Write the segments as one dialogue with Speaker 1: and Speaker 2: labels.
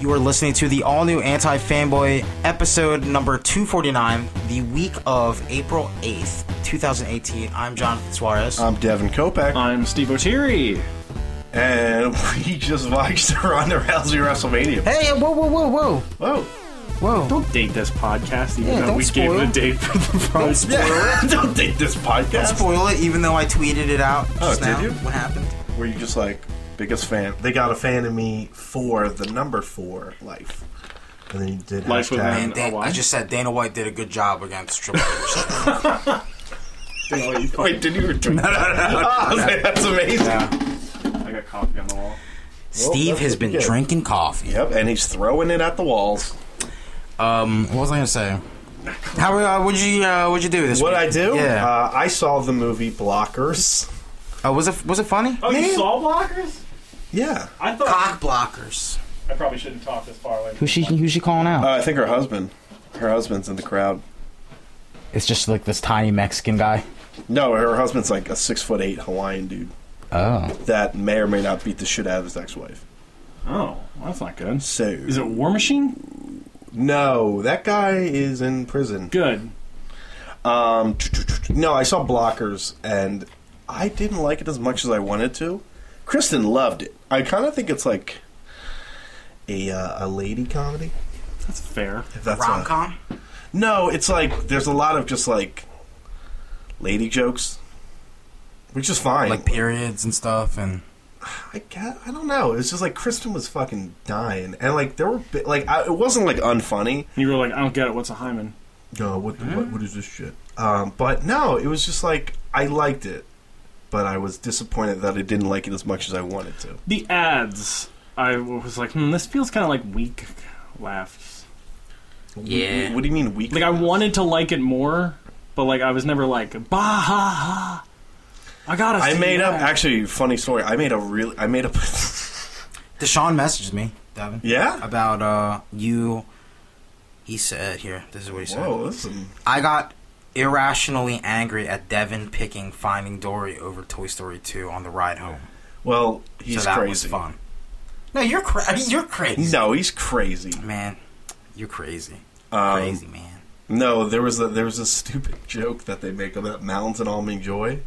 Speaker 1: You are listening to the all new Anti Fanboy episode number 249, the week of April 8th, 2018. I'm Jonathan Suarez.
Speaker 2: I'm Devin Kopeck,
Speaker 3: I'm Steve O'Teary.
Speaker 2: and we just watched Ronda Rousey WrestleMania.
Speaker 1: hey, whoa, whoa, whoa, whoa,
Speaker 2: Whoa!
Speaker 1: whoa.
Speaker 3: Don't date this podcast, even
Speaker 1: Yeah,
Speaker 3: though
Speaker 1: don't
Speaker 3: we
Speaker 1: spoil.
Speaker 3: gave it a date for the podcast.
Speaker 2: Yeah, don't date this podcast.
Speaker 1: spoil it, even though I tweeted it out just
Speaker 2: Oh, did
Speaker 1: now.
Speaker 2: you?
Speaker 1: What happened?
Speaker 2: Were you just like biggest fan? They got a fan of me for the number four life, and then you did
Speaker 3: Life with
Speaker 2: hashtag.
Speaker 3: Man.
Speaker 1: And Dan-
Speaker 3: Oh, wow.
Speaker 1: I just said Dana White did a good job against Triple H.
Speaker 3: Oh, you- Wait, didn't you return that?
Speaker 2: Ah, that's amazing.
Speaker 3: I got coffee on the wall.
Speaker 1: Steve
Speaker 2: that's
Speaker 1: has
Speaker 2: what
Speaker 1: been
Speaker 2: you get.
Speaker 1: drinking coffee.
Speaker 2: Yep, and he's throwing it at the walls.
Speaker 1: Um, what was I gonna say? How uh, would you uh, would you do this?
Speaker 2: What
Speaker 1: week?
Speaker 2: I do?
Speaker 1: Yeah.
Speaker 2: Uh, I saw the movie Blockers.
Speaker 1: oh, was it was it funny?
Speaker 3: Oh,
Speaker 2: Man.
Speaker 3: you saw blockers?
Speaker 2: Yeah.
Speaker 3: I thought
Speaker 1: Cock blockers.
Speaker 3: I probably shouldn't talk this far away.
Speaker 1: Who's she? Who's she calling out?
Speaker 2: Uh, I think her husband. Her husband's in the crowd.
Speaker 1: it's just like this tiny Mexican guy.
Speaker 2: No, her husband's like a six foot eight Hawaiian dude
Speaker 1: Oh,
Speaker 2: that may or may not beat the shit out of his ex wife.
Speaker 3: Oh, well, that's not good.
Speaker 2: So
Speaker 3: Is it War Machine?
Speaker 2: No, that guy is in prison.
Speaker 3: Good.
Speaker 2: Um, no, I saw Blockers, and I didn't like it as much as I wanted to. Kristen loved it. I kind of think it's like a uh, a lady comedy.
Speaker 3: That's fair.
Speaker 2: If that's
Speaker 1: rom
Speaker 2: a,
Speaker 1: com.
Speaker 2: no, it's like there's a lot of just like lady jokes, which is fine.
Speaker 1: like periods and stuff and
Speaker 2: I guess, I don't know. It was just like Kristen was fucking dying, and like there were bi- like I, it wasn't like unfunny.
Speaker 3: You were like, I don't get it. What's a hymen?
Speaker 2: No, what, what what is this shit? Um, but no, it was just like I liked it, but I was disappointed that I didn't like it as much as I wanted to.
Speaker 3: The ads. I was like, hmm, this feels kind of like weak laughs.
Speaker 1: Yeah.
Speaker 2: What, do you mean weak?
Speaker 3: Like, I wanted to like it more, but like, I was never like, bah ha ha. I gotta.
Speaker 2: I
Speaker 3: see
Speaker 2: made up
Speaker 3: that."
Speaker 2: actually funny story. I made a really I made up.
Speaker 1: Deshaun messaged me, Devin,
Speaker 2: yeah.
Speaker 1: about uh you. He said here. This is what he said.
Speaker 2: Whoa, listen.
Speaker 1: I got irrationally angry at Devin picking Finding Dory over Toy Story 2 on the ride home.
Speaker 2: Well, he's
Speaker 1: so that was
Speaker 2: crazy.
Speaker 1: fun. No, you're cra- you're crazy,
Speaker 2: No, he's crazy.
Speaker 1: man. You're crazy,
Speaker 2: Um,
Speaker 1: crazy man.
Speaker 2: No, there was a there was a stupid joke that they make about mountains and almond joy,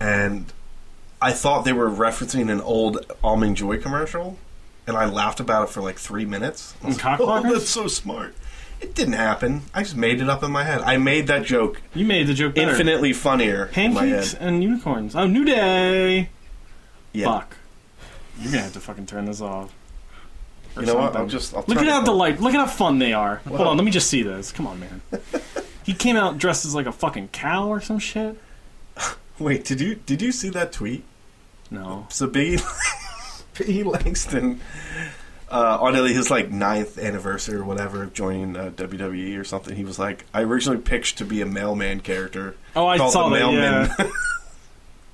Speaker 2: and I thought they were referencing an old almond joy commercial, and I laughed about it for like three minutes. I was
Speaker 3: And
Speaker 2: like,
Speaker 3: cock
Speaker 2: oh,
Speaker 3: blockers?
Speaker 2: that's so smart. It didn't happen. I just made it up in my head. I made that joke
Speaker 3: You made the joke better.
Speaker 2: infinitely funnier in my
Speaker 3: Pancakes
Speaker 2: head.
Speaker 3: and unicorns. Oh, new day.
Speaker 2: Yeah.
Speaker 3: Fuck. You're gonna have to fucking turn this off. Or
Speaker 2: You know what?
Speaker 3: something.
Speaker 2: I'll just I'll turn
Speaker 3: look at
Speaker 2: it
Speaker 3: how
Speaker 2: off.
Speaker 3: delight. Look at how fun they are. Hold
Speaker 2: Wow.
Speaker 3: on, let me just see this. Come on, man. he came out dressed as like a fucking cow or some shit.
Speaker 2: Wait, did you did you see that tweet?
Speaker 3: No.
Speaker 2: So Biggie, Biggie Langston, uh, on his like ninth anniversary or whatever of joining uh, WWE or something, he was like, I originally pitched to be a mailman character.
Speaker 3: Oh, I
Speaker 2: called
Speaker 3: saw
Speaker 2: the
Speaker 3: that.
Speaker 2: mailman.
Speaker 3: Yeah.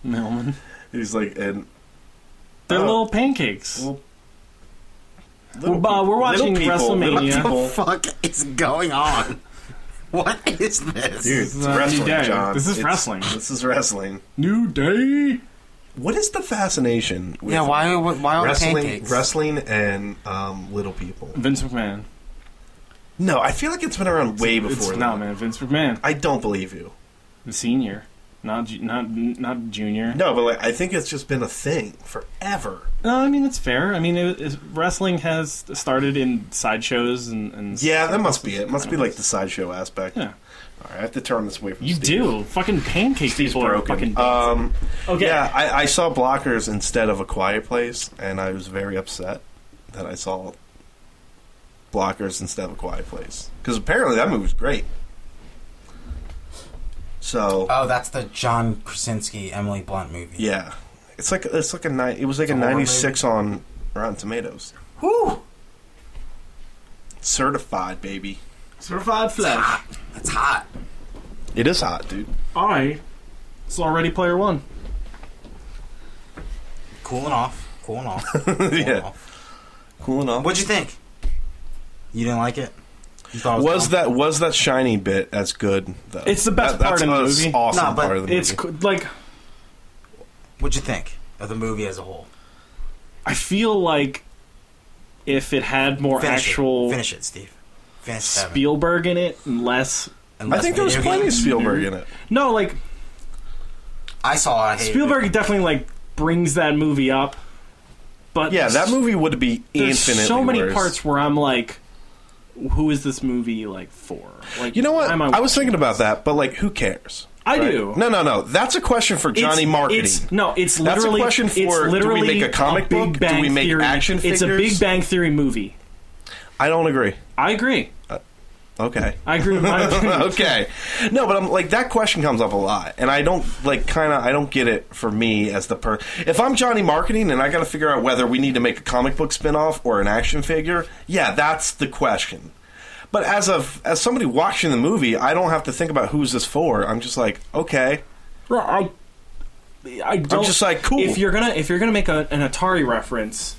Speaker 3: Mailman.
Speaker 2: He's like, and
Speaker 3: They're
Speaker 2: Oh.
Speaker 3: little pancakes.
Speaker 2: Well,
Speaker 3: We're- uh, we're watching WrestleMania.
Speaker 2: little people.
Speaker 1: fuck is going on? what is this?
Speaker 2: Dude, it's
Speaker 3: This is, uh,
Speaker 2: wrestling,
Speaker 3: New Day.
Speaker 2: John.
Speaker 3: This is
Speaker 2: It's-
Speaker 3: wrestling.
Speaker 2: This is wrestling.
Speaker 3: New day.
Speaker 2: What is the fascination with
Speaker 1: yeah, why why all the
Speaker 2: wrestling,
Speaker 1: pancakes?
Speaker 2: wrestling and um, little people?
Speaker 3: Vince McMahon.
Speaker 2: No, I feel like it's been around way before
Speaker 3: It's,
Speaker 2: that.
Speaker 3: no, man. Vince McMahon,
Speaker 2: I don't believe you.
Speaker 3: the senior, not ju- not not junior.
Speaker 2: No, but like I think it's just been a thing forever.
Speaker 3: No, I mean it's fair. I mean, it, it, wrestling has started in sideshows and, and
Speaker 2: Yeah, that must be it. Must be like the sideshow aspect.
Speaker 3: Yeah.
Speaker 2: All right, I have to turn this away from
Speaker 3: You
Speaker 2: Steve.
Speaker 3: do fucking pancake
Speaker 2: Steve's
Speaker 3: people are
Speaker 2: broken.
Speaker 3: fucking.
Speaker 2: um,
Speaker 3: okay,
Speaker 2: Yeah, I, I saw Blockers instead of A Quiet Place, and I was very upset that I saw Blockers instead of A Quiet Place because apparently that movie was great. So
Speaker 1: Oh, that's the John Krasinski Emily Blunt movie.
Speaker 2: yeah, it's like it's like a nine. It was like
Speaker 1: It's
Speaker 2: a
Speaker 1: a horror
Speaker 2: ninety six on Rotten Tomatoes.
Speaker 1: Whew.
Speaker 2: Certified, baby.
Speaker 3: survive flesh.
Speaker 1: It's hot.
Speaker 2: It is hot, dude.
Speaker 3: I saw Ready Player One.
Speaker 1: Cooling off. Cooling off. Cooling
Speaker 2: yeah,
Speaker 1: off.
Speaker 2: cool enough.
Speaker 1: What'd you think? You didn't like it? You thought it
Speaker 2: was
Speaker 1: dumb?
Speaker 2: that was that shiny bit as good though?
Speaker 3: It's the best
Speaker 2: That-
Speaker 3: part
Speaker 2: that's
Speaker 3: of the
Speaker 2: most
Speaker 3: movie.
Speaker 2: Awesome
Speaker 1: No, but
Speaker 2: part of the
Speaker 3: It's
Speaker 2: movie.
Speaker 3: co- like
Speaker 1: What'd you think of the movie as a whole?
Speaker 3: I feel like if it had more
Speaker 1: Finish
Speaker 3: actual
Speaker 1: it. Finish it, Steve. Finish seven.
Speaker 3: Spielberg in it and less.
Speaker 1: And
Speaker 2: I
Speaker 1: less
Speaker 2: think there was
Speaker 1: video
Speaker 2: plenty of
Speaker 1: games.
Speaker 2: Spielberg in it.
Speaker 3: No, like
Speaker 1: I saw. it, I hated
Speaker 3: Spielberg
Speaker 1: It.
Speaker 3: definitely like brings that movie up, but
Speaker 2: Yeah, that movie would be
Speaker 3: There's
Speaker 2: infinitely
Speaker 3: so many
Speaker 2: worse.
Speaker 3: parts where I'm like, who is this movie like for? Like,
Speaker 2: You know what?
Speaker 3: am
Speaker 2: I, was thinking about that, but like, who cares?
Speaker 3: I
Speaker 2: Right?
Speaker 3: do.
Speaker 2: No, no, no. That's a question for
Speaker 3: It's-
Speaker 2: Johnny Marketing.
Speaker 3: It's, no, it's
Speaker 2: That's a
Speaker 3: literally.
Speaker 2: question
Speaker 3: it's
Speaker 2: for, do we
Speaker 3: literally
Speaker 2: make a comic
Speaker 3: Big
Speaker 2: book? Do
Speaker 3: Bang
Speaker 2: we make
Speaker 3: Theory-
Speaker 2: action
Speaker 3: It's a
Speaker 2: figures?
Speaker 3: Big Bang Theory movie.
Speaker 2: I don't agree.
Speaker 3: I agree.
Speaker 2: Okay.
Speaker 3: I agree with my opinion.
Speaker 2: okay. No, but I'm like that question comes up a lot, and I don't like kind of I don't get it for me as the per. If I'm Johnny Marketing and I got to figure out whether we need to make a comic book spinoff or an action figure, yeah, that's the question. But as of as somebody watching the movie, I don't have to think about who's this for. I'm just like, okay,
Speaker 3: Bro, I, I don't,
Speaker 2: just like, cool.
Speaker 3: If you're gonna if you're gonna make a, an Atari reference,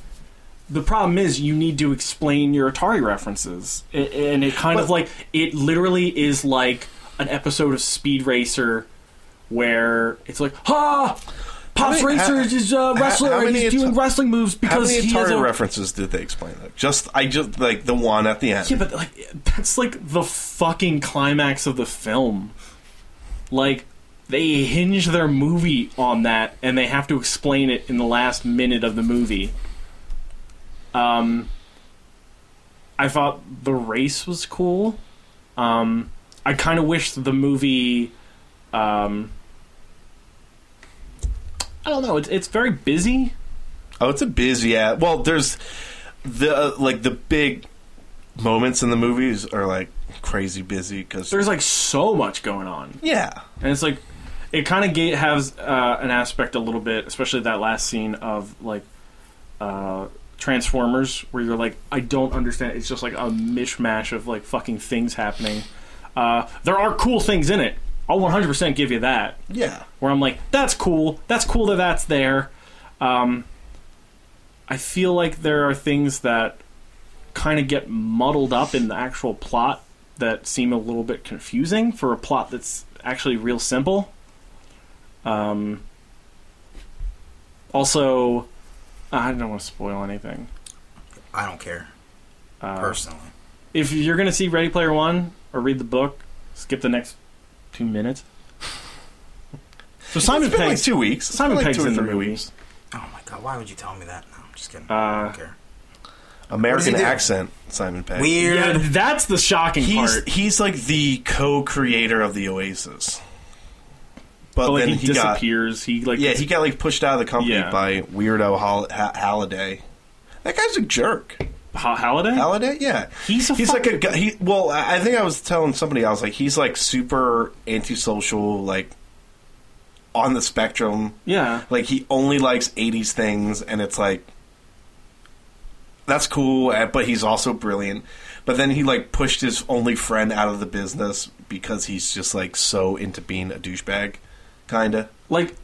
Speaker 3: the problem is you need to explain your Atari references, A- and it kind of like it literally is like an episode of Speed Racer where it's like ha. Pops
Speaker 2: How many-
Speaker 3: Racer
Speaker 2: how-
Speaker 3: is a
Speaker 2: how-
Speaker 3: wrestler
Speaker 2: how
Speaker 3: and
Speaker 2: many
Speaker 3: he's doing
Speaker 2: Ata-
Speaker 3: wrestling moves
Speaker 2: how
Speaker 3: because
Speaker 2: many
Speaker 3: he has
Speaker 2: Atari
Speaker 3: a
Speaker 2: references did they explain? Though? Just I just like the one at the end.
Speaker 3: Yeah, but like that's like the fucking climax of the film. Like they hinge their movie on that and they have to explain it in the last minute of the movie. Um I thought the race was cool. Um I kind of wish the movie um I don't know, it's it's very busy.
Speaker 2: Oh, it's a busy. Yeah. Well, there's the uh, like the big moments in the movies are like crazy busy because
Speaker 3: There's like so much going on.
Speaker 2: yeah.
Speaker 3: and it's like it kind of ga- has uh, an aspect a little bit, especially that last scene of like uh, Transformers, where you're like, I don't understand. It's just like a mishmash of like fucking things happening. Uh, there are cool things in it. I'll 100% give you that.
Speaker 2: Yeah.
Speaker 3: Where I'm like, that's cool. That's cool that that's there. Um, I feel like there are things that kind of get muddled up in the actual plot that seem a little bit confusing for a plot that's actually real simple. Um, also, I don't want to spoil anything.
Speaker 1: I don't care
Speaker 3: Uh,
Speaker 1: personally.
Speaker 3: if you're going to see Ready Player One or read the book, skip the next two minutes. So Simon
Speaker 2: it's been
Speaker 3: Pegg,
Speaker 2: like two weeks. It's
Speaker 3: Simon
Speaker 2: been like
Speaker 3: Pegg's
Speaker 2: two or
Speaker 3: in the
Speaker 2: three
Speaker 3: movie.
Speaker 2: weeks.
Speaker 1: Oh my god! Why would you tell me that? No, I'm just kidding. I
Speaker 3: Uh,
Speaker 1: don't care.
Speaker 2: American
Speaker 1: What does he do?
Speaker 2: accent. Simon Pegg.
Speaker 1: Weird.
Speaker 3: yeah, that's the shocking
Speaker 2: he's
Speaker 3: part.
Speaker 2: he's like the co-creator of the Oasis. But,
Speaker 3: But like
Speaker 2: then
Speaker 3: he,
Speaker 2: he, got
Speaker 3: disappears. he like
Speaker 2: yeah he got like pushed out of the company
Speaker 3: Yeah.
Speaker 2: by weirdo Hol- ha- Halliday. That guy's a jerk.
Speaker 3: Ha- Halliday.
Speaker 2: Halliday, yeah.
Speaker 3: He's a
Speaker 2: he's
Speaker 3: fuck-
Speaker 2: like a guy. He, well, I I think I was telling somebody I was like he's like super antisocial, like on the spectrum.
Speaker 3: yeah,
Speaker 2: Like he only likes '80s things, and it's like that's cool, eh, but he's also brilliant. But then he like pushed his only friend out of the business because he's just like so into being a douchebag, kinda.
Speaker 3: like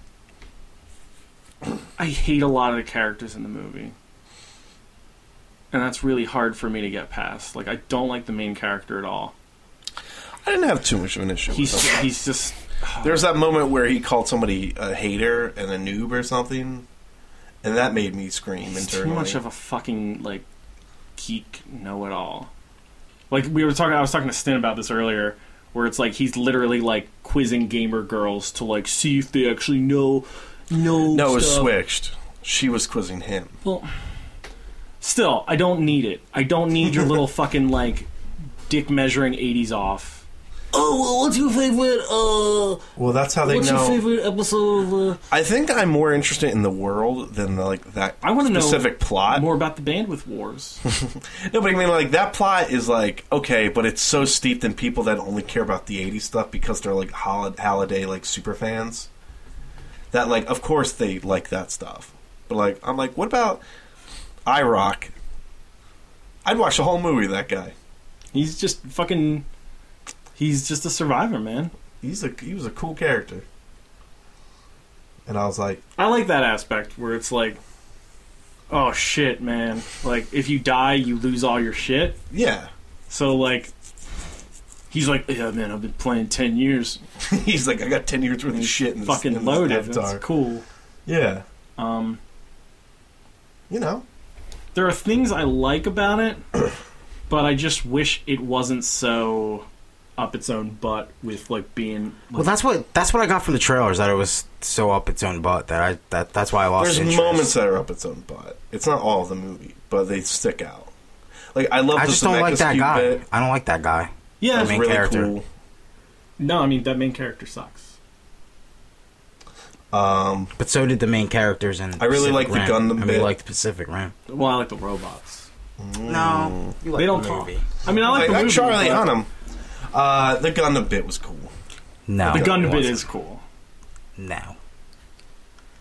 Speaker 3: I hate a lot of the characters in the movie, and that's really hard for me to get past. Like I don't like the main character at all.
Speaker 2: I didn't have too much of an issue. with him.
Speaker 3: He's he's just
Speaker 2: There's that moment where he called somebody a hater and a noob or something, and that made me scream
Speaker 3: he's too
Speaker 2: internally.
Speaker 3: much of a fucking like geek know it all. Like we were talking, I was talking to Stin about this earlier, where it's like he's literally like quizzing gamer girls to like see if they actually know know
Speaker 2: no, it was
Speaker 3: stuff.
Speaker 2: switched. She was quizzing him.
Speaker 3: Well, still, I don't need it. I don't need your little fucking like dick measuring '80s off. Oh, well, what's your favorite? Uh,
Speaker 2: Well, that's how they
Speaker 3: what's
Speaker 2: know.
Speaker 3: your favorite episode? Of, uh,
Speaker 2: I think I'm more interested in the world than the, like that
Speaker 3: I wanna know
Speaker 2: specific
Speaker 3: uh,
Speaker 2: plot.
Speaker 3: more about the bandwidth wars.
Speaker 2: No, but I mean, like that plot is like okay, but it's so steeped in people that only care about the '80s stuff because they're like Hol- Halliday like super fans. That like, of course they like that stuff, but like, I'm like, what about IROC? I'd watch a whole movie of that guy.
Speaker 3: he's just fucking. He's just a survivor, man.
Speaker 2: He's a he was a cool character, and I was like,
Speaker 3: I like that aspect where it's like, oh shit, man. Like if you die, you lose all your shit.
Speaker 2: yeah.
Speaker 3: So like. He's like, yeah, man, I've been playing ten years,
Speaker 2: He's like, I got ten years worth of shit in this,
Speaker 3: fucking
Speaker 2: in this
Speaker 3: loaded. Um,
Speaker 2: Avatar.
Speaker 3: That's cool.
Speaker 2: Yeah,
Speaker 3: Um,
Speaker 2: you know,
Speaker 3: there are things I like about it, but I just wish it wasn't so up its own butt with like being
Speaker 1: Well, that's what that's what I got from the trailers that it was so up its own butt that I that that's why I lost
Speaker 2: There's
Speaker 1: interest.
Speaker 2: moments that are up its own butt. It's not all of the movie, but they stick out. Like I love.
Speaker 1: I
Speaker 2: the
Speaker 1: just don't like
Speaker 2: Zemeckis
Speaker 1: that
Speaker 2: cube
Speaker 1: guy.
Speaker 2: Bit.
Speaker 1: I don't like that guy.
Speaker 3: yeah.
Speaker 2: That's
Speaker 1: main
Speaker 2: really
Speaker 1: character.
Speaker 3: No, I mean that main character sucks.
Speaker 2: cool. Um,
Speaker 1: But so did the main characters in.
Speaker 2: I really
Speaker 1: Pacific
Speaker 2: like the
Speaker 1: Rim.
Speaker 2: Gundam
Speaker 1: I really
Speaker 2: bit.
Speaker 1: like the Pacific Rim.
Speaker 3: Well, I like the robots.
Speaker 1: No, Mm. you like
Speaker 3: they don't
Speaker 1: the
Speaker 3: talk.
Speaker 1: movie.
Speaker 3: I mean, I
Speaker 2: hmm. like,
Speaker 3: like the
Speaker 2: like
Speaker 3: movie,
Speaker 2: Charlie
Speaker 3: but
Speaker 2: Hunnam. Uh, the Gundam bit was cool.
Speaker 1: No,
Speaker 3: The
Speaker 1: it
Speaker 3: gun bit
Speaker 1: wasn't.
Speaker 3: is cool.
Speaker 1: no.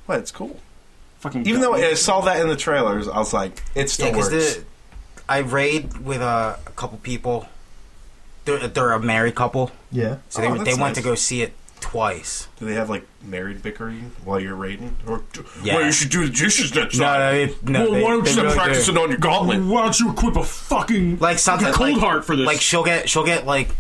Speaker 2: Well, it's cool.
Speaker 3: Fucking
Speaker 2: Even
Speaker 3: gun.
Speaker 2: though I saw that in the trailers, I was like, it still
Speaker 1: Yeah, because
Speaker 2: works.
Speaker 1: the I raid with uh, a couple people. They're, they're a married couple,
Speaker 2: yeah.
Speaker 1: so
Speaker 3: Oh,
Speaker 1: they they went to go see it twice.
Speaker 2: Oh, Do they have like married bickering while you're raiding? Or d-
Speaker 1: Yeah.
Speaker 2: well, you should do the dishes next
Speaker 1: No,
Speaker 2: time.
Speaker 1: no, they, no.
Speaker 2: well,
Speaker 1: they,
Speaker 2: why don't
Speaker 1: they
Speaker 2: you stop
Speaker 1: really do.
Speaker 2: practicing on your gauntlet?
Speaker 3: Why don't you equip a fucking
Speaker 1: Like something
Speaker 3: cold
Speaker 1: like,
Speaker 3: heart for this?
Speaker 1: Like she'll get she'll get like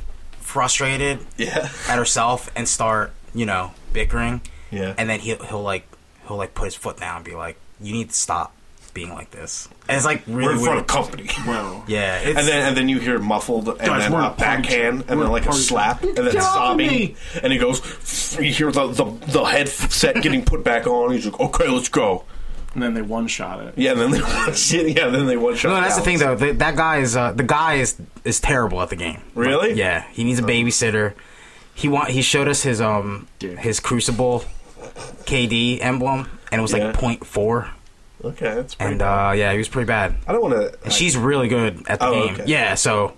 Speaker 1: frustrated
Speaker 2: Yeah,
Speaker 1: at herself and start you know bickering,
Speaker 2: yeah.
Speaker 1: and then he'll he'll like he'll like put his foot down and be like, "You need to stop being like this." And it's like
Speaker 2: We're
Speaker 1: really
Speaker 2: in front
Speaker 1: weird.
Speaker 2: of company.
Speaker 3: Whoa.
Speaker 1: Yeah, it's,
Speaker 2: And then and then you hear muffled and
Speaker 3: Guys,
Speaker 2: then
Speaker 3: we're
Speaker 2: a
Speaker 3: not party
Speaker 2: backhand
Speaker 3: time.
Speaker 2: and
Speaker 3: We're
Speaker 2: then like a
Speaker 3: party
Speaker 2: slap
Speaker 3: time.
Speaker 2: and then
Speaker 3: Get off
Speaker 2: sobbing
Speaker 3: me!
Speaker 2: and he goes you hear the, the the headset getting put back on he's like okay let's go
Speaker 3: And then they one shot it.
Speaker 2: yeah and then they yeah then they one shot
Speaker 1: no, that's the
Speaker 2: Alex.
Speaker 1: thing though. The, that guy is uh, the guy is is terrible at the game.
Speaker 2: Really?
Speaker 1: Like, yeah, he
Speaker 3: Oh.
Speaker 1: needs a babysitter. He want he showed us his um
Speaker 3: Dude.
Speaker 1: his crucible KD emblem, and it was
Speaker 2: Yeah.
Speaker 1: like point four.
Speaker 2: okay that's pretty
Speaker 1: And
Speaker 2: bad.
Speaker 1: uh, yeah, he was pretty bad.
Speaker 2: I don't want to
Speaker 1: And she's really good at the
Speaker 2: Oh,
Speaker 1: game.
Speaker 2: okay.
Speaker 1: Yeah, so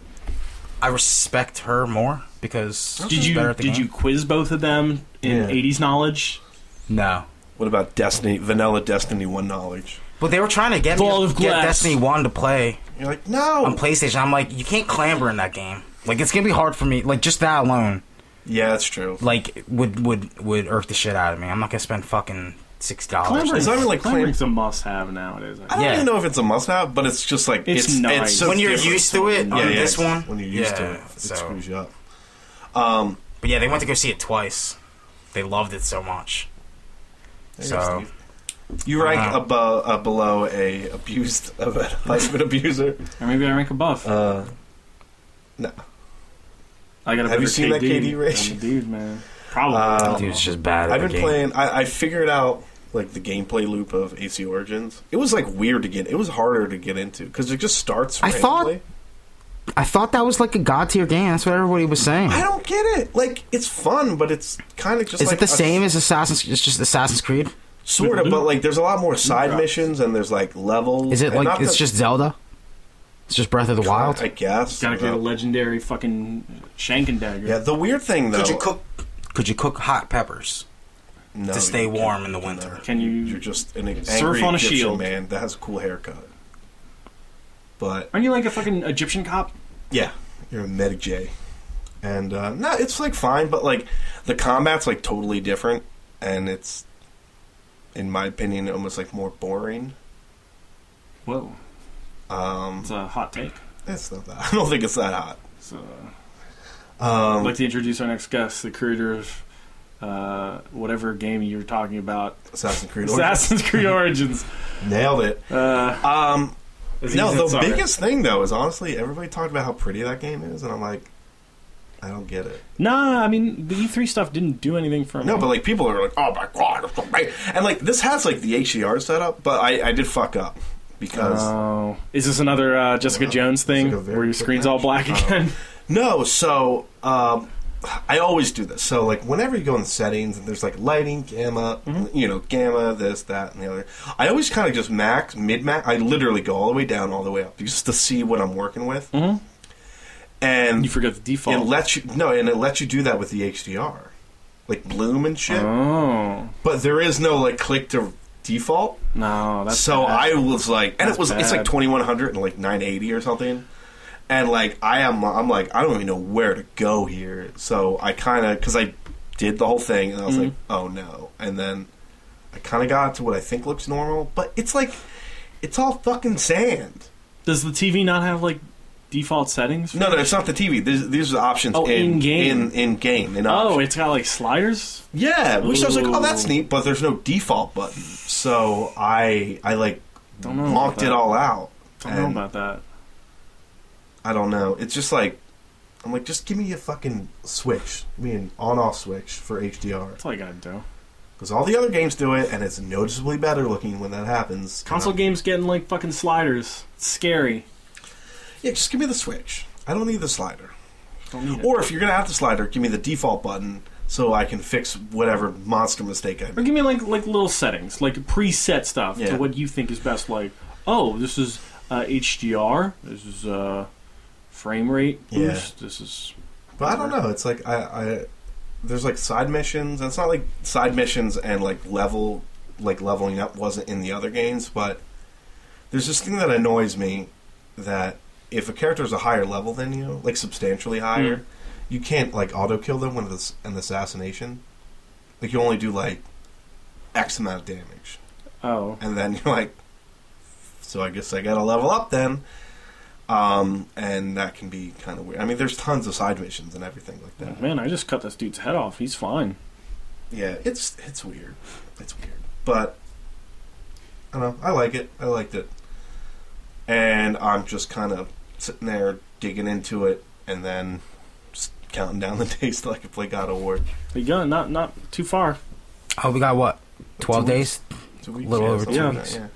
Speaker 1: I respect her more because
Speaker 3: Did
Speaker 1: she's
Speaker 3: you
Speaker 1: better
Speaker 3: did
Speaker 1: at the game.
Speaker 3: you quiz both of them in
Speaker 2: Yeah.
Speaker 3: 80s knowledge?
Speaker 1: No.
Speaker 2: what about Destiny vanilla Destiny one knowledge
Speaker 1: But they were trying to get
Speaker 3: Ball
Speaker 1: me
Speaker 3: of
Speaker 1: to get
Speaker 3: glass. Oh.
Speaker 1: Destiny One to play
Speaker 2: you're like no
Speaker 1: on PlayStation. I'm like, you can't clamber in that game. Like it's gonna be hard for me. Like just that alone.
Speaker 2: yeah that's true
Speaker 1: like would would would irk the shit out of me. I'm not gonna spend fucking six
Speaker 2: It's
Speaker 1: dollars.
Speaker 2: not really like
Speaker 3: Clambering's a must-have nowadays.
Speaker 2: I
Speaker 3: I
Speaker 2: don't
Speaker 1: Yeah.
Speaker 2: even know if it's a must have but it's just like
Speaker 3: It's
Speaker 2: it's it's,
Speaker 3: nice.
Speaker 2: so
Speaker 1: When you're
Speaker 2: different.
Speaker 1: used to it, on this
Speaker 2: it's-
Speaker 1: one,
Speaker 2: when you're used to
Speaker 1: yeah,
Speaker 2: it it
Speaker 1: so.
Speaker 2: screws you up Um,
Speaker 1: But yeah, they went to go see it twice. They loved it so much.
Speaker 2: There you go,
Speaker 1: so uh-huh.
Speaker 2: Steve. You rank
Speaker 1: Wow.
Speaker 2: abo- uh, below a abused a husband abuser.
Speaker 3: Or maybe I rank above.
Speaker 2: Uh, no,
Speaker 3: I got a
Speaker 2: have you
Speaker 3: better
Speaker 2: seen that KD
Speaker 3: than
Speaker 2: ratio?
Speaker 3: the dude, man. Probably.
Speaker 2: Uh,
Speaker 1: dude's just bad. At
Speaker 2: I've
Speaker 1: the
Speaker 2: been
Speaker 1: game.
Speaker 2: playing. I, I figured out like the gameplay loop of AC Origins. It was like weird to get. It was harder to get into because it just starts.
Speaker 1: I thought-
Speaker 2: randomly.
Speaker 1: I thought that was like a god tier game. That's what everybody was saying.
Speaker 2: I don't get it. Like it's fun, but it's kind of just.
Speaker 1: Is
Speaker 2: like
Speaker 1: it the
Speaker 2: a-
Speaker 1: same as Assassin's? It's just Assassin's Creed.
Speaker 2: Sort of, but like there's a lot more side
Speaker 3: drops.
Speaker 2: missions and there's like levels.
Speaker 1: Is it
Speaker 2: and
Speaker 1: like
Speaker 2: not
Speaker 1: it's
Speaker 2: that-
Speaker 1: just Zelda? It's just Breath of the Wild.
Speaker 2: I guess.
Speaker 3: Gotta get a legendary fucking shank and dagger.
Speaker 2: yeah, the weird thing though.
Speaker 1: Could you cook? Could you cook hot peppers?
Speaker 2: No,
Speaker 1: to stay
Speaker 2: you can't
Speaker 1: warm in the
Speaker 2: do
Speaker 1: winter.
Speaker 2: that.
Speaker 3: Can you
Speaker 2: You're just an angry
Speaker 3: surf on a
Speaker 2: Egyptian
Speaker 3: shield?
Speaker 2: man that has a cool haircut. But
Speaker 3: Aren't you like a fucking Egyptian cop?
Speaker 2: yeah, you're a medic J, and uh, no, it's like fine, but like the combat's like totally different, and it's, in my opinion, almost like more boring.
Speaker 3: Whoa,
Speaker 2: Um,
Speaker 3: it's a hot take.
Speaker 2: it's not that. I don't think it's that hot.
Speaker 3: So, I'd
Speaker 2: Um,
Speaker 3: like to introduce our next guest, the creator of uh, whatever game you were talking about,
Speaker 2: Assassin's Creed,
Speaker 3: Assassin's Creed Origins.
Speaker 2: Origins. nailed it.
Speaker 3: Uh,
Speaker 2: Um,
Speaker 3: as
Speaker 2: no,
Speaker 3: easy
Speaker 2: the
Speaker 3: as sorry.
Speaker 2: biggest thing though is honestly everybody talked about how pretty that game is, and I'm like, I don't get it.
Speaker 3: Nah, I mean the E3 stuff didn't do anything for me.
Speaker 2: No, but like people are like, oh my god, it's amazing. and like this has like the HDR setup, but I, I did fuck up because
Speaker 3: Oh. Is this another uh, Jessica
Speaker 2: Yeah.
Speaker 3: Jones thing
Speaker 2: It's like a very
Speaker 3: where your
Speaker 2: quick
Speaker 3: screen's all
Speaker 2: match.
Speaker 3: black
Speaker 2: Oh.
Speaker 3: again?
Speaker 2: no. So um, I always do this. So like whenever you go in settings and there's like lighting, gamma,
Speaker 3: Mm-hmm.
Speaker 2: you know, gamma, this, that, and the other. I always kind of just max, mid max. I literally go all the way down, all the way up, just to see what I'm working with.
Speaker 3: Mhm.
Speaker 2: And
Speaker 3: you forget the
Speaker 2: it
Speaker 3: default.
Speaker 2: lets you no, and it lets you do that with the HDR, like bloom and shit.
Speaker 3: oh
Speaker 2: But there is no like click to default.
Speaker 3: no, that's
Speaker 2: so
Speaker 3: bad.
Speaker 2: I was like, and
Speaker 3: That's
Speaker 2: it was it's
Speaker 3: bad.
Speaker 2: like twenty one hundred and like nine eighty or something, and like I am I'm like I don't even know where to go here. So I kind of because I did the whole thing and I was
Speaker 3: Mm-hmm.
Speaker 2: like, oh no, and then I kind of got to what I think looks normal, but it's like it's all fucking sand.
Speaker 3: does the TV not have like default settings?
Speaker 2: No, no, it's not the TV. These, these are the options
Speaker 3: Oh,
Speaker 2: in,
Speaker 3: in-game.
Speaker 2: in in game. In
Speaker 3: Oh,
Speaker 2: options.
Speaker 3: it's got like sliders.
Speaker 2: yeah. Which I was like,
Speaker 3: Ooh.
Speaker 2: oh, that's neat, but there's no default button. So I I like
Speaker 3: Don't know about
Speaker 2: monked
Speaker 3: that.
Speaker 2: it all out.
Speaker 3: I don't
Speaker 2: And-
Speaker 3: know about that.
Speaker 2: I don't know. It's just like I'm like, just give me a fucking switch. Give me an on-off switch for HDR
Speaker 3: That's all you gotta do.
Speaker 2: because all the other games do it, and it's noticeably better looking when that happens. And
Speaker 3: Console
Speaker 2: I'm-
Speaker 3: games getting like fucking sliders. It's scary.
Speaker 2: yeah, just give me the switch. I don't need the slider.
Speaker 3: Don't need it. Or,
Speaker 2: Or if you're gonna have the slider, give me the default button so I can fix whatever monster mistake I made.
Speaker 3: give me like like little settings, like preset stuff
Speaker 2: Yeah.
Speaker 3: to what you think is best. Like, oh, this is uh, HDR. This is uh, frame rate
Speaker 2: Yeah.
Speaker 3: boost. This is
Speaker 2: But I don't know. It's like I, I there's like side missions. It's not like side missions and like level like leveling up wasn't in the other games, but there's this thing that annoys me that if a character is a higher level than you, like substantially higher, you can't like auto kill them with this an assassination. Like you only do like X amount of damage
Speaker 3: oh
Speaker 2: and then you're like, so I guess I gotta level up then. Um, and that can be kind of weird. I mean, there's tons of side missions and everything like that.
Speaker 3: man, I just cut this dude's head off. He's fine.
Speaker 2: Yeah, it's it's weird. It's weird, but I don't know. I like it. I liked it, and I'm just kind of sitting there digging into it, and then just counting down the days till I can play God of War.
Speaker 3: There you go. Not not too far.
Speaker 1: Oh, we got what? 12
Speaker 2: Two
Speaker 1: days?
Speaker 2: Two weeks,
Speaker 1: Little
Speaker 2: yeah,
Speaker 1: over
Speaker 2: something
Speaker 3: two
Speaker 2: like
Speaker 3: weeks.
Speaker 2: that, yeah.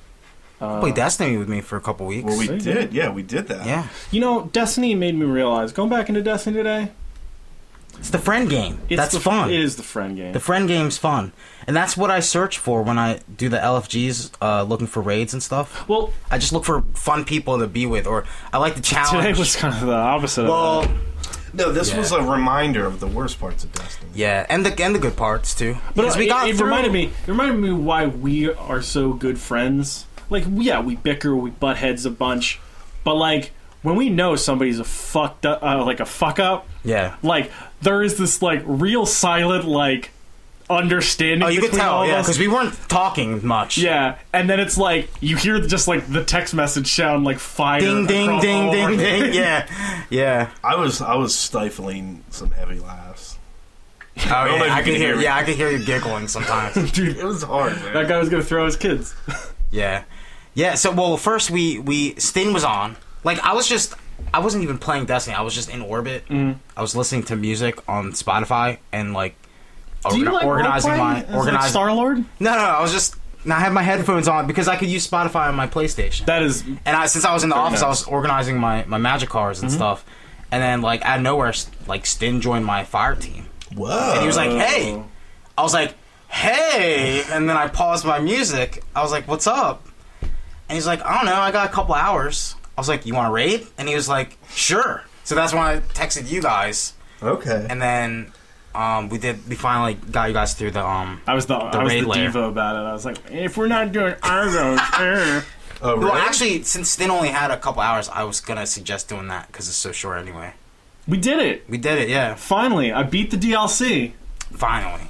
Speaker 3: Uh,
Speaker 1: Wait, Destiny with me for a couple weeks.
Speaker 2: Well, we
Speaker 3: See?
Speaker 2: did. Yeah, we did that.
Speaker 1: yeah.
Speaker 3: You know, Destiny made me realize going back into Destiny today.
Speaker 1: It's the friend game.
Speaker 3: It's
Speaker 1: That's
Speaker 3: the,
Speaker 1: fun.
Speaker 3: It is the friend game.
Speaker 1: The friend game's fun. And that's what I search for when I do the LFGs, uh, looking for raids and stuff.
Speaker 3: well,
Speaker 1: I just look for fun people to be with, or I like the challenge.
Speaker 3: today was kind of the opposite. of
Speaker 1: well,
Speaker 2: No, this
Speaker 1: Yeah.
Speaker 2: was a reminder of the worst parts of Destiny.
Speaker 1: yeah, and the and the good parts too.
Speaker 3: that.
Speaker 1: Because
Speaker 3: but uh,
Speaker 1: we
Speaker 3: it,
Speaker 1: got
Speaker 3: it
Speaker 1: through-
Speaker 3: reminded me. It reminded me why we are so good friends. Like, yeah, we bicker, we butt heads a bunch, but like when we know somebody's a fucked up, uh, like a fuck up,
Speaker 1: Yeah.
Speaker 3: like there is this like real silent like understanding.
Speaker 1: Oh, you could
Speaker 3: between
Speaker 1: tell,
Speaker 3: all
Speaker 1: yeah,
Speaker 3: of us.
Speaker 1: because we weren't talking much.
Speaker 3: Yeah, and then it's like you hear just like the text message sound like fire.
Speaker 1: Ding, ding,
Speaker 3: across
Speaker 1: ding,
Speaker 3: all of our-
Speaker 1: ding, ding. Yeah, yeah.
Speaker 2: I was I was stifling some heavy laughs.
Speaker 1: Oh, yeah.
Speaker 2: know if you
Speaker 1: I
Speaker 2: can
Speaker 1: could
Speaker 2: hear
Speaker 1: hear.
Speaker 2: me.
Speaker 1: Yeah, I could hear you giggling sometimes.
Speaker 3: Dude,
Speaker 2: It was hard, man.
Speaker 3: that guy was gonna throw his kids.
Speaker 1: yeah, yeah. So, well, first we we Stin was on. Like, I was just, I wasn't even playing Destiny. I was just in orbit.
Speaker 3: Mm.
Speaker 1: I was listening to music on Spotify and like, orga- organizing my organizing.
Speaker 3: Star Lord?
Speaker 1: no, no, no, I was just. And I had my headphones on because I could use Spotify on my PlayStation.
Speaker 3: That is
Speaker 1: and I, since I was in the office, I
Speaker 3: enough.
Speaker 1: was organizing my my magic cards
Speaker 3: Mm-hmm.
Speaker 1: and stuff. And then, like out of nowhere, s- like Stin joined my fire team.
Speaker 2: Whoa.
Speaker 1: And he was like, "Hey," I was like, "Hey," and then I paused my music. I was like, "What's up?" And he's like, "I don't know. I got a couple hours." I was like, "You want to raid?" And he was like, "Sure." So that's when I texted you guys,
Speaker 2: okay.
Speaker 1: and then um, we did. We finally got you guys through the um.
Speaker 3: I was the, I was the
Speaker 1: raid layer.
Speaker 3: diva about it. I was like, if we're not doing Argos, eh.
Speaker 2: oh, really?
Speaker 1: Well, actually, since Stin only had a couple hours, I was gonna suggest doing that because it's so short anyway.
Speaker 3: we did it.
Speaker 1: We did it, yeah.
Speaker 3: Finally, I beat the DLC.
Speaker 1: Finally.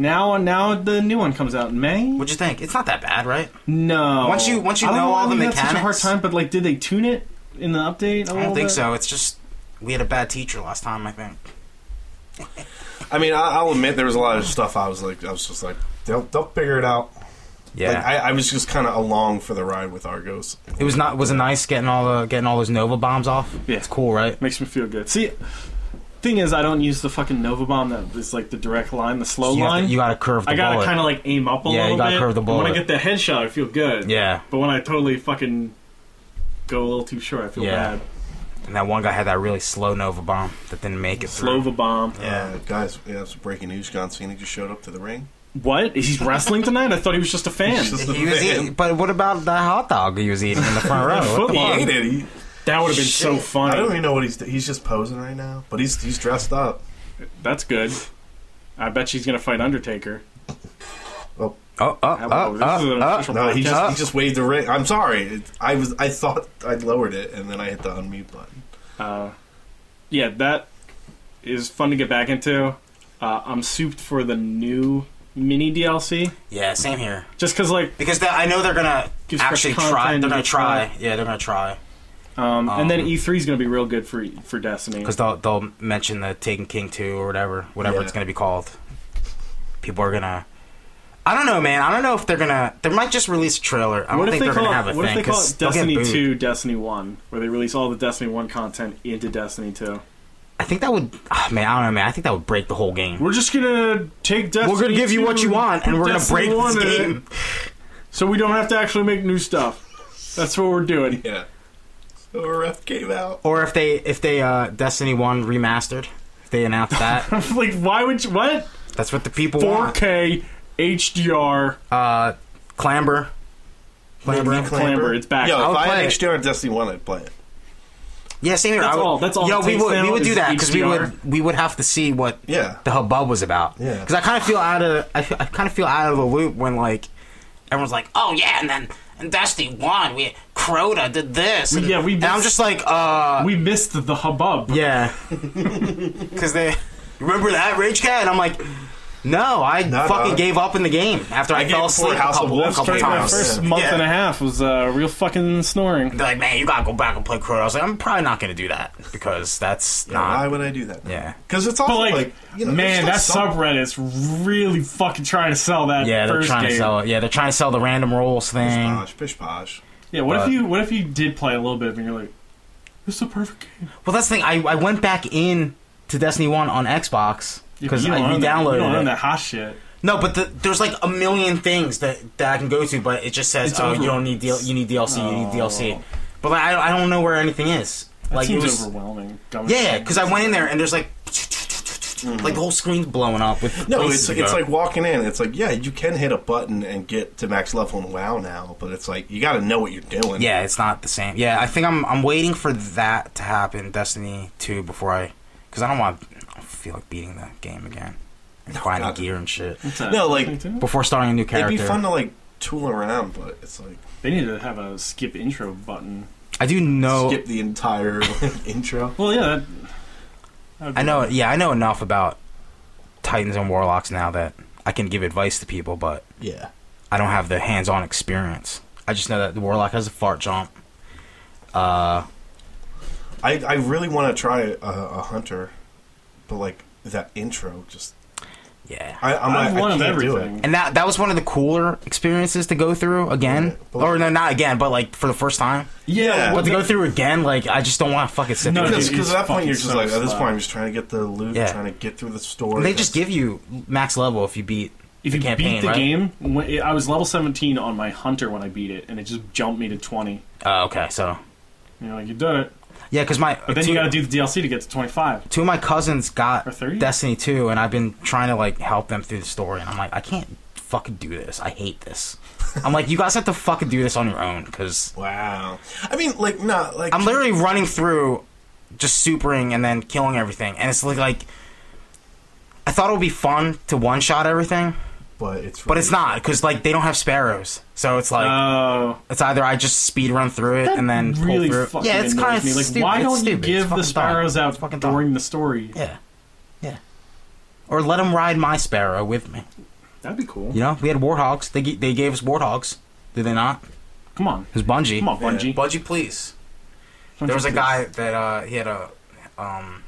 Speaker 3: Now, now the new one comes out in May.
Speaker 1: What'd you think? It's not that bad, right?
Speaker 3: No,
Speaker 1: Once you- once you
Speaker 3: I don't
Speaker 1: know all
Speaker 3: why
Speaker 1: the
Speaker 3: we had such a hard
Speaker 1: mechanics-
Speaker 3: time. But like, did they tune it in the update?
Speaker 1: I don't think so. It's just we had a bad teacher last time, I think.
Speaker 2: I mean, I, I'll admit there was a lot of stuff. I was like, I was just like, they'll they'll figure it out. Like, I, I was just kind of along for the ride with Argos. Uh,
Speaker 1: it was not was it nice getting all the getting all those Nova bombs off?
Speaker 3: Yeah.
Speaker 1: it's cool, right?
Speaker 3: Makes me feel good. See, thing is, I don't use the fucking Nova Bomb that is like the direct line, the slow
Speaker 1: you,
Speaker 3: line.
Speaker 1: Have to, you gotta curve the
Speaker 3: I gotta
Speaker 1: bullet.
Speaker 3: kind of like aim up a
Speaker 1: Yeah, you
Speaker 3: little
Speaker 1: gotta
Speaker 3: bit.
Speaker 1: curve the
Speaker 3: And When I
Speaker 1: bullet.
Speaker 3: get that headshot, I feel good.
Speaker 1: yeah,
Speaker 3: But when I totally fucking go a little too short, I feel
Speaker 1: Yeah.
Speaker 3: bad.
Speaker 1: and that one guy had that really slow Nova bomb that didn't make it through.
Speaker 3: Slova Bomb.
Speaker 1: Yeah.
Speaker 2: Uh, guys, we have some breaking news. John Cena just showed up to the ring.
Speaker 3: What? He's wrestling tonight? I thought he was just a fan.
Speaker 2: He's just-
Speaker 1: He was
Speaker 2: Man.
Speaker 1: eating, but what about that hot dog he was eating in the front row? What the
Speaker 2: He
Speaker 3: Football.
Speaker 1: fuck?
Speaker 2: ate it. He,
Speaker 3: that would have been so
Speaker 1: Shit.
Speaker 2: I don't
Speaker 3: funny.
Speaker 2: even know what he's. He's just posing right now, but he's he's dressed up.
Speaker 3: That's good. I bet she's gonna fight Undertaker.
Speaker 1: Oh, oh,
Speaker 3: Hello,
Speaker 1: oh,
Speaker 3: this is an
Speaker 1: oh,
Speaker 3: official-
Speaker 1: oh.
Speaker 2: No, he just
Speaker 1: Podcast.
Speaker 2: he just waved the ring. I'm sorry. It, I was I thought I lowered it and then I hit the unmute button.
Speaker 3: Uh, yeah, that is fun to get back into. Uh, I'm souped for the new mini DLC.
Speaker 1: Yeah, same here.
Speaker 3: Just because, like,
Speaker 1: Because that, I know they're gonna
Speaker 3: Gives fresh
Speaker 1: actually
Speaker 3: content
Speaker 1: try.
Speaker 3: and
Speaker 1: They're gonna
Speaker 3: gives
Speaker 1: try. Yeah, they're gonna try.
Speaker 3: Um, and then
Speaker 1: Um,
Speaker 3: E3 is going to be real good for for Destiny.
Speaker 1: Because they'll, they'll mention the Taken King 2 or whatever, whatever
Speaker 2: Yeah.
Speaker 1: it's going to be called. People are going to. I don't know, man. I don't know if they're gonna. They might just release a trailer. I don't
Speaker 3: What if
Speaker 1: think
Speaker 3: they
Speaker 1: are
Speaker 3: call
Speaker 1: gonna have
Speaker 3: it,
Speaker 1: a
Speaker 3: what if
Speaker 1: thing.
Speaker 3: they call
Speaker 1: 'cause
Speaker 3: it
Speaker 1: they'll get
Speaker 3: Destiny
Speaker 1: booed.
Speaker 3: Two, Destiny One, where they release all the Destiny One content into Destiny Two?
Speaker 1: I think that would. ah, man, I don't know, man. I think that would break the whole game.
Speaker 3: We're just gonna take Destiny.
Speaker 1: We're gonna give you
Speaker 3: 2,
Speaker 1: what you want, and
Speaker 3: put
Speaker 1: we're gonna
Speaker 3: Destiny
Speaker 1: break this
Speaker 3: 1 in it,
Speaker 1: game.
Speaker 3: so we don't have to actually make new stuff. That's what we're doing.
Speaker 2: Yeah. So a ref came out.
Speaker 1: Or if they if they uh Destiny One remastered, if they announced that,
Speaker 3: like, why would you? What?
Speaker 1: that's what the people want.
Speaker 3: 4K HDR.
Speaker 1: Uh, clamber. Clamber.
Speaker 2: Clamber.
Speaker 3: Clamber, it's back.
Speaker 2: Yo,
Speaker 1: I'll
Speaker 2: if I
Speaker 1: play
Speaker 2: had
Speaker 1: it.
Speaker 2: HDR Destiny 1, I'd play it.
Speaker 1: Yeah, same here.
Speaker 3: That's
Speaker 1: I would,
Speaker 3: all- that's all
Speaker 1: Yo,
Speaker 3: it
Speaker 1: we
Speaker 3: takes
Speaker 1: would
Speaker 3: now
Speaker 1: we would do
Speaker 3: is
Speaker 1: that because we
Speaker 3: HDR.
Speaker 1: would we would have to see what
Speaker 2: Yeah.
Speaker 1: the hubbub was about.
Speaker 2: Yeah.
Speaker 1: Because I kind of feel out of I, I kind of feel out of the loop when like everyone's like, oh yeah, and then and Destiny One, we Crota did this. and-
Speaker 3: yeah, we
Speaker 1: And I'm
Speaker 3: missed-
Speaker 1: just like, uh,
Speaker 3: We missed the hubbub.
Speaker 1: yeah. Because they remember that Rage Cat, and I'm like. No, I
Speaker 2: No,
Speaker 1: fucking
Speaker 2: no.
Speaker 1: gave up in the game after I,
Speaker 2: gave
Speaker 1: fell
Speaker 2: up
Speaker 1: asleep
Speaker 2: for
Speaker 1: a
Speaker 2: House of
Speaker 1: couple,
Speaker 2: Wolves
Speaker 1: couple
Speaker 2: during my
Speaker 3: My
Speaker 1: times.
Speaker 3: first month
Speaker 1: Yeah.
Speaker 3: and a half was uh, real fucking snoring.
Speaker 1: They're like, man, you gotta go back and play Crota. I was like, I'm probably not gonna do that because that's
Speaker 2: Why
Speaker 1: not.
Speaker 2: would I do that?
Speaker 1: Yeah.
Speaker 2: Because it's also
Speaker 3: But like,
Speaker 2: like, you know,
Speaker 3: man, that
Speaker 2: there's still some-
Speaker 3: subreddit's really fucking trying to sell that.
Speaker 1: Yeah, they're
Speaker 3: first
Speaker 1: trying
Speaker 3: game.
Speaker 1: to sell it. Yeah, they're trying to sell the random rolls thing.
Speaker 2: Posh, pish posh.
Speaker 3: Yeah, what
Speaker 1: But-
Speaker 3: if you what if you did play a little bit and you're like, this is a perfect game.
Speaker 1: Well, that's the thing. I, I went back in to Destiny One on Xbox
Speaker 3: Yeah,
Speaker 1: because
Speaker 3: you
Speaker 1: I
Speaker 3: don't own that- you don't
Speaker 1: re-downloaded
Speaker 3: own
Speaker 1: it.
Speaker 3: that hot shit.
Speaker 1: No, but the, there's like a million things that, that I can go to, but it just says
Speaker 3: It's
Speaker 1: oh,
Speaker 3: over-
Speaker 1: you don't need DL- you need DLC, you need DLC.
Speaker 3: No.
Speaker 1: But like, I I don't know where anything is.
Speaker 3: That
Speaker 1: like
Speaker 3: seems
Speaker 1: it was
Speaker 3: overwhelming.
Speaker 1: yeah, because I went in there and there's like like the whole screen's blowing up with
Speaker 3: Oh,
Speaker 2: No,
Speaker 1: places
Speaker 2: it's
Speaker 1: to
Speaker 2: it's
Speaker 1: go.
Speaker 2: like walking in. It's like yeah, you can hit a button and get to max level in WoW now, but it's like you got to know what you're doing.
Speaker 1: yeah, it's not the same. Yeah, I think I'm I'm waiting for that to happen, Destiny Two, before I because I don't want I feel like beating the game again and finding
Speaker 2: Oh, God.
Speaker 1: gear and shit
Speaker 2: No, like-
Speaker 1: before starting a new
Speaker 2: it'd
Speaker 1: character.
Speaker 2: be fun to like tool around, but it's like
Speaker 3: they need to have a skip intro button.
Speaker 1: I do know.
Speaker 2: skip the entire intro.
Speaker 3: Well, yeah, that, that would
Speaker 1: I
Speaker 3: be-
Speaker 1: know. Yeah, I know enough about Titans and Warlocks now that I can give advice to people, but
Speaker 2: Yeah,
Speaker 1: I don't have the hands-on experience. I just know that the Warlock has a fart jump. Uh,
Speaker 2: I I really want to try a, a hunter, but like that intro just
Speaker 1: yeah.
Speaker 2: I I'm
Speaker 3: I
Speaker 2: I,
Speaker 3: want
Speaker 2: I can't do
Speaker 3: everything.
Speaker 2: it.
Speaker 1: And that that was one of the cooler experiences to go through again,
Speaker 2: Yeah.
Speaker 1: or no, not again, but like for the first time.
Speaker 2: Yeah.
Speaker 1: But to
Speaker 3: that-
Speaker 1: go through again, like I just don't want to fucking sit
Speaker 3: No,
Speaker 1: there.
Speaker 3: dude,
Speaker 1: Because
Speaker 2: Because at
Speaker 3: it's
Speaker 2: that point
Speaker 3: fucking
Speaker 2: you're just
Speaker 3: so
Speaker 2: like at this
Speaker 3: slow.
Speaker 2: point I'm just trying to get the loot,
Speaker 1: Yeah.
Speaker 2: trying to get through the story.
Speaker 1: they just give you max level if you beat
Speaker 3: if
Speaker 1: the
Speaker 3: you
Speaker 1: campaign,
Speaker 3: beat the
Speaker 1: right?
Speaker 3: game, when, I was level 17 on my hunter when I beat it, and it just jumped me to 20.
Speaker 1: Oh, okay, so
Speaker 3: You know, like you did it,
Speaker 1: yeah, because my
Speaker 3: but then
Speaker 1: two,
Speaker 3: you got to do the DLC to get to 25.
Speaker 1: two of my cousins
Speaker 3: Or
Speaker 1: got
Speaker 3: 30?
Speaker 1: Destiny two, and I've been trying to like help them through the story, and I'm like, I can't fucking do this. I hate this. I'm like, you guys have to fucking do this on your own because
Speaker 2: wow. I mean, like not like
Speaker 1: I'm literally running through, just supering and then killing everything, and it's like like. I thought it would be fun to one shot everything,
Speaker 2: but it's
Speaker 1: but it's not because like they don't have sparrows, so it's like
Speaker 3: Oh,
Speaker 1: It's either I just speed run through it and then pull
Speaker 3: really
Speaker 1: through.
Speaker 3: fucking
Speaker 1: yeah, it's
Speaker 3: annoys
Speaker 1: kind of
Speaker 3: me. Like,
Speaker 1: stupid.
Speaker 3: why
Speaker 1: It's
Speaker 3: don't
Speaker 1: stupid.
Speaker 3: you
Speaker 1: It's
Speaker 3: give the
Speaker 1: fucking
Speaker 3: sparrows
Speaker 1: dumb. It's
Speaker 3: out
Speaker 1: dumb.
Speaker 3: during the story?
Speaker 1: Yeah, yeah. Or let them ride my sparrow with me.
Speaker 3: That'd be cool.
Speaker 1: You know, we had warthogs. They g- they gave us warthogs. Did they not? It
Speaker 3: Come on,
Speaker 1: was Bungie.
Speaker 3: come on, Bungie.
Speaker 1: Bungie, please. There was a guy that uh, he had a um,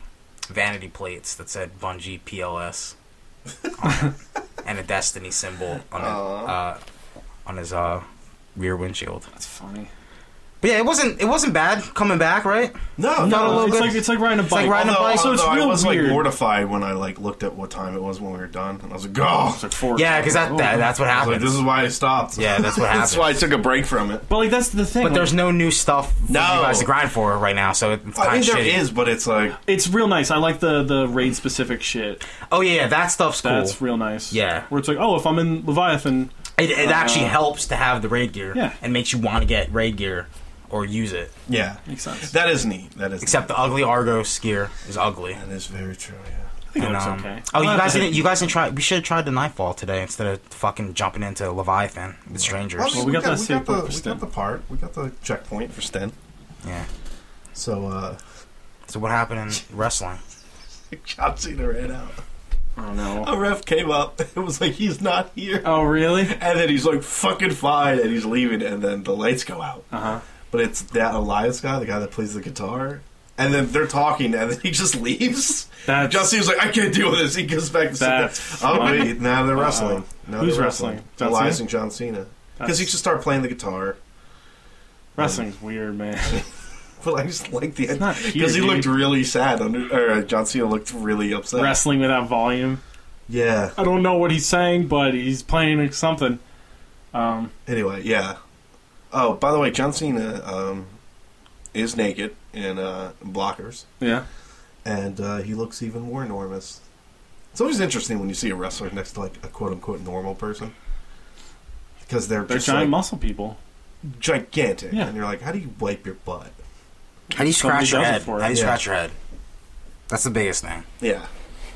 Speaker 1: vanity plates that said Bungie PLS, on it, and a Destiny symbol on it,
Speaker 2: Aw.
Speaker 1: uh, on his uh, rear windshield.
Speaker 3: That's funny.
Speaker 1: But yeah, it wasn't it wasn't bad coming back, right? Not
Speaker 2: no
Speaker 1: a
Speaker 2: no
Speaker 1: little
Speaker 3: it's
Speaker 1: bit-
Speaker 3: like it's like riding a bike.
Speaker 1: like riding a
Speaker 2: Although,
Speaker 1: bike,
Speaker 3: so it's
Speaker 2: although
Speaker 3: real
Speaker 2: I was
Speaker 3: weird.
Speaker 2: like mortified when I like looked at what time it was when we were done, and I was like, "Oh,
Speaker 3: It's like four.
Speaker 1: Yeah, because that, that that's what
Speaker 2: I was
Speaker 1: happens.
Speaker 2: like, this is why I stopped."
Speaker 1: Yeah, that's what
Speaker 2: that's
Speaker 1: happens.
Speaker 2: why I took a break from it.
Speaker 3: But like that's the thing.
Speaker 1: but
Speaker 3: like,
Speaker 1: there's no new stuff for
Speaker 2: No.
Speaker 1: you guys to grind for right now, so it's
Speaker 2: I
Speaker 1: kind
Speaker 2: mean,
Speaker 1: of
Speaker 2: there
Speaker 1: shitty.
Speaker 2: is, but it's like
Speaker 3: it's real nice. I like the the raid specific shit.
Speaker 1: Oh yeah, yeah, that stuff's cool.
Speaker 3: That's real nice.
Speaker 1: Yeah.
Speaker 3: Where it's like, oh, if I'm in Leviathan,
Speaker 1: it it actually helps to have the raid gear
Speaker 3: uh, Yeah.
Speaker 1: and makes you want to get raid gear or use it.
Speaker 2: yeah,
Speaker 3: makes sense.
Speaker 2: that is neat. That is
Speaker 1: Except the ugly Argos gear is ugly.
Speaker 2: neat. that is very true. Yeah,
Speaker 3: I think it
Speaker 1: And,
Speaker 3: looks
Speaker 1: um,
Speaker 3: okay.
Speaker 1: Oh,
Speaker 3: I'll
Speaker 1: you
Speaker 3: have
Speaker 1: guys
Speaker 3: to-
Speaker 1: didn't. You guys didn't try. We should have tried the Nightfall today instead of fucking jumping into Leviathan with strangers.
Speaker 2: Well,
Speaker 3: we got that
Speaker 2: we
Speaker 3: save
Speaker 2: got, the,
Speaker 3: point for
Speaker 2: we
Speaker 3: Sten.
Speaker 2: got the part. We got the checkpoint for Sten.
Speaker 1: Yeah.
Speaker 2: So uh,
Speaker 1: So what happened in wrestling?
Speaker 2: John Cena ran out.
Speaker 3: Oh no.
Speaker 2: A ref came up. It was like he's not here,
Speaker 3: Oh really?
Speaker 2: and then he's like fucking fine, and he's leaving, and then the lights go out.
Speaker 3: Uh huh.
Speaker 2: But it's that Elias guy, the guy that plays the guitar, And then they're talking, and then he just leaves.
Speaker 3: That's-
Speaker 2: Justin's like, I can't deal with this. He goes back to sit down.
Speaker 3: That's
Speaker 2: Oh
Speaker 3: funny.
Speaker 2: wait, now they're wrestling. Now
Speaker 3: Who's
Speaker 2: they're wrestling?
Speaker 3: wrestling? John
Speaker 2: Elias
Speaker 3: Cena?
Speaker 2: and John Cena. Because
Speaker 3: That's-
Speaker 2: he should start playing the guitar.
Speaker 3: Wrestling's weird, man.
Speaker 2: But I just like the
Speaker 3: not here,
Speaker 2: because he
Speaker 3: dude.
Speaker 2: looked really sad. Under or uh, John Cena looked really upset.
Speaker 3: Wrestling without volume.
Speaker 2: Yeah.
Speaker 3: I don't know what he's saying, but he's playing something. Um,
Speaker 2: Anyway, yeah. Oh, by the way, John Cena um, is naked in uh, blockers,
Speaker 3: yeah.
Speaker 2: and uh, he looks even more enormous. It's always interesting when you see a wrestler next to like a quote unquote normal person because they're,
Speaker 3: They're
Speaker 2: just
Speaker 3: giant
Speaker 2: like,
Speaker 3: muscle people.
Speaker 2: gigantic,
Speaker 3: Yeah.
Speaker 2: and you're like, how do you wipe your butt?
Speaker 1: How do you
Speaker 3: Somebody
Speaker 1: scratch your
Speaker 3: does it
Speaker 1: head?
Speaker 3: for
Speaker 1: How do you
Speaker 2: it.
Speaker 1: scratch your head? That's the biggest thing.
Speaker 2: Yeah.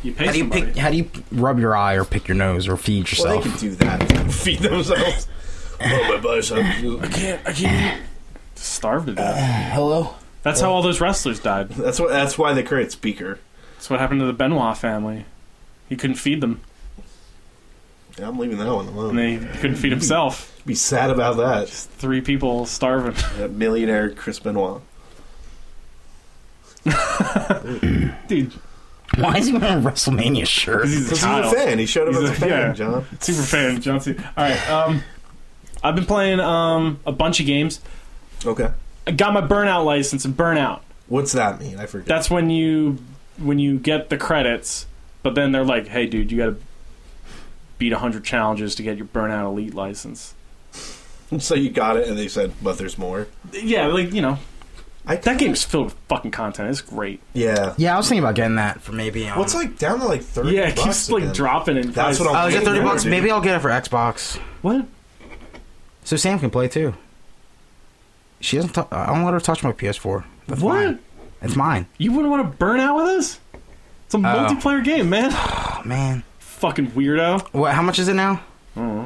Speaker 3: You pay
Speaker 1: How do you
Speaker 3: somebody.
Speaker 1: pick? How do you rub your eye or pick your nose or feed
Speaker 2: Well,
Speaker 1: yourself?
Speaker 2: they can do that. Feed themselves. oh, my bicep.
Speaker 3: I can't. I can't. Starved to death.
Speaker 1: Hello.
Speaker 3: That's how all those wrestlers died.
Speaker 2: That's what. That's why they create Speaker.
Speaker 3: That's what happened to the Benoit family. He couldn't feed them,
Speaker 2: Yeah, I'm leaving that one alone.
Speaker 3: and then he couldn't feed himself.
Speaker 2: Be sad about that.
Speaker 3: Just three people starving.
Speaker 2: That millionaire Chris Benoit.
Speaker 3: Dude,
Speaker 1: Why is he wearing a WrestleMania shirt?
Speaker 3: because he's a
Speaker 2: Because he's a
Speaker 3: child.
Speaker 2: fan. He showed up as
Speaker 3: He's
Speaker 2: a
Speaker 3: a-
Speaker 2: fan,
Speaker 3: yeah.
Speaker 2: John.
Speaker 3: Super fan, John Cena. All right. Um, I've been playing um, a bunch of games.
Speaker 2: Okay.
Speaker 3: I got my Burnout license and Burnout.
Speaker 2: What's that mean? I forget.
Speaker 3: That's when you when you get the credits, but then they're like, "Hey, dude, you got to beat 100 challenges to get your Burnout Elite license."
Speaker 2: so you got it, and they said, but there's more.
Speaker 3: Yeah, like you know,
Speaker 2: I
Speaker 3: that game's filled with fucking content. It's great.
Speaker 2: Yeah.
Speaker 1: yeah, I was thinking about getting that for maybe. Um,
Speaker 2: What's like down to like thirty?
Speaker 3: Yeah, it
Speaker 2: bucks
Speaker 3: keeps like
Speaker 2: again.
Speaker 3: dropping in
Speaker 2: That's
Speaker 3: price.
Speaker 2: what I'm-
Speaker 1: Oh, is it thirty
Speaker 2: Yeah,
Speaker 1: bucks?
Speaker 2: dude.
Speaker 1: Maybe I'll get it for Xbox,
Speaker 3: What?
Speaker 1: so Sam can play too. She doesn't. T- I don't let her touch my PS4. That's
Speaker 3: What?
Speaker 1: mine. It's mine.
Speaker 3: You wouldn't want to burn out with us?
Speaker 1: Uh,
Speaker 3: It's a multiplayer game, man.
Speaker 1: Oh man.
Speaker 3: Fucking weirdo.
Speaker 1: What? How much is it now?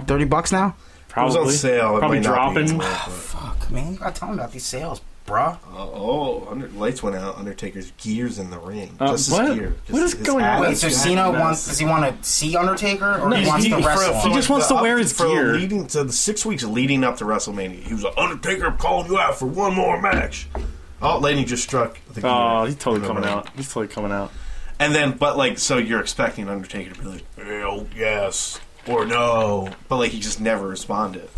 Speaker 1: Thirty bucks now.
Speaker 2: It was
Speaker 3: Probably.
Speaker 2: on sale. It
Speaker 3: Probably
Speaker 2: might not be.
Speaker 3: dropping.
Speaker 1: Fuck, man. You gotta tell me about these sales, bruh.
Speaker 2: Uh, oh, under, lights went out. Undertaker's gears in the ring.
Speaker 3: Uh,
Speaker 2: just
Speaker 3: what?
Speaker 2: his gear. Just
Speaker 3: What is
Speaker 2: his
Speaker 3: going on?
Speaker 2: hat.
Speaker 1: Wait,
Speaker 3: That's
Speaker 1: so
Speaker 3: a
Speaker 1: Cena
Speaker 3: mess.
Speaker 1: wants? Does he want to see Undertaker, or
Speaker 3: No,
Speaker 1: he
Speaker 3: he-
Speaker 1: wants to
Speaker 3: he- for-
Speaker 1: wrestle?
Speaker 2: for,
Speaker 1: him?
Speaker 3: He just wants
Speaker 2: the
Speaker 3: to wear
Speaker 2: up-
Speaker 3: his
Speaker 2: for
Speaker 3: gear.
Speaker 2: Leading to the six weeks leading up to WrestleMania, he was like, "Undertaker, I'm calling you out for one more match." Oh, Lady just struck the gear.
Speaker 3: Oh, he's totally
Speaker 2: Remember
Speaker 3: coming
Speaker 2: that?
Speaker 3: out. He's totally coming out.
Speaker 2: And then, but like, so you're expecting Undertaker to be like, "Hell yes" or "No," but like he just never responded.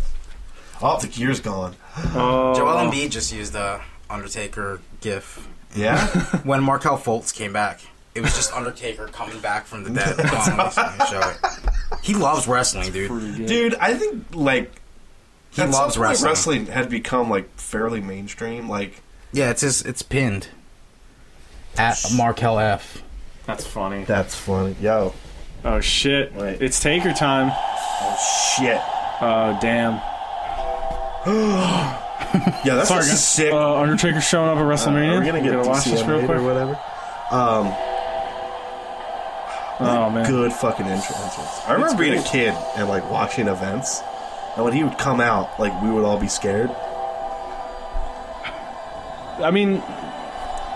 Speaker 2: Oh, the gear's gone.
Speaker 3: Oh,
Speaker 1: Joel Embiid just used the Undertaker gif
Speaker 2: Yeah,
Speaker 1: when Markel Fultz came back. It was just Undertaker coming back from the dead. Come on, let me see- let me show it. He loves wrestling, dude.
Speaker 3: pretty good.
Speaker 2: dude, I think like
Speaker 1: He
Speaker 2: at some
Speaker 1: loves
Speaker 2: point,
Speaker 1: wrestling.
Speaker 2: Wrestling had become like fairly mainstream. Like,
Speaker 1: Yeah, it's his, it's pinned at Markel F.
Speaker 3: That's funny.
Speaker 2: that's funny. Yo,
Speaker 3: Oh shit!
Speaker 2: Wait.
Speaker 3: It's Taker time.
Speaker 2: shit.
Speaker 3: Oh damn!
Speaker 2: Yeah, that's
Speaker 3: Sorry,
Speaker 2: a
Speaker 3: guys.
Speaker 2: sick.
Speaker 3: Uh, Undertaker showing up at WrestleMania.
Speaker 2: Are we gonna
Speaker 3: You
Speaker 2: get
Speaker 3: gotta watch this real
Speaker 2: DCM8
Speaker 3: quick.
Speaker 2: or whatever?
Speaker 3: Oh man!
Speaker 2: Good fucking intro entrance. I remember being a kid and like watching events, and when he would come out, like we would all be scared.
Speaker 3: I mean,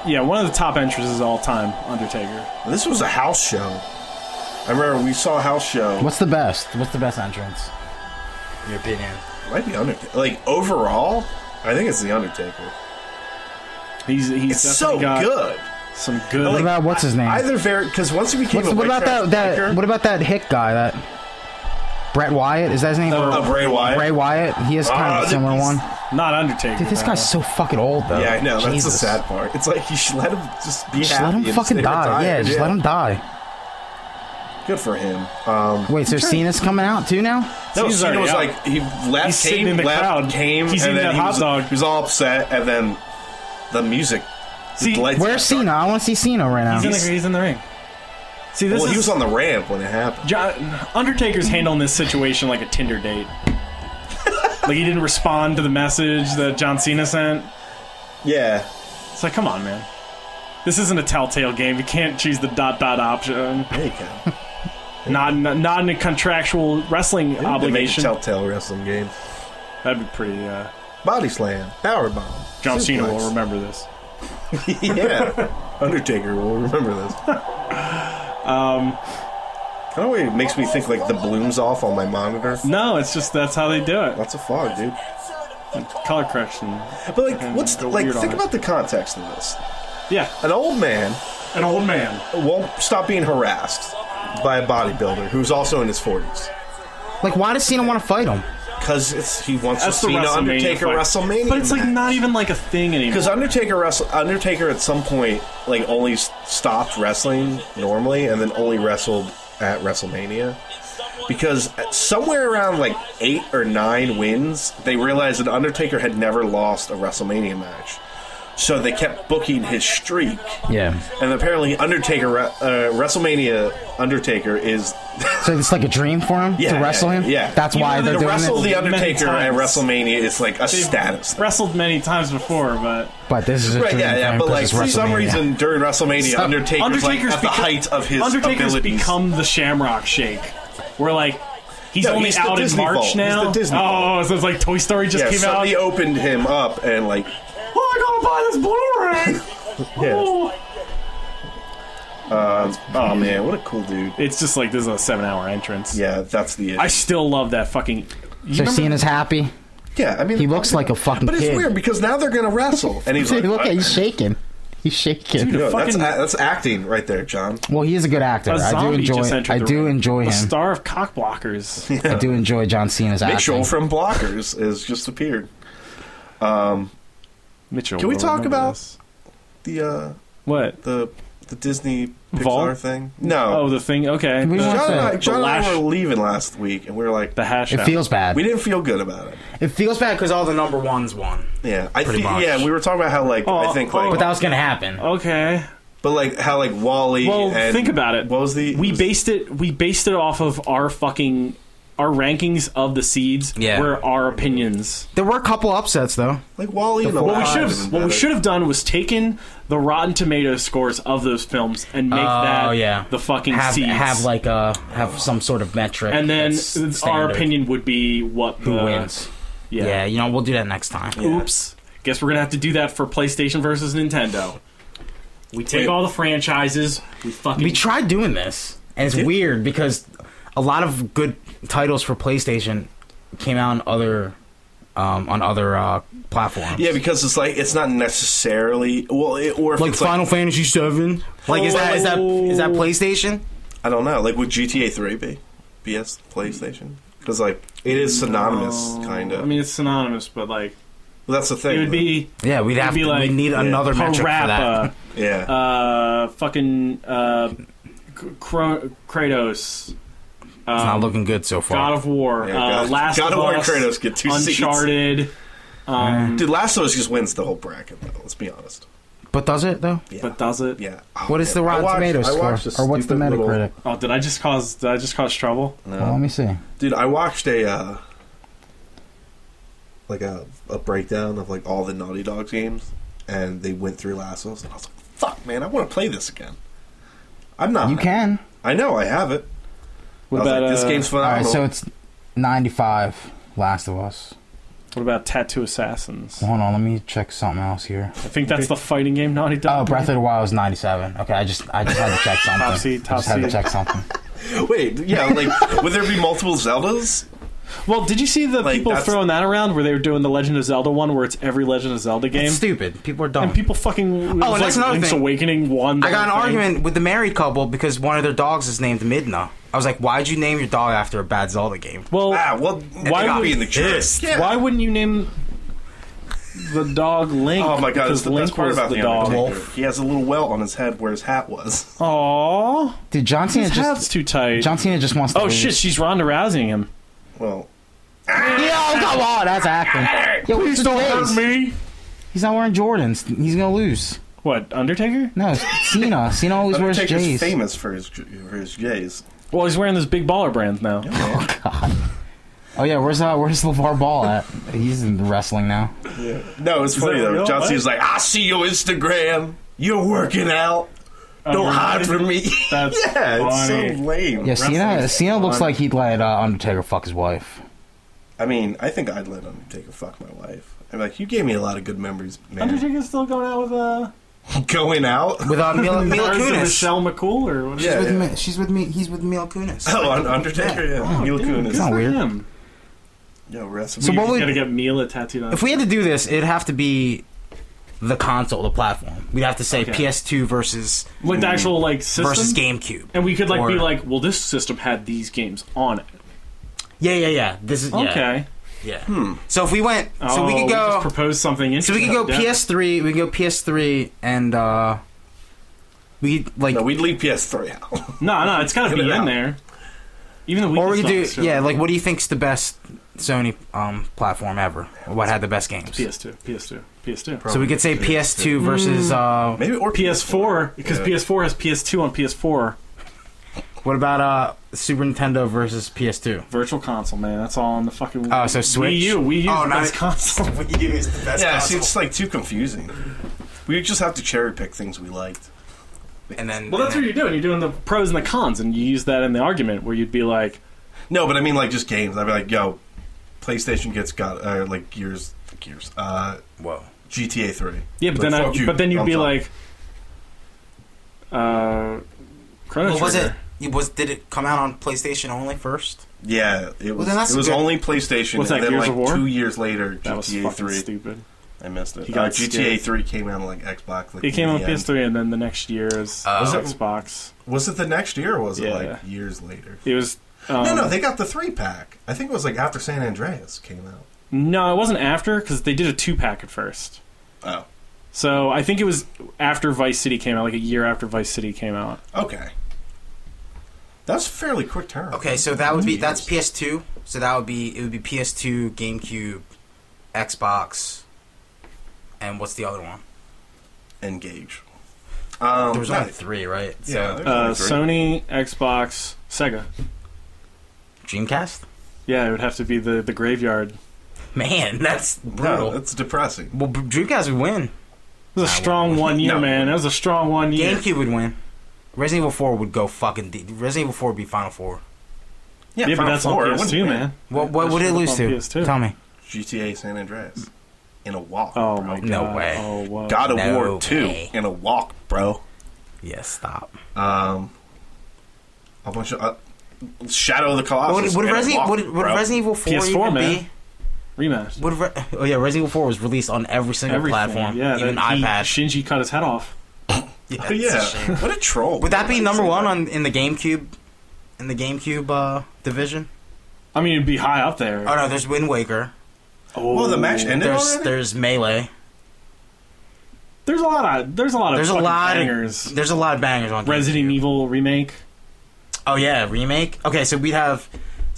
Speaker 3: yeah, one of the top entrances of all time, Undertaker.
Speaker 2: This was a house show. I remember we saw a house show.
Speaker 1: What's the best? What's the best entrance? In your opinion?
Speaker 2: Might be Undertaker. Like overall, I think it's the Undertaker.
Speaker 3: He's he's
Speaker 2: It's so
Speaker 3: definitely got
Speaker 2: good.
Speaker 3: some good.
Speaker 1: What about what's his name?
Speaker 2: Either very because once he became
Speaker 1: What's,
Speaker 2: a
Speaker 1: what
Speaker 2: white
Speaker 1: about that?
Speaker 2: trash
Speaker 1: That
Speaker 2: biker-
Speaker 1: what about that hick guy? That Brett Wyatt is that his name?
Speaker 3: No.
Speaker 2: uh, Bray Wyatt?
Speaker 1: Bray Wyatt. He is kind
Speaker 2: Ah,
Speaker 1: of a similar
Speaker 2: he's-
Speaker 1: one.
Speaker 3: not Undertaker. uh,
Speaker 1: Dude, this
Speaker 3: though.
Speaker 1: guy's so fucking old though.
Speaker 2: yeah, I know. That's the
Speaker 1: Jesus.
Speaker 2: sad part. It's like you should let him just be
Speaker 1: Just
Speaker 2: happy.
Speaker 1: let him
Speaker 2: and
Speaker 1: fucking
Speaker 2: stay
Speaker 1: die. Yeah,
Speaker 2: retired.
Speaker 1: just let him die.
Speaker 2: Good for him. Um,
Speaker 1: Wait, so Cena's coming out too now?
Speaker 2: No,
Speaker 3: He's
Speaker 2: Cena
Speaker 3: already
Speaker 2: was
Speaker 3: out.
Speaker 2: like he left,
Speaker 3: He's
Speaker 2: came,
Speaker 3: sitting in the
Speaker 2: left,
Speaker 3: crowd.
Speaker 2: came,
Speaker 3: He's
Speaker 2: and
Speaker 3: eating
Speaker 2: then
Speaker 3: that
Speaker 2: he
Speaker 3: hot
Speaker 2: was,
Speaker 3: dog.
Speaker 2: He was all upset, and then the music.
Speaker 3: See,
Speaker 2: the lights
Speaker 1: Where's
Speaker 2: got
Speaker 1: Cena?
Speaker 2: dark.
Speaker 1: I want to see Cena right now.
Speaker 3: He's in, the, he's in the ring. See, this
Speaker 2: Well,
Speaker 3: is
Speaker 2: he was on the ramp when it happened.
Speaker 3: Jo- Undertaker's handling this situation like a Tinder date. like he didn't respond to the message that John Cena sent.
Speaker 2: Yeah,
Speaker 3: It's like, come on, man. This isn't a telltale game. You can't choose the dot dot option.
Speaker 2: there you go.
Speaker 3: Not in, not in a contractual wrestling
Speaker 2: They made a
Speaker 3: obligation.
Speaker 2: Telltale wrestling game.
Speaker 3: That'd be pretty. Uh,
Speaker 2: Body slam, power bomb.
Speaker 3: John Cena
Speaker 2: suplex.
Speaker 3: will remember this.
Speaker 2: yeah, Undertaker will remember this. Um, I don't know. why It makes me think like the blooms off on my monitor.
Speaker 3: No, it's just that's how they do it.
Speaker 2: Lots of fog, dude.
Speaker 3: Color correction.
Speaker 2: But like, what's
Speaker 3: go
Speaker 2: like?
Speaker 3: weird on
Speaker 2: Think
Speaker 3: it.
Speaker 2: about the context of this.
Speaker 3: Yeah,
Speaker 2: An old man
Speaker 3: an old man.
Speaker 2: won't stop being harassed by a bodybuilder who's also in his 40s
Speaker 1: Like, why does Cena want to fight him?
Speaker 2: because it's he wants
Speaker 3: That's
Speaker 2: to
Speaker 3: the
Speaker 2: see
Speaker 3: WrestleMania
Speaker 2: Undertaker
Speaker 3: fight.
Speaker 2: WrestleMania.
Speaker 3: But it's like not even like a thing anymore.
Speaker 2: because Undertaker wrestle Undertaker at some point like only s- stopped wrestling normally and then only wrestled at WrestleMania because at- somewhere around like eight or nine wins they realized that Undertaker had never lost a WrestleMania match. So they kept booking his streak,
Speaker 1: Yeah.
Speaker 2: and apparently Undertaker re- uh, WrestleMania Undertaker is
Speaker 1: So it's like a dream for him
Speaker 2: yeah,
Speaker 1: to wrestle
Speaker 2: yeah,
Speaker 1: him.
Speaker 2: Yeah,
Speaker 1: That's
Speaker 2: You
Speaker 1: why
Speaker 2: know,
Speaker 1: they're
Speaker 2: to
Speaker 1: doing
Speaker 2: wrestle
Speaker 1: it.
Speaker 2: the
Speaker 3: Many
Speaker 2: Undertaker at
Speaker 3: times.
Speaker 2: WrestleMania is like a
Speaker 3: They've
Speaker 2: status. thing.
Speaker 3: wrestled many times before, but
Speaker 1: but this is a
Speaker 2: Right,
Speaker 1: dream
Speaker 2: yeah,
Speaker 1: for
Speaker 2: yeah,
Speaker 1: him
Speaker 2: but
Speaker 1: 'cause
Speaker 2: like
Speaker 1: it's
Speaker 2: for some
Speaker 1: WrestleMania.
Speaker 2: reason during WrestleMania,
Speaker 1: Stop.
Speaker 2: Undertaker's,
Speaker 3: Undertaker's
Speaker 2: like at the
Speaker 3: beca-
Speaker 2: height of his
Speaker 3: Undertaker's
Speaker 2: abilities.
Speaker 3: become the Shamrock Shake. We're like he's
Speaker 2: No,
Speaker 3: only
Speaker 2: he's the
Speaker 3: out in
Speaker 2: Disney
Speaker 3: March
Speaker 2: vault. He's
Speaker 3: now.
Speaker 2: the Disney
Speaker 3: oh, so it's like Toy Story just
Speaker 2: yeah,
Speaker 3: came out.
Speaker 2: somebody opened him up and like
Speaker 3: Oh, I gotta buy this Blu-ray.
Speaker 2: yeah.
Speaker 3: Oh.
Speaker 2: Oh man, what a cool dude.
Speaker 3: It's just like this is a seven-hour entrance.
Speaker 2: Yeah, that's the
Speaker 3: I
Speaker 2: it.
Speaker 3: still love that fucking. You
Speaker 1: So
Speaker 3: remember-
Speaker 1: Cena's happy.
Speaker 2: Yeah, I mean
Speaker 1: He looks like a fucking
Speaker 2: But it's
Speaker 1: kid.
Speaker 2: weird because now they're gonna wrestle, and he's like,
Speaker 1: Look at
Speaker 2: I-
Speaker 1: he's shaking. He's shaking.
Speaker 3: Dude,
Speaker 2: Yo, that's,
Speaker 3: Fucking-
Speaker 2: a- that's acting right there, John.
Speaker 1: well, he is a good actor.
Speaker 3: a
Speaker 1: I do
Speaker 3: zombie
Speaker 1: enjoy.
Speaker 3: just entered
Speaker 1: I
Speaker 3: the
Speaker 1: do
Speaker 3: ring.
Speaker 1: enjoy
Speaker 3: The
Speaker 1: him.
Speaker 3: star of cockblockers.
Speaker 1: I do enjoy John Cena's acting.
Speaker 2: Mitchell from Blockers has just appeared.
Speaker 3: Mitchell.
Speaker 2: Can we
Speaker 3: will
Speaker 2: talk
Speaker 3: remember
Speaker 2: about-
Speaker 3: this.
Speaker 2: The uh,
Speaker 3: what?
Speaker 2: the the Disney Pixar
Speaker 3: Vault?
Speaker 2: thing. No,
Speaker 3: Oh, the thing. Okay.
Speaker 1: We
Speaker 2: John,
Speaker 1: want
Speaker 2: and
Speaker 1: the-
Speaker 2: I,
Speaker 1: the
Speaker 2: John and I
Speaker 3: lash-
Speaker 2: were leaving last week, and we were like,
Speaker 3: the hash.
Speaker 1: It
Speaker 3: out.
Speaker 1: feels bad.
Speaker 2: we didn't feel good about it.
Speaker 1: It feels bad because all the number ones won.
Speaker 2: Yeah, I
Speaker 1: Pretty
Speaker 2: think.
Speaker 1: much.
Speaker 2: Yeah, we were talking about how like I
Speaker 3: Oh,
Speaker 2: think
Speaker 3: oh,
Speaker 2: like,
Speaker 1: But that was gonna happen.
Speaker 3: okay.
Speaker 2: but like how like Wally.
Speaker 3: Well,
Speaker 2: and
Speaker 3: think about it.
Speaker 2: What was the
Speaker 3: we
Speaker 2: was-
Speaker 3: based it? We based it off of our fucking our rankings of the seeds.
Speaker 1: Yeah.
Speaker 3: Were our opinions.
Speaker 1: There were a couple upsets though.
Speaker 2: like Wally and the
Speaker 3: What we
Speaker 2: Lion
Speaker 3: should
Speaker 2: was
Speaker 3: have what we
Speaker 2: better.
Speaker 3: should have done was taken the Rotten Tomato scores of those films and make
Speaker 1: Oh,
Speaker 3: that
Speaker 1: yeah.
Speaker 3: the fucking
Speaker 1: Have
Speaker 3: seeds.
Speaker 1: have like uh have some sort of metric.
Speaker 3: and then
Speaker 1: that's
Speaker 3: our
Speaker 1: standard.
Speaker 3: opinion would be what
Speaker 1: Who
Speaker 3: the,
Speaker 1: wins?
Speaker 3: Uh, Yeah.
Speaker 1: Yeah. you know we'll do that next time.
Speaker 3: Oops. Guess we're gonna have to do that for PlayStation versus Nintendo. We take
Speaker 2: Wait.
Speaker 3: all the franchises. We fucking
Speaker 1: We tried doing this, and it's weird because a lot of good titles for PlayStation came out on other um, on other uh, platforms.
Speaker 2: Yeah, because it's like it's not necessarily well, it, or if
Speaker 1: like
Speaker 2: it's
Speaker 1: Final Fantasy Seven. Like is that is that is that PlayStation?
Speaker 2: I don't know. Like would GTA three be PS PlayStation? Because like it is synonymous, kind of.
Speaker 3: Oh, I mean, it's synonymous, but like
Speaker 2: well, that's the thing.
Speaker 3: it would
Speaker 2: though.
Speaker 3: be
Speaker 1: Yeah, we'd have
Speaker 3: be
Speaker 1: to,
Speaker 3: like
Speaker 1: we need another metric for that.
Speaker 3: Parappa,
Speaker 2: yeah.
Speaker 3: uh, fucking uh, Kro- Kratos.
Speaker 1: It's
Speaker 3: um,
Speaker 1: not looking good so far.
Speaker 3: God of War,
Speaker 2: Yeah,
Speaker 3: uh,
Speaker 2: God-
Speaker 3: Last
Speaker 2: God
Speaker 3: of
Speaker 2: of War and
Speaker 3: Us,
Speaker 2: Kratos get two seats.
Speaker 3: Uncharted. Um,
Speaker 2: Dude, Last of Us just wins the whole bracket. Though, let's be honest.
Speaker 1: but does it though?
Speaker 2: Yeah.
Speaker 3: But does it?
Speaker 2: yeah. Oh,
Speaker 1: What is the
Speaker 2: man. I
Speaker 1: Rotten
Speaker 2: watched-
Speaker 1: Tomatoes
Speaker 2: I
Speaker 1: score,
Speaker 2: watched a
Speaker 1: or what's the
Speaker 2: stupid little-
Speaker 1: Metacritic?
Speaker 3: Oh, did I just cause? Did I just cause trouble?
Speaker 1: Well, let me see.
Speaker 2: Dude, I watched a uh, like a, a breakdown of like all the Naughty Dogs games, and they went through Last of Us, and I was like, "Fuck, man, I want to play this again." I'm not.
Speaker 1: You can.
Speaker 2: I know I have it. I
Speaker 3: What
Speaker 2: was
Speaker 3: about
Speaker 2: like, this
Speaker 3: uh,
Speaker 2: game's
Speaker 1: All
Speaker 2: phenomenal.
Speaker 1: right, so it's ninety-five. Last of Us.
Speaker 3: What about Tattoo Assassins?
Speaker 1: Hold on, let me check something else here.
Speaker 3: I think that's the fighting game Naughty Dog.
Speaker 1: Oh,
Speaker 3: made.
Speaker 1: Breath of the Wild was 97. Okay, I just I just had to check something.
Speaker 3: Top seed,
Speaker 1: I
Speaker 3: top
Speaker 1: just had to
Speaker 3: seed.
Speaker 1: check something.
Speaker 2: Wait, yeah, like would there be multiple Zeldas?
Speaker 3: Well, did you see the
Speaker 2: Like,
Speaker 3: people
Speaker 2: that's-
Speaker 3: throwing that around where they were doing the Legend of Zelda one, where it's every Legend of Zelda game?
Speaker 1: It's stupid. People are dumb.
Speaker 3: And people fucking.
Speaker 1: Oh,
Speaker 3: Oh,
Speaker 1: and
Speaker 3: like
Speaker 1: that's another
Speaker 3: Link's
Speaker 1: thing.
Speaker 3: Awakening one.
Speaker 1: I got an
Speaker 3: thing.
Speaker 1: argument with the married couple because one of their dogs is named Midna. I was like, why'd you name your dog after a bad Zelda game?
Speaker 3: Well,
Speaker 2: Ah, well,
Speaker 3: Why
Speaker 2: why
Speaker 3: would-
Speaker 2: be in the chest? Yeah.
Speaker 3: why wouldn't you name the dog Link?
Speaker 2: Oh my god,
Speaker 3: Because
Speaker 2: it's the
Speaker 3: Link
Speaker 2: best part
Speaker 3: was
Speaker 2: about
Speaker 3: the
Speaker 2: the,
Speaker 3: dog.
Speaker 2: Undertaker. He has a little welt on his head where his hat was.
Speaker 3: Aww,
Speaker 1: Dude, John Cena
Speaker 3: his hat's
Speaker 1: just
Speaker 3: too tight.
Speaker 1: John Cena just wants to.
Speaker 3: oh
Speaker 1: lose.
Speaker 3: shit, she's Ronda Rousing him.
Speaker 2: Well,
Speaker 1: Yo, come on, that's acting. Yo, what's the face?
Speaker 3: me.
Speaker 1: He's not wearing Jordans. He's gonna lose.
Speaker 3: What Undertaker?
Speaker 1: No, it's Cena. Cena always wears
Speaker 2: Undertaker's
Speaker 1: J's.
Speaker 2: famous for his for his J's.
Speaker 3: Well, he's wearing those big baller brands now.
Speaker 1: Oh yeah, where's uh, where's LeVar Ball at? He's in wrestling now.
Speaker 2: No, it's funny
Speaker 3: that
Speaker 2: though.
Speaker 3: real?
Speaker 2: John
Speaker 3: What?
Speaker 2: Cena's like, I see your Instagram. You're working out. Don't
Speaker 3: really?
Speaker 2: hide from me.
Speaker 3: That's
Speaker 2: yeah,
Speaker 3: funny.
Speaker 2: it's so lame.
Speaker 1: Yeah, Cena.
Speaker 2: Wrestling's
Speaker 1: Cena looks
Speaker 2: fun.
Speaker 1: like he'd let uh, Undertaker fuck his wife.
Speaker 2: I mean, I think I'd let him take a fuck my wife. I'm like, you gave me a lot of good memories, man.
Speaker 3: Undertaker's still going out with uh,
Speaker 2: Going out.
Speaker 1: With uh, Mila, Mila
Speaker 3: Mars and
Speaker 1: Kunis.
Speaker 3: Michelle McCool or what?
Speaker 2: Yeah,
Speaker 1: With
Speaker 2: yeah.
Speaker 1: Mi- she's with me. He's with Mila Kunis.
Speaker 2: Oh, Un- Undertaker. Yeah, Mila
Speaker 3: Dude, good
Speaker 2: Kunis.
Speaker 1: not
Speaker 3: for
Speaker 1: weird.
Speaker 3: him.
Speaker 2: Yo, wrestling.
Speaker 1: So
Speaker 3: You
Speaker 1: what
Speaker 3: just
Speaker 1: would-
Speaker 3: gotta get Mila tattooed on.
Speaker 1: If we had to do this, it'd have to be the console, the platform. We'd have to say
Speaker 3: Okay.
Speaker 1: PS2 versus
Speaker 3: Like the actual like system
Speaker 1: Mm. versus GameCube.
Speaker 3: and we could like be
Speaker 1: Or-
Speaker 3: like, well, this system had these games on it.
Speaker 1: Yeah, yeah, yeah. This is yeah,
Speaker 3: Okay,
Speaker 1: Yeah. So if we went, so we
Speaker 3: Oh,
Speaker 1: could
Speaker 3: just
Speaker 1: go.
Speaker 3: propose something
Speaker 1: so
Speaker 3: interesting.
Speaker 1: we could go
Speaker 3: Yeah.
Speaker 1: PS3. We could go PS3 and uh, we could, like
Speaker 2: No, we'd leave PS3 out.
Speaker 3: No, no, it's got to
Speaker 2: Get
Speaker 3: be
Speaker 2: it
Speaker 3: in
Speaker 2: out.
Speaker 3: there. Even the
Speaker 1: or we
Speaker 3: weakest
Speaker 1: could do
Speaker 3: stuff,
Speaker 1: yeah. Like what do you think's the best Sony um platform ever? What had the best games?
Speaker 3: PS2, PS2, PS2,
Speaker 1: So we could say PS2 versus uh,
Speaker 2: Maybe or
Speaker 3: PS4 because
Speaker 2: Yeah.
Speaker 3: PS4 has PS2 on PS4.
Speaker 1: what about uh Super Nintendo versus PS2?
Speaker 3: Virtual console, man, that's all on the fucking.
Speaker 1: Oh, so Switch?
Speaker 3: Wii U, Wii U,
Speaker 1: Oh,
Speaker 3: oh,
Speaker 1: not-
Speaker 3: nice console.
Speaker 1: Wii U is the best.
Speaker 2: Yeah, see, it's like too confusing. We just have to cherry pick things we liked.
Speaker 1: and then
Speaker 3: Well, that's
Speaker 1: and
Speaker 3: what you're doing. You're doing the pros and the cons, and you use that in the argument where you'd be like,
Speaker 2: No, but I mean like just games. I'd be like, yo, PlayStation gets got uh, like Gears, Gears, uh,
Speaker 1: then- whoa.
Speaker 2: GTA Three.
Speaker 3: yeah,
Speaker 2: Like,
Speaker 3: but then I,
Speaker 2: fuck you,
Speaker 3: but then you'd
Speaker 2: I'm
Speaker 3: be
Speaker 2: sorry.
Speaker 3: like, uh, Chrono
Speaker 1: Well, was it?
Speaker 3: Trigger.
Speaker 1: it Was did it come out on PlayStation only first?
Speaker 2: Yeah, it was.
Speaker 1: then that's
Speaker 2: it was
Speaker 1: good.
Speaker 2: only PlayStation.
Speaker 3: What's
Speaker 2: and
Speaker 3: that,
Speaker 2: then
Speaker 3: Gears
Speaker 2: like
Speaker 3: of War?
Speaker 2: two years later,
Speaker 3: That was
Speaker 2: GTA
Speaker 3: fucking
Speaker 2: Three.
Speaker 3: stupid.
Speaker 2: I missed it.
Speaker 3: He
Speaker 2: Uh,
Speaker 3: got
Speaker 2: GTA
Speaker 3: scared.
Speaker 2: Three came out on like Xbox. Like,
Speaker 3: It came
Speaker 2: in
Speaker 3: on
Speaker 2: the end.
Speaker 3: PS3, and then the next year is
Speaker 1: Uh,
Speaker 2: Was it-
Speaker 3: Xbox.
Speaker 2: Was it the next year? or Was it
Speaker 3: Yeah.
Speaker 2: like years later?
Speaker 3: It was. Um,
Speaker 2: no, no, they got the three pack. I think it was like after San Andreas came out.
Speaker 3: No, it wasn't after because they did a two pack at first.
Speaker 2: Oh,
Speaker 3: So I think it was after Vice City came out, like a year after Vice City came out.
Speaker 2: okay. That's a fairly quick turn.
Speaker 1: Okay, so that would be
Speaker 2: Years.
Speaker 1: that's PS2. So that would be it would be PS2, GameCube, Xbox, and what's the other one?
Speaker 2: Engage. Um,
Speaker 1: There was
Speaker 2: no,
Speaker 1: only three, right? So,
Speaker 2: yeah, there's
Speaker 3: Uh,
Speaker 2: only three.
Speaker 3: Sony, Xbox, Sega.
Speaker 1: Dreamcast.
Speaker 3: Yeah, it would have to be the, the graveyard. It
Speaker 1: Man, that's brutal.
Speaker 2: No, that's depressing.
Speaker 1: well, Dreamcast would win.
Speaker 3: was a strong one year,
Speaker 2: No.
Speaker 3: man. That was a strong one year.
Speaker 1: GameCube would win. Resident Evil 4 would go fucking deep. Resident Evil 4 would be Final Four.
Speaker 3: Yeah, but
Speaker 2: Final
Speaker 3: that's
Speaker 2: Four, it
Speaker 3: on
Speaker 2: wouldn't
Speaker 3: PS2,
Speaker 2: be.
Speaker 3: man.
Speaker 1: What, what
Speaker 3: That's
Speaker 1: would it
Speaker 3: what
Speaker 1: lose
Speaker 3: it's
Speaker 1: to?
Speaker 3: on PS2.
Speaker 1: Tell me.
Speaker 2: GTA San Andreas in a walk.
Speaker 3: Oh
Speaker 2: bro.
Speaker 3: my god.
Speaker 1: No way.
Speaker 3: Oh wow.
Speaker 2: God of
Speaker 1: No
Speaker 2: War Two
Speaker 1: way.
Speaker 2: in a walk, bro.
Speaker 1: Yeah, stop.
Speaker 2: Um, a bunch of uh, Shadow of the
Speaker 1: Would,
Speaker 2: Colossus.
Speaker 1: would,
Speaker 2: in a
Speaker 1: Resident,
Speaker 2: walk,
Speaker 1: would, would
Speaker 2: bro.
Speaker 1: Resident Evil 4
Speaker 3: PS4,
Speaker 1: even
Speaker 3: man.
Speaker 1: be?
Speaker 3: Rematch.
Speaker 1: Would Re- oh yeah, Resident Evil 4 was released on every single
Speaker 3: Everything.
Speaker 1: platform,
Speaker 3: Yeah,
Speaker 1: even
Speaker 3: that he-
Speaker 1: iPad.
Speaker 3: Shinji cut his head off.
Speaker 1: Yeah,
Speaker 2: Oh,
Speaker 1: it's a shame.
Speaker 2: yeah, what a troll.
Speaker 1: Would that be
Speaker 2: I'd
Speaker 1: number
Speaker 2: say
Speaker 1: one
Speaker 2: that.
Speaker 1: on in the GameCube, in the GameCube uh, division?
Speaker 3: I mean, it'd be high up there.
Speaker 1: Oh no, there's Wind Waker.
Speaker 3: Oh,
Speaker 2: Well, the match ended
Speaker 1: There's
Speaker 2: already.
Speaker 1: there's Melee.
Speaker 3: There's a lot of there's a lot of
Speaker 1: There's a
Speaker 3: fucking
Speaker 1: lot of-
Speaker 3: bangers.
Speaker 1: There's a lot of bangers on
Speaker 3: Resident
Speaker 1: GameCube.
Speaker 3: Evil remake.
Speaker 1: Oh yeah, remake. Okay, so we'd have.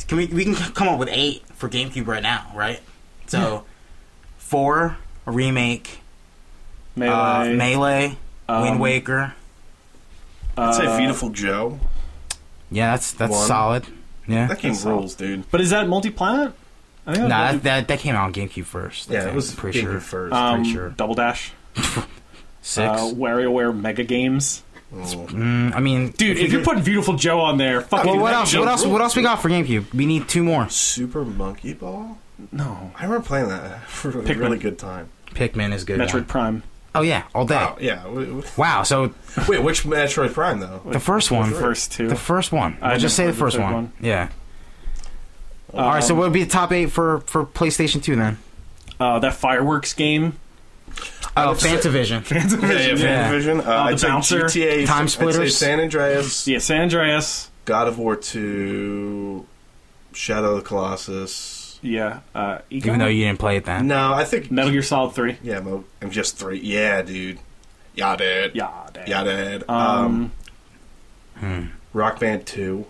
Speaker 1: Can we we can c- come up with eight for GameCube right now, right? So, four remake, melee,
Speaker 3: Melee.
Speaker 1: uh, melee Wind
Speaker 3: um,
Speaker 1: Waker.
Speaker 2: I'd say
Speaker 3: uh,
Speaker 2: Beautiful Joe.
Speaker 1: Yeah, that's that's
Speaker 2: one.
Speaker 1: solid. Yeah,
Speaker 2: That game
Speaker 3: that's
Speaker 2: rules, dude.
Speaker 3: But is that multi-planet? I
Speaker 1: nah,
Speaker 3: think that's
Speaker 1: that, that that came out on GameCube first. I
Speaker 2: Yeah,
Speaker 1: think.
Speaker 2: it was
Speaker 1: pretty
Speaker 2: game
Speaker 1: sure
Speaker 2: first.
Speaker 3: multi- um,
Speaker 1: pretty sure.
Speaker 3: Double Dash,
Speaker 1: six.
Speaker 3: Uh, WarioWare Mega Games.
Speaker 2: Mm.
Speaker 1: mm, I mean,
Speaker 3: Dude, if you're putting Beautiful Joe on there, fucking
Speaker 1: well, what
Speaker 3: that
Speaker 1: else?
Speaker 3: joke-
Speaker 1: What else? What else we got for GameCube? We need two more.
Speaker 2: Super Monkey Ball.
Speaker 3: No,
Speaker 2: I remember playing that for a
Speaker 3: Pikmin.
Speaker 2: really good time.
Speaker 1: Pikmin is good.
Speaker 3: Metroid
Speaker 1: one.
Speaker 3: Prime.
Speaker 1: Oh yeah, all day.
Speaker 2: Wow, yeah. w- w-
Speaker 1: Wow. So
Speaker 2: Wait, which Metroid Prime though?
Speaker 1: the first one,
Speaker 3: The first two.
Speaker 1: the first one.
Speaker 3: I
Speaker 1: I'll just
Speaker 3: never
Speaker 1: say the
Speaker 3: played the
Speaker 1: first
Speaker 3: third
Speaker 1: one.
Speaker 3: one.
Speaker 1: Yeah. All right, so
Speaker 3: Um,
Speaker 1: what would be the top eight for for PlayStation Two then?
Speaker 3: uh, that fireworks game,
Speaker 1: Oh,
Speaker 2: would say-
Speaker 1: Fantavision.
Speaker 2: Yeah,
Speaker 1: Yeah.
Speaker 2: Division. Uh, I'd
Speaker 3: Oh, the
Speaker 2: say
Speaker 3: Bouncer.
Speaker 2: GTA.
Speaker 1: Time
Speaker 2: I'd say
Speaker 1: Splitters.
Speaker 2: San Andreas.
Speaker 3: yeah, San Andreas,
Speaker 2: God of War Two. Shadow of the Colossus.
Speaker 3: yeah, uh, Eco?
Speaker 1: Even though you didn't play it then.
Speaker 2: No, I think.
Speaker 3: Metal Gear Solid Three,
Speaker 2: Yeah, Mo- I'm just three. Yeah, dude. Yeah, dude.
Speaker 3: yeah, damn.
Speaker 2: Yeah, dude. Um,
Speaker 3: Um,
Speaker 1: Hmm.
Speaker 2: Rock Band Two.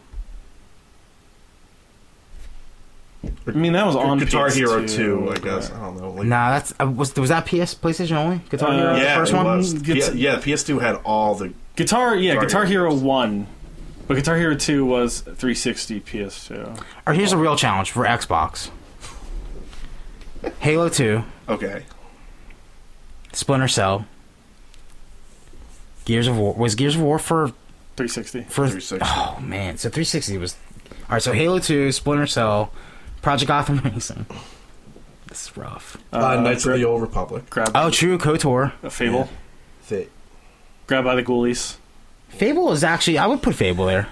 Speaker 3: I mean that was on
Speaker 2: Guitar
Speaker 3: PS2,
Speaker 2: Hero Two. I guess. I don't know. Like,
Speaker 1: Nah, that's uh, was was that PS PlayStation only? Guitar
Speaker 3: Uh,
Speaker 1: Hero, the
Speaker 2: Yeah,
Speaker 1: first
Speaker 2: it
Speaker 1: one.
Speaker 2: was.
Speaker 3: Gets-
Speaker 2: yeah, yeah, PS2 had all the.
Speaker 3: Guitar, yeah,
Speaker 2: Guitar
Speaker 3: Guitar
Speaker 2: Hero.
Speaker 3: Hero One, but Guitar Hero Two was 360 PS2.
Speaker 1: Or here's a real challenge for Xbox. Halo Two,
Speaker 2: Okay.
Speaker 1: Splinter Cell, Gears of War. Was Gears of War for
Speaker 3: 360.
Speaker 1: for?
Speaker 2: 360.
Speaker 1: Oh man, so 360 was. All right, so Halo Two, Splinter Cell, Project Gotham Racing. This is rough.
Speaker 2: Uh, Knights of the Old Republic.
Speaker 3: grab
Speaker 1: Oh, true. Kotor.
Speaker 3: a Fable.
Speaker 2: They-
Speaker 3: Grab by the Ghoulies.
Speaker 1: Fable is actually. I would put Fable there.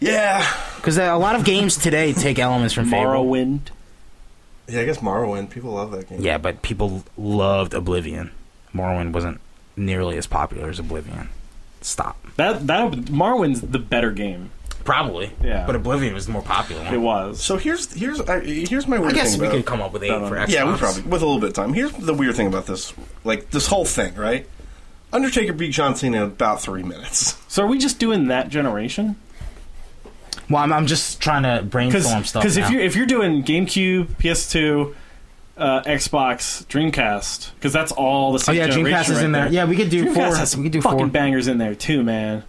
Speaker 2: Yeah.
Speaker 1: Because a lot of games today take elements from Fable.
Speaker 3: Morrowind.
Speaker 2: Yeah, I guess Morrowind. People love that game.
Speaker 1: Yeah, but people loved Oblivion. Morrowind wasn't nearly as popular as Oblivion. Stop.
Speaker 3: That that Morrowind's the better game.
Speaker 1: Probably.
Speaker 3: Yeah.
Speaker 1: But Oblivion was the more popular.
Speaker 3: It
Speaker 1: One.
Speaker 3: was.
Speaker 2: So here's here's I, here's my
Speaker 1: I
Speaker 2: weird
Speaker 1: guess
Speaker 2: thing
Speaker 1: we
Speaker 2: about-
Speaker 1: can come up with eight
Speaker 3: I don't
Speaker 1: for
Speaker 3: know.
Speaker 1: Xbox.
Speaker 2: Yeah, we probably with a little bit of time. Here's the weird thing about this, like this whole thing, right? Undertaker beat John Cena in about three minutes.
Speaker 3: So are we just doing that generation?
Speaker 1: Well, I'm, I'm just trying to brainstorm
Speaker 3: Because
Speaker 1: stuff.
Speaker 3: because if
Speaker 1: now.
Speaker 3: you if you're doing GameCube, PS2, uh, Xbox, Dreamcast, because that's all the
Speaker 1: oh
Speaker 3: same.
Speaker 1: yeah,
Speaker 3: generation
Speaker 1: Dreamcast is
Speaker 3: right
Speaker 1: in there. Yeah, we could do
Speaker 3: Dreamcast
Speaker 1: four.
Speaker 3: has some
Speaker 1: we could do
Speaker 3: fucking
Speaker 1: four.
Speaker 3: bangers in there too, man.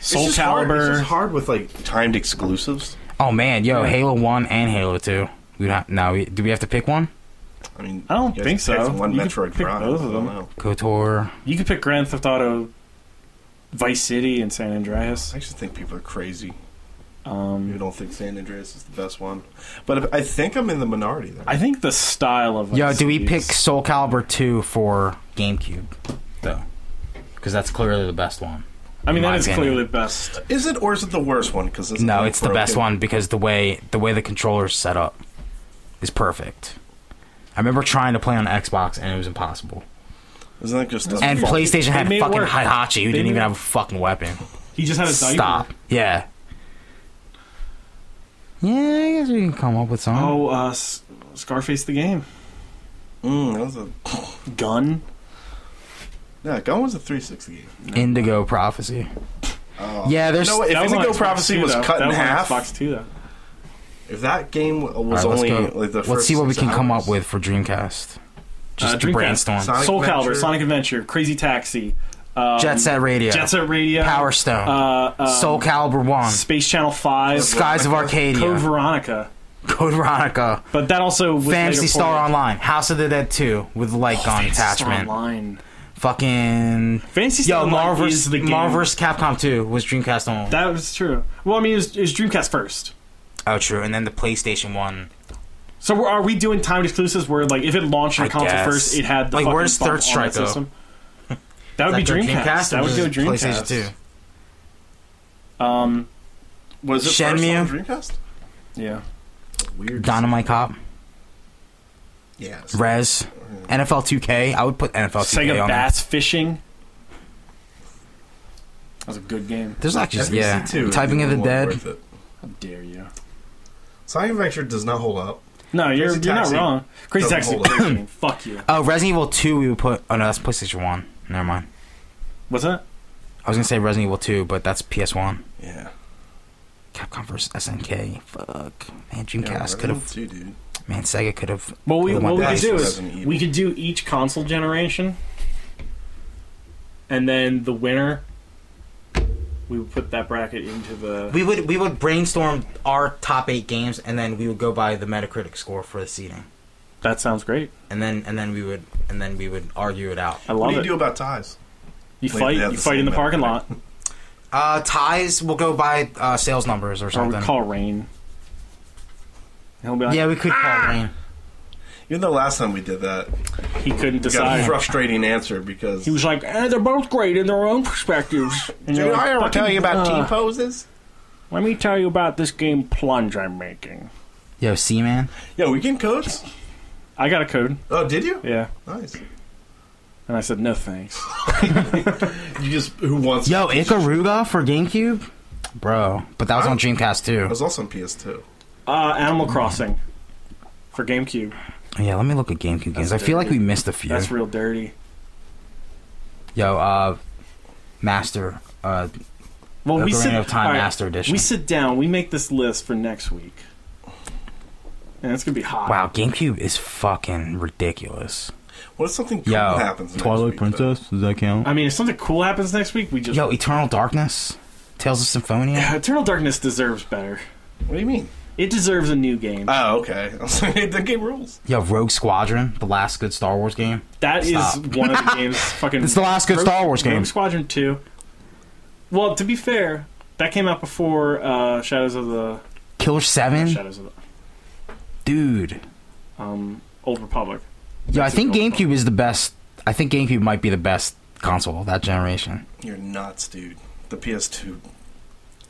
Speaker 3: Soul
Speaker 2: it's just Hard, it's
Speaker 3: Calibur.
Speaker 2: just hard with like timed exclusives.
Speaker 1: oh man, yo,
Speaker 3: Yeah.
Speaker 1: Halo One and Halo Two. We don't. Now, we, do we have to pick one?
Speaker 2: I mean,
Speaker 3: I don't
Speaker 2: you guys
Speaker 3: think
Speaker 2: picked
Speaker 3: so.
Speaker 2: One
Speaker 3: You could
Speaker 2: Metroid
Speaker 3: pick
Speaker 2: Prime.
Speaker 3: both of
Speaker 2: I don't
Speaker 3: them.
Speaker 2: know.
Speaker 1: Kotor.
Speaker 3: You could pick Grand Theft Auto, Vice City, and San Andreas.
Speaker 2: I actually think people are crazy who
Speaker 3: Um,
Speaker 2: don't think San Andreas is the best one. But I think I'm in the minority there.
Speaker 3: I think the style of Vice
Speaker 1: Yo, do we
Speaker 3: City
Speaker 1: pick
Speaker 3: is-
Speaker 1: Soul Calibur Two for GameCube though? Because that's clearly the best one.
Speaker 3: I mean,
Speaker 1: my
Speaker 3: that is
Speaker 1: opinion?
Speaker 3: clearly the best.
Speaker 2: Is it or is it the worst one? Because
Speaker 1: No, it's the best one because the way the way the controller's set up is perfect. I remember trying to play on Xbox and it was impossible.
Speaker 2: Isn't that just a
Speaker 1: And
Speaker 2: fault?
Speaker 1: PlayStation had
Speaker 3: made it
Speaker 1: fucking
Speaker 3: work.
Speaker 1: Hihachi who
Speaker 3: They
Speaker 1: didn't
Speaker 3: made-
Speaker 1: even have a fucking weapon.
Speaker 3: He just had a diaper.
Speaker 1: Stop. Yeah. Yeah, I guess we can come up with something.
Speaker 3: Oh, uh, S- Scarface the game.
Speaker 2: Mm, that was a
Speaker 3: Gun.
Speaker 2: yeah. Gun was a 360 game.
Speaker 1: Indigo Prophecy.
Speaker 2: Oh.
Speaker 1: Yeah, there's.
Speaker 2: No, if
Speaker 3: That was on
Speaker 2: Indigo
Speaker 3: Xbox
Speaker 2: Prophecy
Speaker 3: 2,
Speaker 2: was
Speaker 3: though.
Speaker 2: cut
Speaker 3: that
Speaker 2: in
Speaker 3: was on
Speaker 2: half,
Speaker 3: Xbox 2, though.
Speaker 2: if that game was
Speaker 1: All right,
Speaker 2: only
Speaker 1: let's go.
Speaker 2: like the first
Speaker 1: Let's see what we
Speaker 2: six
Speaker 1: can come
Speaker 2: hours.
Speaker 1: up with for Dreamcast. Just
Speaker 3: Uh,
Speaker 1: to
Speaker 3: Dreamcast.
Speaker 1: brainstorm.
Speaker 2: Sonic
Speaker 3: Soul
Speaker 2: Adventure.
Speaker 3: Calibur, Sonic Adventure, Crazy Taxi, um,
Speaker 1: Jet Set Radio.
Speaker 3: Jet Set Radio,
Speaker 1: Power Stone.
Speaker 3: uh, um,
Speaker 1: Soul Calibur 1.
Speaker 3: Space Channel Five,
Speaker 1: Skies of Arcadia.
Speaker 3: Code Veronica.
Speaker 1: Code Veronica.
Speaker 3: But that also was
Speaker 1: Fantasy
Speaker 3: later
Speaker 1: Star
Speaker 3: ported.
Speaker 1: Online, House of the Dead 2 with light gun
Speaker 3: Oh, Fantasy Star
Speaker 1: attachment.
Speaker 3: Online.
Speaker 1: Fucking
Speaker 3: Fantasy Star
Speaker 1: Yo,
Speaker 3: Online
Speaker 1: Marvel
Speaker 3: is
Speaker 1: vs.
Speaker 3: the game.
Speaker 1: Marvel vs. Capcom 2 was Dreamcast only.
Speaker 3: That was true. Well, I mean, it was, it was Dreamcast first.
Speaker 1: oh, true. And then the PlayStation 1.
Speaker 3: So we're, are we doing timed exclusives where like if it launched on
Speaker 1: I
Speaker 3: a console
Speaker 1: guess.
Speaker 3: first, it had the
Speaker 1: Like,
Speaker 3: fucking
Speaker 1: where's
Speaker 3: bump
Speaker 1: Third
Speaker 3: on
Speaker 1: Strike,
Speaker 3: that
Speaker 1: though?
Speaker 3: system? That would
Speaker 1: Is
Speaker 3: be
Speaker 1: their
Speaker 3: Dreamcast.
Speaker 1: or
Speaker 3: that would
Speaker 1: was
Speaker 3: go
Speaker 1: it
Speaker 3: Dreamcast.
Speaker 1: PlayStation 2.
Speaker 3: Um,
Speaker 2: Was it
Speaker 1: Shenmue.
Speaker 2: first on Dreamcast?
Speaker 3: yeah.
Speaker 2: Weird.
Speaker 1: Dynamite Cop,
Speaker 2: Yeah. it's-
Speaker 1: Rez, NFL 2K. I would put NFL 2K
Speaker 3: Sega
Speaker 1: on.
Speaker 3: Bass Fishing. That was a good game.
Speaker 1: There's actually
Speaker 3: E
Speaker 2: FBC2
Speaker 1: yeah.
Speaker 2: is
Speaker 1: Typing of the
Speaker 2: more
Speaker 1: Dead.
Speaker 2: worth it.
Speaker 3: How dare you?
Speaker 2: Sonic Adventure does not hold up.
Speaker 3: No, you're,
Speaker 2: Crazy
Speaker 3: you're not
Speaker 2: Taxi.
Speaker 3: wrong. Crazy
Speaker 2: Doesn't
Speaker 3: Taxi.
Speaker 2: hold up.
Speaker 3: Fishing. Fuck you.
Speaker 1: Oh, Resident Evil 2. We would put. Oh no, that's PlayStation 1. Never mind.
Speaker 3: What's that?
Speaker 1: I was gonna say Resident Evil 2, but that's PS1.
Speaker 2: Yeah.
Speaker 1: Capcom vs. SNK. Fuck. Man,
Speaker 2: Yeah,
Speaker 1: Dreamcast
Speaker 2: Resident
Speaker 1: could have.
Speaker 2: Evil 2, dude.
Speaker 1: Man, Sega could have.
Speaker 3: Well, we,
Speaker 1: Put them
Speaker 3: what
Speaker 1: on
Speaker 3: we could
Speaker 2: That's
Speaker 3: do is
Speaker 2: Resident Evil.
Speaker 3: we could do each console generation, and then the winner, we would put that bracket into the.
Speaker 1: We would we would brainstorm our top eight games, and then we would go by the Metacritic score for the seating,
Speaker 3: That sounds great.
Speaker 1: and then and then we would and then we would argue it out.
Speaker 3: I
Speaker 2: What
Speaker 3: love
Speaker 2: do you
Speaker 3: it.
Speaker 2: do about ties?
Speaker 3: you
Speaker 2: Wait,
Speaker 3: fight.
Speaker 2: they have
Speaker 3: You
Speaker 2: the
Speaker 3: fight in
Speaker 2: same
Speaker 3: the parking
Speaker 2: Metacritic.
Speaker 3: lot,
Speaker 1: Uh, ties will go by uh, sales numbers or
Speaker 3: or we
Speaker 1: something.
Speaker 3: call rain. He'll be like,
Speaker 1: yeah, we could call
Speaker 3: Ah!
Speaker 1: rain.
Speaker 2: Even though last time we did that,
Speaker 3: he couldn't
Speaker 2: we got a
Speaker 3: decide.
Speaker 2: frustrating answer because.
Speaker 3: He was like, eh, they're both great in their own perspectives.
Speaker 2: Did
Speaker 3: And you're like,
Speaker 2: I ever
Speaker 3: "Fucking,
Speaker 2: tell you about
Speaker 3: uh,
Speaker 2: T poses?
Speaker 3: Let me tell you about this game plunge I'm making.
Speaker 1: Yo, C man.
Speaker 2: Yeah, weekend codes.
Speaker 3: I got a code.
Speaker 2: Oh, did you?
Speaker 3: Yeah,
Speaker 2: Nice.
Speaker 3: and I said no thanks.
Speaker 2: You just who wants?
Speaker 1: Yo, Ikaruga for GameCube, bro. But that was on Dreamcast
Speaker 2: I
Speaker 1: too.
Speaker 2: was also on PS2.
Speaker 3: Uh, Animal Crossing for GameCube.
Speaker 1: Yeah, let me look at GameCube games.
Speaker 3: That's
Speaker 1: I feel like we
Speaker 3: dirty.
Speaker 1: missed a few.
Speaker 3: That's real dirty.
Speaker 1: Yo, uh, Master, uh,
Speaker 3: Well, we
Speaker 1: Ocarina
Speaker 3: sit,
Speaker 1: of Time
Speaker 3: all right,
Speaker 1: Master Edition.
Speaker 3: We sit down. We make this list for next week, and it's gonna be hot.
Speaker 1: wow, GameCube is fucking ridiculous.
Speaker 2: What if something cool
Speaker 1: Yo,
Speaker 2: happens? next week, though?
Speaker 1: does that count?
Speaker 3: I mean, if something cool happens next week, we just
Speaker 1: Yo, Eternal Darkness, Tales of Symphonia.
Speaker 3: Eternal Darkness deserves better.
Speaker 2: What do you mean?
Speaker 3: It deserves a new game.
Speaker 2: Oh, okay. I was like, the game rules.
Speaker 1: Yo, Rogue Squadron, the last good Star Wars game.
Speaker 3: That is
Speaker 1: stop.
Speaker 3: one of the games. Fucking,
Speaker 1: It's the last good
Speaker 3: Rogue-
Speaker 1: Star Wars game.
Speaker 3: Rogue Squadron Two. Well, to be fair, that came out before uh, Shadows of the
Speaker 1: Killer Seven,
Speaker 3: Shadows of
Speaker 1: dude.
Speaker 3: the um, Old Republic.
Speaker 1: Yo, I
Speaker 3: That's a
Speaker 1: think
Speaker 3: good one.
Speaker 1: GameCube is the best. I think GameCube might be the best console of that generation.
Speaker 2: You're nuts, dude. The PS2.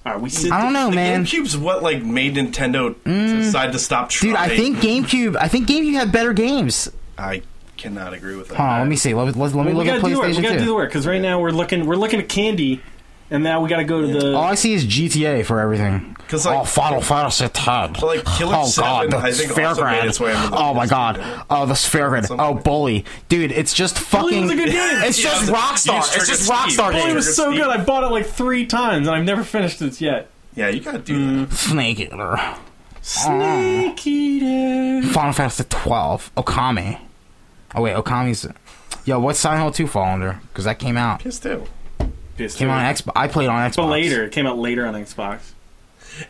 Speaker 3: All right, we sit.
Speaker 1: I don't know,
Speaker 2: the
Speaker 1: man. Mm.
Speaker 2: GameCube's what like made Nintendo decide to stop trying.
Speaker 1: Dude, I think GameCube. I think GameCube had better games.
Speaker 2: I cannot agree with that.
Speaker 1: Hold on, let me see. Let, let, let me
Speaker 3: we
Speaker 1: look
Speaker 3: gotta
Speaker 1: at
Speaker 3: do the work. We
Speaker 1: PlayStation
Speaker 3: gotta do the
Speaker 1: 2.
Speaker 3: work because right now we're looking we're looking at candy, and now we gotta go to the.
Speaker 1: All I see is GTA for everything.
Speaker 2: 'Cause, like-
Speaker 1: oh, Final Fantasy Ten.
Speaker 2: But, like, Killer
Speaker 1: oh
Speaker 2: Seven,
Speaker 1: God, the
Speaker 2: I think, also
Speaker 1: Fairground.
Speaker 2: made its way into the
Speaker 1: oh my
Speaker 2: PS2,
Speaker 1: God.
Speaker 2: didn't it?
Speaker 1: Oh, the Fairground.
Speaker 2: some
Speaker 1: Oh,
Speaker 2: point.
Speaker 1: Bully, dude, it's just fucking.
Speaker 3: was a good game.
Speaker 1: It's
Speaker 2: Yeah,
Speaker 1: just
Speaker 2: the-
Speaker 1: Rockstar.
Speaker 2: you
Speaker 1: It's
Speaker 2: triggered
Speaker 1: just
Speaker 2: Steve.
Speaker 1: Rockstar
Speaker 2: Bully
Speaker 3: oh, it
Speaker 1: games.
Speaker 3: was so good. I bought it like three times, and I've never finished it yet.
Speaker 1: Ah.
Speaker 2: Yeah, you gotta do that.
Speaker 1: Snake Eater.
Speaker 3: Snake Eater.
Speaker 1: Final Fantasy Twelve. Okami. Oh wait, Okami's. Yo, what's Silent Hill Two fall under? Because that came out.
Speaker 2: PS2.
Speaker 1: Came on Xbox. I played on Xbox.
Speaker 3: but later it came out later on Xbox.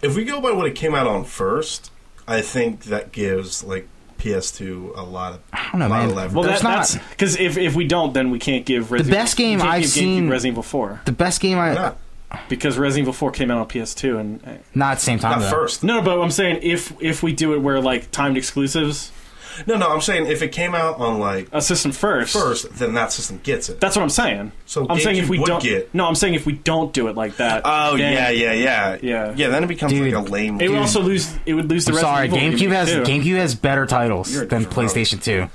Speaker 2: If we go by what it came out on first, I think that gives like PS2 a lot of
Speaker 1: I don't know,
Speaker 2: lot
Speaker 1: man.
Speaker 2: of leverage.
Speaker 3: Well,
Speaker 1: There's
Speaker 3: that,
Speaker 1: not-
Speaker 3: that's because if, if we don't, then we can't give Resident
Speaker 1: best
Speaker 3: we
Speaker 1: game
Speaker 3: can't
Speaker 1: I've
Speaker 3: give GameCube
Speaker 1: seen-
Speaker 3: Resident Evil Four
Speaker 1: The best game I.
Speaker 2: not,
Speaker 3: because Resident Evil Four came out on PS2 and uh,
Speaker 1: Not at the same time.
Speaker 2: not
Speaker 1: though.
Speaker 2: first.
Speaker 3: no, but I'm saying if if we do it where like timed exclusives
Speaker 2: No, no, I'm saying if it came out on like
Speaker 3: a system first
Speaker 2: first, then that system gets it.
Speaker 3: That's what I'm saying.
Speaker 2: So
Speaker 3: I'm saying
Speaker 2: GameCube
Speaker 3: if we
Speaker 2: would
Speaker 3: don't
Speaker 2: get-
Speaker 3: no, I'm saying if we don't do it like that.
Speaker 2: Oh
Speaker 3: then
Speaker 2: yeah, yeah, yeah,
Speaker 3: Yeah.
Speaker 2: yeah. Then it becomes
Speaker 1: Dude.
Speaker 2: like a lame.
Speaker 3: It would also lose. It would lose the
Speaker 1: I'm
Speaker 3: Resident
Speaker 1: sorry,
Speaker 3: Evil
Speaker 1: GameCube has
Speaker 3: too.
Speaker 1: GameCube has better titles
Speaker 2: You're a
Speaker 1: than
Speaker 2: different
Speaker 1: PlayStation Two.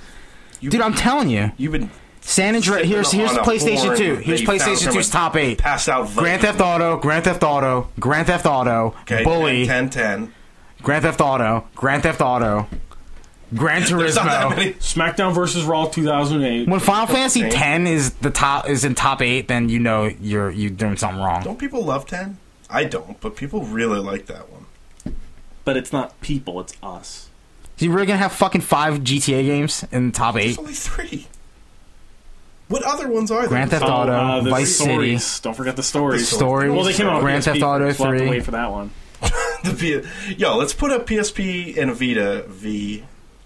Speaker 2: You-
Speaker 1: Dude, I'm telling you,
Speaker 2: You've been
Speaker 1: San Andreas.
Speaker 2: Sipping
Speaker 1: Here's here's
Speaker 2: on a
Speaker 1: PlayStation
Speaker 2: horn
Speaker 1: Two.
Speaker 2: that
Speaker 1: Here's
Speaker 2: you found
Speaker 1: PlayStation
Speaker 2: from a
Speaker 1: 2's top eight.
Speaker 2: passed out. Viking.
Speaker 1: Grand Theft Auto, Grand Theft Auto, Grand Theft Auto,
Speaker 2: Okay,
Speaker 1: Bully,
Speaker 2: 10, 10.
Speaker 1: Grand Theft Auto, Grand Theft Auto, Gran
Speaker 2: There's not that
Speaker 1: Turismo.
Speaker 2: many.
Speaker 3: SmackDown versus Raw 2008.
Speaker 1: When Final Fantasy
Speaker 2: Okay.
Speaker 1: Ten is the top is in top eight, then you know you're you're doing something wrong.
Speaker 2: Don't people love ten? I don't, but people really like that one.
Speaker 3: But it's not people. It's us.
Speaker 1: So you're really gonna have fucking five GTA games in the top eight.
Speaker 2: There's only three. What other ones are there?
Speaker 1: Grand Theft
Speaker 3: Oh,
Speaker 1: Auto,
Speaker 3: uh, the
Speaker 1: Vice City,
Speaker 3: stories. Don't forget the stories.
Speaker 2: The stories.
Speaker 3: Well, they came out. on
Speaker 1: Grand
Speaker 3: PSP.
Speaker 1: Theft Auto
Speaker 3: We'll have to
Speaker 1: 3.
Speaker 3: wait for that one.
Speaker 2: The P- Yo, let's put up PSP and Vita v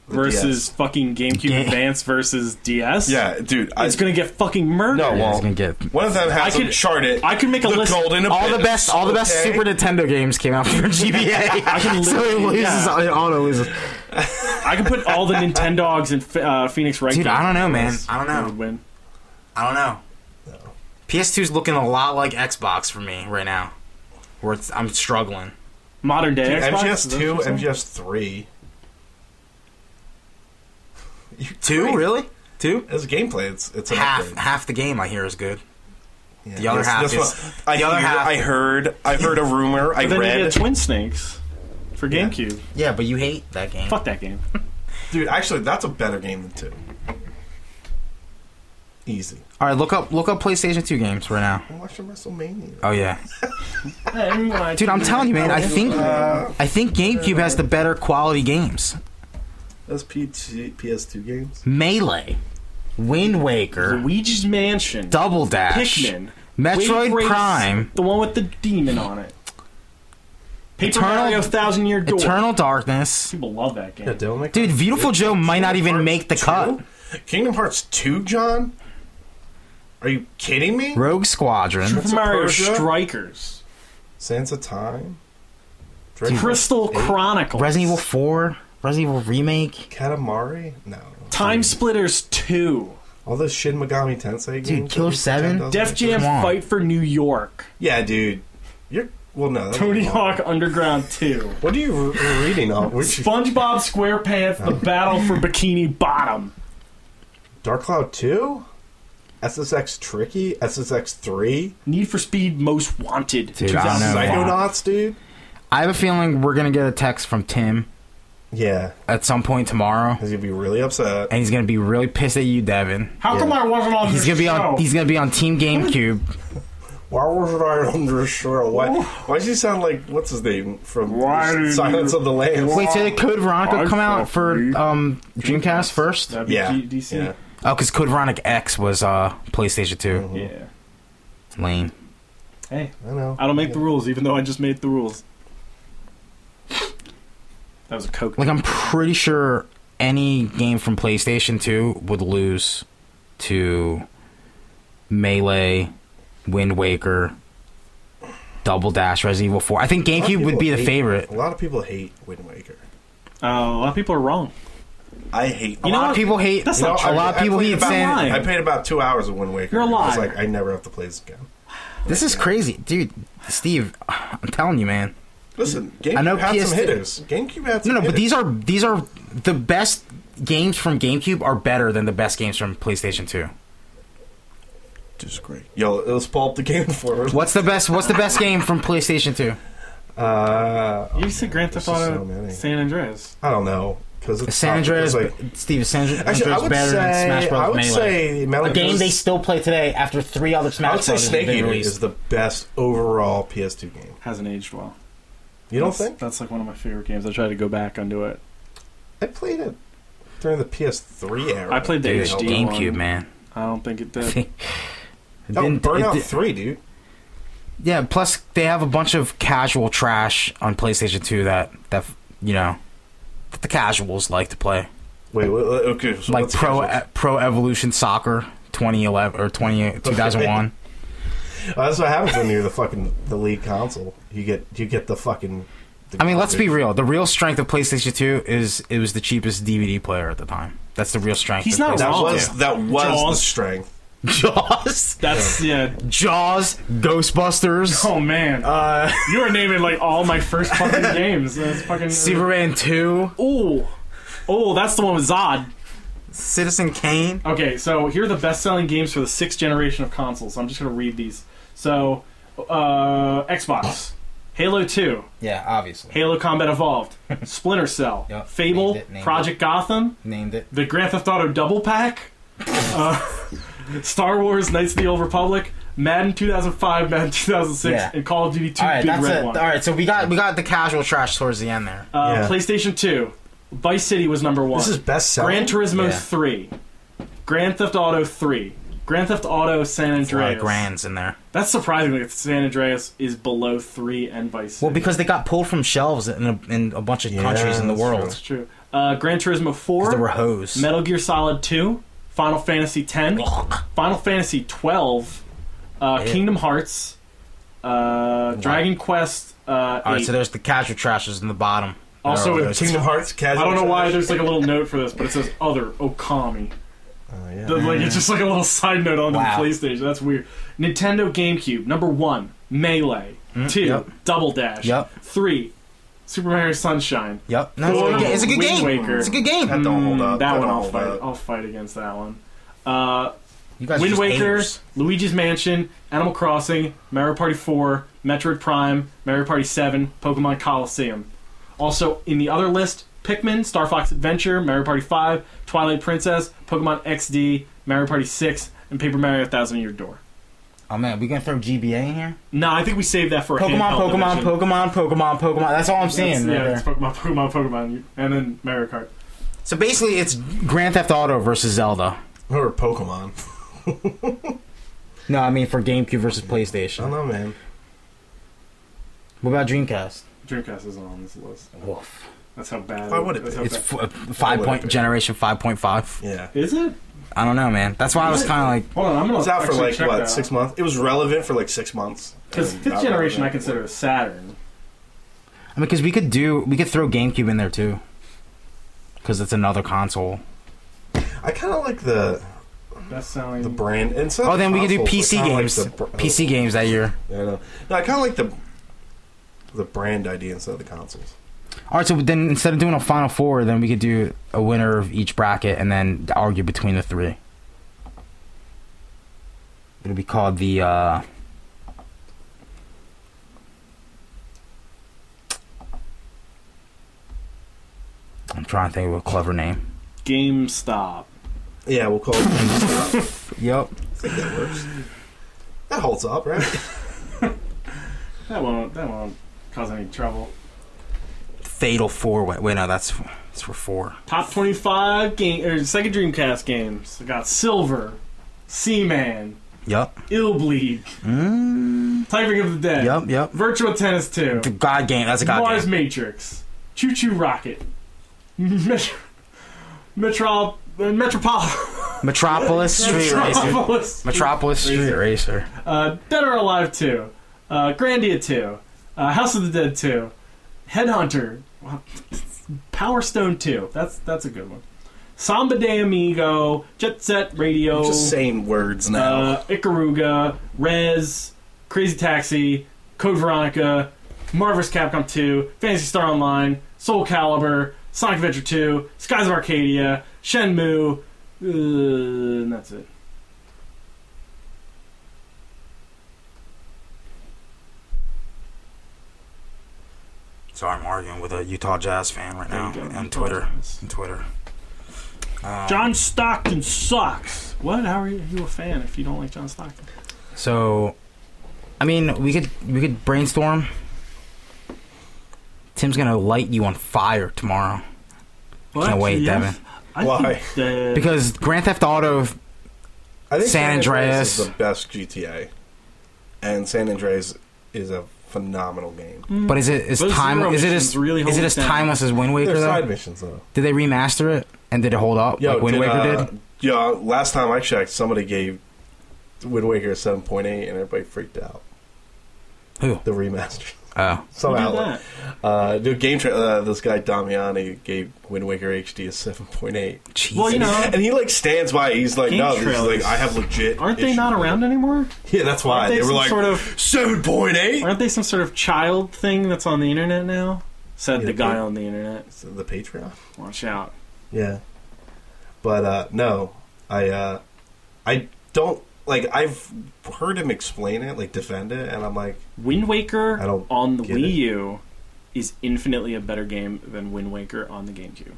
Speaker 2: the
Speaker 3: Versus fucking GameCube
Speaker 1: Yeah.
Speaker 3: Advance versus DS.
Speaker 2: DS. Yeah, dude. I,
Speaker 3: it's gonna get fucking murdered.
Speaker 2: no,
Speaker 1: Yeah,
Speaker 2: well,
Speaker 1: it's gonna get-
Speaker 2: one of them has
Speaker 3: I
Speaker 2: to
Speaker 3: could-
Speaker 2: chart it.
Speaker 3: I could make a
Speaker 2: the
Speaker 3: list-
Speaker 2: Golden
Speaker 1: all the
Speaker 2: Abyss,
Speaker 1: best all the best
Speaker 2: okay?
Speaker 1: Super Nintendo games came out for GBA. so it
Speaker 3: literally-
Speaker 1: loses
Speaker 3: yeah.
Speaker 1: it auto loses.
Speaker 3: I can put all the Nintendogs and uh, Phoenix Wright.
Speaker 1: Dude,
Speaker 3: games
Speaker 1: I don't know,
Speaker 3: on
Speaker 1: man.
Speaker 3: this.
Speaker 4: I don't know.
Speaker 3: It would win.
Speaker 4: I don't know. PS2's looking a lot like Xbox for me right now, where it's, I'm struggling.
Speaker 3: Modern day Xbox. is that
Speaker 2: MGS two,
Speaker 3: what you're saying?
Speaker 2: MGS three. You-
Speaker 4: Two
Speaker 2: great.
Speaker 4: really? Two?
Speaker 2: As gameplay, it's it's an
Speaker 4: Half
Speaker 2: upgrade.
Speaker 4: half the game I hear is good.
Speaker 2: Yeah,
Speaker 4: the other
Speaker 2: that's-
Speaker 4: half
Speaker 2: that's
Speaker 4: is-
Speaker 2: what- I
Speaker 4: the other
Speaker 2: hear-
Speaker 4: half-
Speaker 2: I heard. I heard a rumor. I
Speaker 3: But then you
Speaker 2: read.
Speaker 3: get Twin Snakes for
Speaker 2: Yeah.
Speaker 3: GameCube.
Speaker 4: Yeah, but you hate that game.
Speaker 3: Fuck that game.
Speaker 2: Dude, actually, that's a better game than two. Easy.
Speaker 1: All right, look up look up PlayStation 2 games right now.
Speaker 2: I'm watching WrestleMania.
Speaker 1: Oh yeah. Dude, I'm telling you man, I think
Speaker 2: Uh,
Speaker 1: I think GameCube has the better quality games.
Speaker 2: Those PT PS2 games.
Speaker 1: Melee, Wind Waker,
Speaker 3: Luigi's Mansion,
Speaker 1: Double Dash,
Speaker 3: Pikmin,
Speaker 1: Metroid
Speaker 3: Wave Race,
Speaker 1: Prime,
Speaker 3: the one with the demon on it, Paper
Speaker 1: Eternal-
Speaker 3: Mario Thousand Year Door.
Speaker 1: Eternal Darkness.
Speaker 3: People love that game.
Speaker 1: Dude, Beautiful Joe might not even make the cut.
Speaker 2: Kingdom Hearts 2, John? Are you kidding me?
Speaker 1: Rogue Squadron,
Speaker 2: Prince
Speaker 3: Paper
Speaker 2: of
Speaker 3: Mario
Speaker 2: Persia?
Speaker 3: Strikers,
Speaker 2: Sands of Time? Dragon
Speaker 3: Crystal Chronicles,
Speaker 1: Resident Evil 4, Resident Evil Remake.
Speaker 2: Katamari? No.
Speaker 3: Time Splitters Two,
Speaker 2: All those Shin Megami Tensei games. that
Speaker 1: Killer
Speaker 2: these
Speaker 1: 7?
Speaker 2: Nintendo's
Speaker 3: Def
Speaker 2: make.
Speaker 3: Jam
Speaker 1: Come on.
Speaker 3: Fight for New York,
Speaker 2: Yeah, dude. You're. Well, no. that's
Speaker 3: Tony
Speaker 2: wrong.
Speaker 3: Hawk Underground Two,
Speaker 2: What are you re- reading on? Which
Speaker 3: SpongeBob SquarePants: The Battle for Bikini Bottom.
Speaker 2: Dark Cloud 2? SSX Tricky? SSX 3?
Speaker 3: Need for Speed Most Wanted.
Speaker 1: Dude, I don't know.
Speaker 2: Psychonauts, dude?
Speaker 1: I have a feeling we're gonna get a text from Tim
Speaker 2: Yeah.
Speaker 1: at some point tomorrow,
Speaker 2: He's going to be really upset.
Speaker 1: and he's gonna be really pissed at you, Devin.
Speaker 3: How come I wasn't on
Speaker 1: He's
Speaker 3: this
Speaker 1: gonna be
Speaker 3: show?
Speaker 1: on. He's gonna be on Team GameCube.
Speaker 2: Why was I under a shore? Why? Why does he sound like what's his name from
Speaker 3: Why did
Speaker 2: Silence
Speaker 3: you-
Speaker 2: of the Lambs?
Speaker 1: Wait, so did Code Veronica
Speaker 3: I'm
Speaker 1: come out
Speaker 3: sorry.
Speaker 1: for um, Dreamcast first? Oh,
Speaker 3: That'd be
Speaker 2: yeah,
Speaker 3: G- DC.
Speaker 2: yeah.
Speaker 1: because Oh, Code Veronica X was uh, PlayStation
Speaker 2: Mm-hmm.
Speaker 1: Two.
Speaker 3: Yeah.
Speaker 1: Lame.
Speaker 3: Hey,
Speaker 2: I know.
Speaker 3: I don't make the rules, even though I just made the rules. That was a coke. Uh,
Speaker 1: Like I'm pretty sure any game from PlayStation Two would lose to Melee, Wind Waker, Double Dash, Resident Evil Four. I think
Speaker 2: A lot of
Speaker 1: GameCube would
Speaker 2: people
Speaker 1: be the
Speaker 2: hate-
Speaker 1: favorite.
Speaker 2: A lot of people hate Wind Waker.
Speaker 3: Uh, a lot of people are wrong.
Speaker 2: I hate.
Speaker 3: You
Speaker 1: a
Speaker 3: know
Speaker 1: lot
Speaker 3: what?
Speaker 1: of people hate.
Speaker 3: That's
Speaker 1: a
Speaker 3: not
Speaker 1: lot
Speaker 3: true.
Speaker 1: of people
Speaker 2: played
Speaker 1: hate
Speaker 2: about-
Speaker 1: saying
Speaker 3: lying.
Speaker 2: I played about two hours of Wind Waker.
Speaker 3: You're a
Speaker 2: I was
Speaker 3: liar.
Speaker 2: like, I never have to play this again.
Speaker 1: this is crazy, dude. Steve, I'm telling you, man.
Speaker 2: Listen, GameCube
Speaker 1: I know
Speaker 2: had
Speaker 1: PS2
Speaker 2: some hitters. GameCube had
Speaker 1: No,
Speaker 2: some
Speaker 1: no, but
Speaker 2: hitters.
Speaker 1: these are these are the best games from GameCube are better than the best games from PlayStation 2.
Speaker 2: Disagree. Yo, let's pull up the game for us.
Speaker 1: What's the best? What's the best game from PlayStation 2?
Speaker 2: Uh,
Speaker 3: You said Grand Theft
Speaker 2: There's just so
Speaker 3: Auto
Speaker 2: many.
Speaker 3: San Andreas.
Speaker 2: I don't know because it's
Speaker 1: San
Speaker 2: tough,
Speaker 1: Andreas,
Speaker 2: because,
Speaker 1: like,
Speaker 2: Like,
Speaker 1: Steve. San Andreas
Speaker 2: actually, I
Speaker 1: is
Speaker 2: would
Speaker 1: better than Smash
Speaker 2: say
Speaker 1: Bros.
Speaker 2: I would
Speaker 1: Melee.
Speaker 2: say Metal
Speaker 1: a game
Speaker 2: Gear-
Speaker 1: they still play today after three other Smash
Speaker 2: I would say
Speaker 1: Brothers
Speaker 2: Snake
Speaker 1: have been
Speaker 2: Eater
Speaker 1: released.
Speaker 2: is the best overall PS2 game.
Speaker 3: Hasn't aged well.
Speaker 2: You don't
Speaker 3: That's-
Speaker 2: think?
Speaker 3: That's like one of my favorite games. I tried to go back onto it.
Speaker 2: I played it during the PS3 era.
Speaker 3: I played the
Speaker 1: Dude,
Speaker 3: HD
Speaker 1: GameCube,
Speaker 3: one.
Speaker 1: man.
Speaker 3: I don't think it did.
Speaker 1: It
Speaker 2: No,
Speaker 1: didn't-
Speaker 2: Burnout
Speaker 1: it did-
Speaker 2: Three, dude.
Speaker 1: yeah. Plus, they have a bunch of casual trash on PlayStation 2 that that you know that the casuals like to play,
Speaker 2: Wait, wait, okay. So
Speaker 1: like
Speaker 2: what's
Speaker 1: Pro
Speaker 2: casual?
Speaker 1: e- Pro Evolution Soccer 2011 or 20 2001.
Speaker 2: Well, that's what happens when you're the fucking the lead console. You get you get the fucking. the
Speaker 1: I mean, let's be
Speaker 2: garbage.
Speaker 1: real. The real strength of PlayStation 2 is it was the cheapest DVD player at the time. That's the real strength.
Speaker 3: He's
Speaker 1: of
Speaker 3: not
Speaker 2: That
Speaker 3: wrong.
Speaker 2: was that was
Speaker 3: Jaws.
Speaker 2: the strength.
Speaker 1: PlayStation. Jaws,
Speaker 3: That's yeah.
Speaker 1: Jaws, Ghostbusters,
Speaker 3: Oh man,
Speaker 1: uh,
Speaker 3: you are naming like all my first fucking games. That's fucking.
Speaker 1: Superman 2,
Speaker 3: Oh, oh, that's the one with Zod.
Speaker 1: Citizen Kane.
Speaker 3: Okay, so here are the best-selling games for the sixth generation of consoles. I'm just gonna read these. So, uh, Xbox, Halo Two,
Speaker 1: Yeah, obviously
Speaker 3: Halo Combat Evolved, Splinter Cell,
Speaker 1: Yep,
Speaker 3: Fable,
Speaker 1: named it, named
Speaker 3: Project Gotham,
Speaker 1: named it.
Speaker 3: the Grand Theft Auto Double Pack, uh, Star Wars: Knights of the Old Republic, Madden 2005, Madden 2006,
Speaker 1: Yeah.
Speaker 3: and Call of Duty 2
Speaker 1: All right,
Speaker 3: Big
Speaker 1: that's
Speaker 3: Red
Speaker 1: it.
Speaker 3: One.
Speaker 1: All right, so we got we got the casual trash towards the end there.
Speaker 3: Uh,
Speaker 2: Yeah.
Speaker 3: PlayStation 2, Vice City was number one.
Speaker 2: This is best selling.
Speaker 3: Gran Turismo
Speaker 1: Yeah.
Speaker 3: 3, Grand Theft Auto 3, Grand Theft Auto San
Speaker 1: A lot
Speaker 3: Andreas.
Speaker 1: of Uh, grands in there.
Speaker 3: That's surprisingly if San Andreas is below 3 and Vice City.
Speaker 1: Well, because they got pulled from shelves in a, in a bunch of
Speaker 2: Yeah,
Speaker 1: countries in the
Speaker 2: that's
Speaker 1: world.
Speaker 2: true.
Speaker 3: That's true. Uh, Gran Turismo 4,
Speaker 1: There were hoes.
Speaker 3: Metal Gear Solid 2, Final Fantasy 10, Final Fantasy 12, uh,
Speaker 1: Yeah.
Speaker 3: Kingdom Hearts, uh, Dragon Quest uh,
Speaker 1: All
Speaker 3: 8.
Speaker 1: right, so there's the casual trashers in the bottom.
Speaker 3: also,
Speaker 1: There are
Speaker 3: in-
Speaker 1: those.
Speaker 2: Kingdom Hearts
Speaker 3: I
Speaker 2: casual.
Speaker 3: don't know why
Speaker 2: trash.
Speaker 3: there's like a little note for this, but it says other Okami.
Speaker 2: Oh, yeah.
Speaker 3: The- like it's just like a little side note on
Speaker 1: Wow.
Speaker 3: the PlayStation. That's weird. Nintendo GameCube number one Melee, two
Speaker 1: yep.
Speaker 3: Double Dash,
Speaker 1: Yep.
Speaker 3: three Super Mario Sunshine.
Speaker 1: Yep, no, it's a good game. It's a good
Speaker 3: Wind
Speaker 1: game.
Speaker 3: Waker.
Speaker 1: It's a good game.
Speaker 2: that don't hold
Speaker 3: Mm,
Speaker 2: up.
Speaker 3: That,
Speaker 2: don't
Speaker 3: one I'll
Speaker 2: hold
Speaker 3: fight.
Speaker 2: up.
Speaker 3: I'll fight against that one. Uh,
Speaker 1: You guys are
Speaker 3: Wind
Speaker 1: just
Speaker 3: Waker,
Speaker 1: haters.
Speaker 3: Luigi's Mansion, Animal Crossing, Mario Party 4, Metroid Prime, Mario Party 7, Pokemon Coliseum. Also, in the other list, Pikmin, Star Fox Adventure, Mario Party 5, Twilight Princess, Pokemon XD, Mario Party 6, and Paper Mario Thousand Year Door.
Speaker 1: Oh man, we gonna throw GBA in here?
Speaker 3: No, I think we saved that for a
Speaker 1: Pokemon,
Speaker 3: handheld
Speaker 1: Pokemon,
Speaker 3: edition.
Speaker 1: Pokemon, Pokemon, Pokemon. That's all I'm
Speaker 3: That's-
Speaker 1: seeing. right
Speaker 3: yeah,
Speaker 1: there.
Speaker 3: it's Pokemon, Pokemon, Pokemon, and then Mario Kart.
Speaker 1: So basically, it's Grand Theft Auto versus Zelda.
Speaker 2: Or Pokemon.
Speaker 1: No, I mean for GameCube versus
Speaker 2: I don't
Speaker 1: PlayStation.
Speaker 2: know, man.
Speaker 1: What about Dreamcast?
Speaker 3: Dreamcast isn't on this list.
Speaker 1: Woof.
Speaker 3: That's how bad.
Speaker 2: Why would it
Speaker 3: that's
Speaker 2: be?
Speaker 3: how
Speaker 1: It's
Speaker 3: bad-
Speaker 1: f- uh, five
Speaker 2: would it
Speaker 1: point
Speaker 2: be?
Speaker 1: generation five point five.
Speaker 2: Yeah.
Speaker 3: Is it?
Speaker 1: I don't know, man. That's why I was kind of like,
Speaker 3: Hold on, I'm gonna.
Speaker 2: It was out for
Speaker 3: actually
Speaker 2: like
Speaker 3: check
Speaker 2: what
Speaker 3: that
Speaker 2: six
Speaker 3: out.
Speaker 2: months. It was relevant for like six months.
Speaker 3: Because
Speaker 2: And
Speaker 3: fifth
Speaker 2: not
Speaker 3: generation, I
Speaker 2: relevant.
Speaker 3: consider a Saturn.
Speaker 1: I mean, because we could do, we could throw GameCube in there too, because it's another console.
Speaker 2: I kind of like the
Speaker 3: Best selling.
Speaker 2: the brand. And so
Speaker 1: Oh, then we could do PC games, PC games that year.
Speaker 2: oh, Yeah, I know. No, I kind of like the the brand idea instead of the consoles.
Speaker 1: All right, so then instead of doing a final four, then we could do a winner of each bracket and then argue between the three. It'll be called the uh, I'm trying to think of a clever name.
Speaker 3: GameStop.
Speaker 2: Yeah, we'll call it. I
Speaker 1: Yep.
Speaker 2: think that works. That holds up, right?
Speaker 3: That won't. That won't cause any trouble.
Speaker 1: Fatal four way. Wait, no, that's that's for four.
Speaker 3: Top twenty-five game or second Dreamcast games. I got Silver, Seaman,
Speaker 1: Yep.
Speaker 3: Illbleed,
Speaker 1: Mm,
Speaker 3: Typing of the Dead,
Speaker 1: yep. Yep.
Speaker 3: Virtual Tennis Two,
Speaker 1: The God game. That's a God
Speaker 3: Mars
Speaker 1: game.
Speaker 3: Matrix, Choo Choo Rocket, Metro, Metro, uh, Metropol-
Speaker 1: Metropolis Street Racer.
Speaker 3: Metropolis,
Speaker 1: Metropolis Street
Speaker 3: Racer.
Speaker 1: Racer.
Speaker 3: uh, Dead or Alive 2, uh, Grandia 2, uh, House of the Dead 2, Headhunter, wow, Power Stone 2. That's that's a good one. Samba de Amigo, Jet Set Radio,
Speaker 2: Just saying words now.
Speaker 3: uh, Ikaruga, Rez, Crazy Taxi, Code Veronica, Marvelous Capcom 2, Fantasy Star Online, Soul Calibur, Sonic Adventure 2, Skies of Arcadia, Shenmue, uh, and that's it.
Speaker 1: Sorry, I'm arguing with a Utah Jazz fan right
Speaker 3: There
Speaker 1: now
Speaker 3: you go.
Speaker 1: on Twitter. On Twitter. Um,
Speaker 3: John Stockton sucks. What? How are you, you a fan if you don't like John Stockton?
Speaker 5: So, I mean, we could we could brainstorm. Tim's gonna light you on fire tomorrow Can't wait, Devin.
Speaker 3: I
Speaker 2: Why?
Speaker 3: Think, uh,
Speaker 5: because Grand Theft Auto.
Speaker 2: I think
Speaker 5: San Andreas.
Speaker 2: is the best GTA, and San Andreas is a phenomenal game.
Speaker 3: Hmm,
Speaker 5: But is it as
Speaker 3: Those
Speaker 5: time?
Speaker 3: zero
Speaker 5: Is it
Speaker 3: missions
Speaker 5: as
Speaker 3: really
Speaker 5: is
Speaker 3: hold
Speaker 5: it as
Speaker 3: down.
Speaker 5: timeless as Wind Waker?
Speaker 2: There's
Speaker 5: Though?
Speaker 2: side missions though.
Speaker 5: Did they remaster it and did it hold up like Wind Waker
Speaker 2: uh,
Speaker 5: did?
Speaker 2: Yeah, last time I checked, somebody gave Wind Waker a 7.8, and everybody freaked out.
Speaker 5: Who?
Speaker 2: The remaster.
Speaker 5: Oh,
Speaker 3: who
Speaker 2: Some
Speaker 3: did
Speaker 2: outlet.
Speaker 3: that?
Speaker 2: Uh, the game tra- uh, this guy Damiani gave Wind Waker HD a 7.8.
Speaker 5: Jesus.
Speaker 3: Well, you know,
Speaker 2: And he like stands by. it. He's like,
Speaker 3: Game
Speaker 2: no, this is
Speaker 3: trailers.
Speaker 2: like I have legit.
Speaker 3: aren't they not
Speaker 2: issues."
Speaker 3: around anymore?
Speaker 2: Yeah, that's why
Speaker 3: Aren't they
Speaker 2: they, were
Speaker 3: some
Speaker 2: like
Speaker 3: sort of-
Speaker 2: seven point eight.
Speaker 3: Aren't they some sort of child thing that's on the internet now? Said
Speaker 2: Yeah,
Speaker 3: the guy
Speaker 2: they-
Speaker 3: on the internet.
Speaker 2: The Patreon.
Speaker 3: Watch out.
Speaker 2: Yeah. But uh no, I uh I don't like I've heard him explain it, like defend it, and I'm like,
Speaker 3: Wind Waker
Speaker 2: I don't
Speaker 3: on the
Speaker 2: get
Speaker 3: Wii
Speaker 2: it.
Speaker 3: U is infinitely a better game than Wind Waker on the GameCube.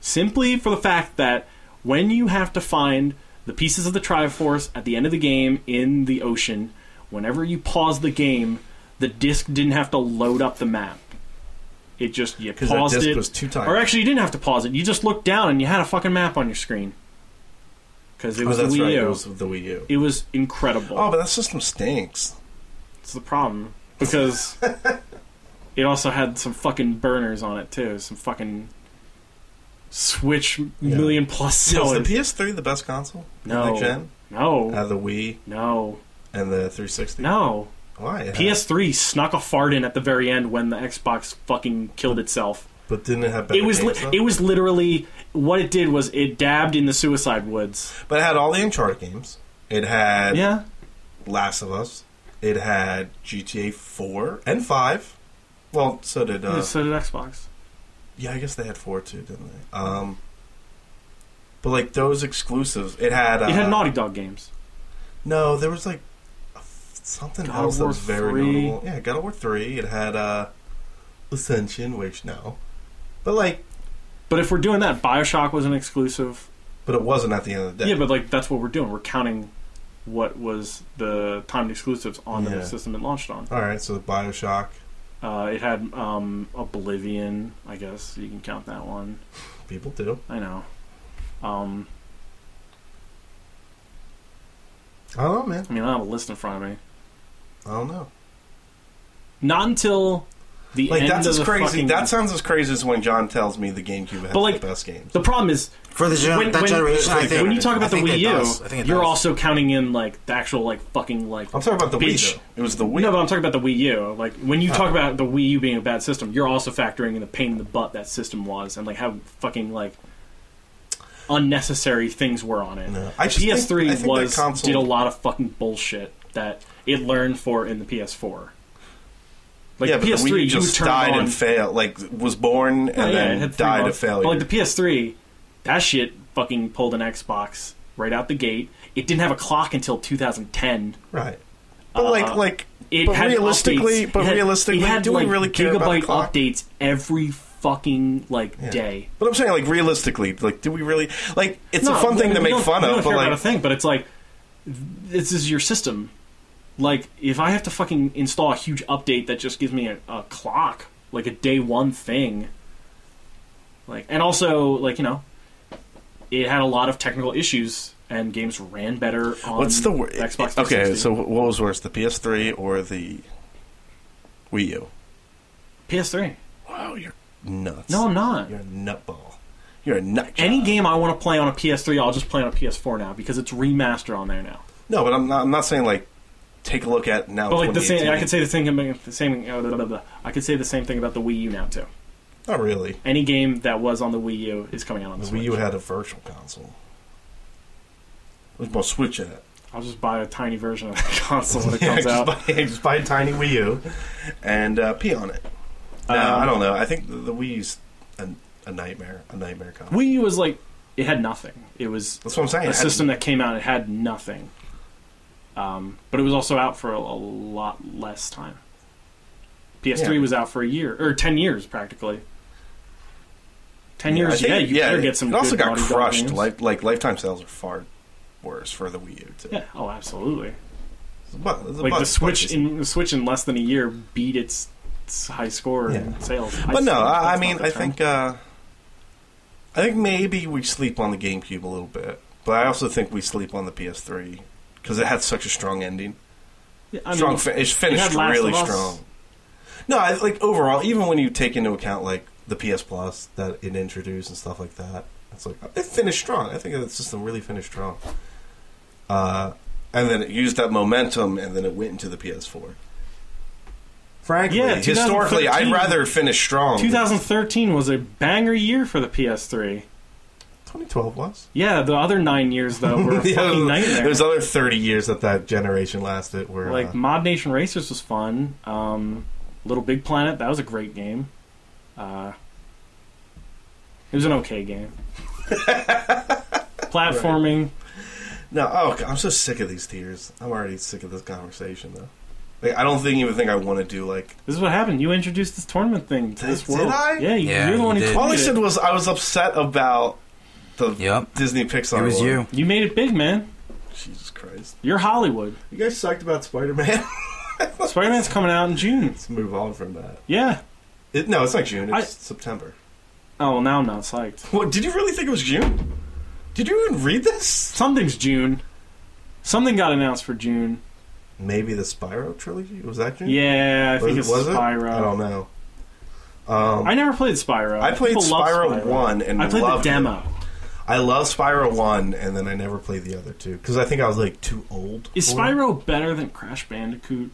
Speaker 3: Simply for the fact that when you have to find the pieces of the Triforce at the end of the game in the ocean, whenever you pause the game, the disc didn't have to load up the map. It just you
Speaker 2: because that
Speaker 3: paused
Speaker 2: disc
Speaker 3: it.
Speaker 2: was too tight.
Speaker 3: Or actually, you didn't have to pause it. You just looked down and you had a fucking map on your screen. Because it
Speaker 2: Oh,
Speaker 3: was
Speaker 2: that's
Speaker 3: the Wii
Speaker 2: right,
Speaker 3: U.
Speaker 2: it was the Wii U.
Speaker 3: incredible.
Speaker 2: Oh, but that system stinks.
Speaker 3: It's the problem. Because it also had some fucking burners on it, too. Some fucking Switch million plus
Speaker 2: So is
Speaker 3: sellers.
Speaker 2: the PS3 the best console?
Speaker 3: No.
Speaker 2: Next gen? Out
Speaker 3: no,
Speaker 2: of the Wii
Speaker 3: no,
Speaker 2: and the 360.
Speaker 3: no.
Speaker 2: Why? It had-
Speaker 3: PS3 snuck a fart in at the very end when the Xbox fucking killed itself.
Speaker 2: but didn't it have better
Speaker 3: It was
Speaker 2: games,
Speaker 3: li-
Speaker 2: though?
Speaker 3: it was literally what it did was it dabbed in the Suicide Woods.
Speaker 2: But it had all the Uncharted games. It had
Speaker 3: Yeah,
Speaker 2: Last of Us. It had GTA 4 and 5. Well, so did uh,
Speaker 3: so did Xbox.
Speaker 2: Yeah, I guess they had four too, didn't they? Um, but like those exclusives, it had. Uh,
Speaker 3: It had Naughty Dog games.
Speaker 2: No, there was like a f- something
Speaker 3: God of
Speaker 2: else that
Speaker 3: War
Speaker 2: was very
Speaker 3: 3.
Speaker 2: notable. Yeah, God of War three. It had uh, Ascension, which no, but like,
Speaker 3: But if we're doing that, Bioshock was an exclusive.
Speaker 2: but it wasn't at the end of the
Speaker 3: Yeah,
Speaker 2: day.
Speaker 3: but like that's what we're doing. We're counting what was the timed exclusives on
Speaker 2: Yeah.
Speaker 3: the system it launched on.
Speaker 2: all right, so Bioshock,
Speaker 3: Uh, it had um, Oblivion, I guess you can count that one.
Speaker 2: people do.
Speaker 3: I know. Um,
Speaker 2: I don't know, man.
Speaker 3: I mean, I have a list in front of me.
Speaker 2: I don't know.
Speaker 3: Not until the
Speaker 2: Like
Speaker 3: end
Speaker 2: that's
Speaker 3: of
Speaker 2: as
Speaker 3: the
Speaker 2: crazy.
Speaker 3: fucking.
Speaker 2: That sounds as crazy as when John tells me the GameCube had
Speaker 3: But, like,
Speaker 2: the best games.
Speaker 3: the problem is
Speaker 1: for the gen-
Speaker 3: When-
Speaker 1: that
Speaker 3: when-
Speaker 1: generation, I
Speaker 2: when
Speaker 1: think.
Speaker 3: when you talk
Speaker 1: I
Speaker 3: about the
Speaker 1: think
Speaker 3: Wii
Speaker 1: it
Speaker 3: U,
Speaker 1: does. I think it
Speaker 3: you're
Speaker 1: does.
Speaker 3: also counting in like the actual like fucking like
Speaker 2: I'm talking about the
Speaker 3: Bitch.
Speaker 2: Wii. Though. It was the Wii.
Speaker 3: No, but I'm talking about the Wii U. Like when you
Speaker 2: Oh.
Speaker 3: talk about the Wii U being a bad system, you're also factoring in the pain in the butt that system was, and like how fucking like unnecessary things were on it.
Speaker 2: No. I just think-
Speaker 3: PS3
Speaker 2: I think that
Speaker 3: was
Speaker 2: console-
Speaker 3: did a lot of fucking bullshit that it learned for in the PS4. Like
Speaker 2: yeah,
Speaker 3: the
Speaker 2: but
Speaker 3: PS3
Speaker 2: the Wii
Speaker 3: you
Speaker 2: just
Speaker 3: turned
Speaker 2: died
Speaker 3: on, Oh,
Speaker 2: and failed. Like was born and
Speaker 3: Yeah, yeah, it
Speaker 2: then
Speaker 3: had three
Speaker 2: died of
Speaker 3: bugs.
Speaker 2: failure.
Speaker 3: But like the PS3, that shit fucking pulled an Xbox right out the gate. It didn't have a clock until 2010.
Speaker 2: right. But like like
Speaker 3: It
Speaker 2: but
Speaker 3: had
Speaker 2: realistically,
Speaker 3: updates.
Speaker 2: but
Speaker 3: It had-
Speaker 2: realistically,
Speaker 3: it had,
Speaker 2: do
Speaker 3: like,
Speaker 2: we really care
Speaker 3: gigabyte
Speaker 2: about the clock?
Speaker 3: updates every fucking like
Speaker 2: Yeah.
Speaker 3: day?
Speaker 2: But I'm saying like realistically, like do we really like it's
Speaker 3: No,
Speaker 2: a fun
Speaker 3: we-
Speaker 2: thing to
Speaker 3: we
Speaker 2: make
Speaker 3: don't-
Speaker 2: fun
Speaker 3: we
Speaker 2: of,
Speaker 3: don't
Speaker 2: but
Speaker 3: care about
Speaker 2: like
Speaker 3: a thing, but it's like this is your system. Like if I have to fucking install a huge update that just gives me a, a clock, like a day one thing, like and also like you know, it had a lot of technical issues and games ran better on
Speaker 2: what's the wor-
Speaker 3: Xbox. 360.
Speaker 2: Okay, so what was worse, the PS3 or the Wii U?
Speaker 3: PS3.
Speaker 2: Wow, you're nuts.
Speaker 3: No, I'm not.
Speaker 2: you're a nutball. You're a nut. job.
Speaker 3: Any game I want to play on a PS3, I'll just play on a PS4 now because it's remastered on there now.
Speaker 2: No, but I'm not. I'm not saying like take a look at now.
Speaker 3: But like the same,
Speaker 2: 2018.
Speaker 3: I could say the same about the same. uh, blah, blah, blah. I could say the same thing about the Wii U now too.
Speaker 2: Not really.
Speaker 3: Any game that was on the Wii U is coming out on the
Speaker 2: The
Speaker 3: Switch.
Speaker 2: Wii U had a virtual console. There's more Switch in it.
Speaker 3: I'll just buy a tiny version of the console when it
Speaker 2: Yeah,
Speaker 3: comes
Speaker 2: just
Speaker 3: out.
Speaker 2: Buy, just buy a tiny Wii U and uh, pee on it. No,
Speaker 3: Um,
Speaker 2: I don't know. I think the, the Wii U's an a nightmare, a nightmare combo.
Speaker 3: Wii U was like it had nothing. It was
Speaker 2: That's what I'm saying.
Speaker 3: a
Speaker 2: It had-
Speaker 3: system that came out. It had nothing, um, but it was also out for a, a lot less time. PS3
Speaker 2: Yeah.
Speaker 3: was out for a year or ten years practically. Ten
Speaker 2: Yeah, I
Speaker 3: years,
Speaker 2: think
Speaker 3: yeah,
Speaker 2: it-
Speaker 3: you better get some.
Speaker 2: It also
Speaker 3: good
Speaker 2: got
Speaker 3: Naughty Dog
Speaker 2: crushed.
Speaker 3: games.
Speaker 2: Like, like lifetime sales are far worse for the Wii U. Too.
Speaker 3: yeah, oh, absolutely.
Speaker 2: It's a bu- it's a
Speaker 3: like
Speaker 2: bu-
Speaker 3: the Switch
Speaker 2: bunch of-
Speaker 3: in the Switch in less than a year beat its, its high score
Speaker 2: Yeah.
Speaker 3: in sales.
Speaker 2: but no,
Speaker 3: think
Speaker 2: I, I
Speaker 3: that's
Speaker 2: mean,
Speaker 3: not the
Speaker 2: I
Speaker 3: trend.
Speaker 2: think, uh, I think maybe we sleep on the GameCube a little bit, but I also think we sleep on the PS3 because it had such a strong ending.
Speaker 3: Yeah, I mean,
Speaker 2: strong. Fi- it's finished
Speaker 3: had Last
Speaker 2: really
Speaker 3: of Us.
Speaker 2: strong. No, I, like overall, even when you take into account like the PS Plus that it introduced and stuff like that, it's like it finished strong. I think the system really finished strong. Uh, and then it used that momentum, and then it went into the PS4. Frankly,
Speaker 3: Yeah,
Speaker 2: historically, I'd
Speaker 3: 2013
Speaker 2: rather finish strong.
Speaker 3: 2013 was a banger year for the PS3.
Speaker 2: 2012 was.
Speaker 3: Yeah, the other nine years though were a
Speaker 2: Yeah,
Speaker 3: fucking nightmare.
Speaker 2: there's other 30 years that that generation lasted. Where
Speaker 3: Like
Speaker 2: uh,
Speaker 3: Mod Nation Racers was fun. Um, Little Big Planet that was a great game. Uh, it was an okay game. Platforming.
Speaker 2: No, oh, God, I'm so sick of these tears. I'm already sick of this conversation, though. Like, I don't think even think I want to do like.
Speaker 3: This is what happened. You introduced this tournament thing to
Speaker 2: Did-
Speaker 3: this
Speaker 2: did
Speaker 3: world.
Speaker 2: I?
Speaker 3: Yeah, you,
Speaker 5: Yeah,
Speaker 3: you're the
Speaker 5: you
Speaker 3: one who
Speaker 5: did.
Speaker 2: All I
Speaker 3: tweeted
Speaker 2: said
Speaker 3: it.
Speaker 2: was I was upset about the
Speaker 5: Yep.
Speaker 2: Disney Pixar.
Speaker 5: It was
Speaker 2: one.
Speaker 5: you.
Speaker 3: You made it big, man.
Speaker 2: Jesus Christ!
Speaker 3: You're Hollywood.
Speaker 2: You guys sucked about Spider Man.
Speaker 3: Spider Man's coming out in June.
Speaker 2: Let's move on from that.
Speaker 3: Yeah.
Speaker 2: It, no, it's not June. It's
Speaker 3: I-
Speaker 2: September.
Speaker 3: Oh, well, now I'm not psyched.
Speaker 2: What? Did you really think it was June? Did you even read this?
Speaker 3: Something's June. Something got announced for June.
Speaker 2: Maybe the Spyro trilogy was that June?
Speaker 3: Yeah, I think
Speaker 2: was,
Speaker 3: it's
Speaker 2: was It? I
Speaker 3: Spyro.
Speaker 2: don't know. Um,
Speaker 3: I never played Spyro.
Speaker 2: I played
Speaker 3: People love
Speaker 2: Spyro, One and
Speaker 3: I played
Speaker 2: loved
Speaker 3: the
Speaker 2: it.
Speaker 3: demo.
Speaker 2: I love Spyro One, and then I never played the other two because I think I was like too old.
Speaker 3: Is
Speaker 2: for it.
Speaker 3: Spyro better than Crash Bandicoot?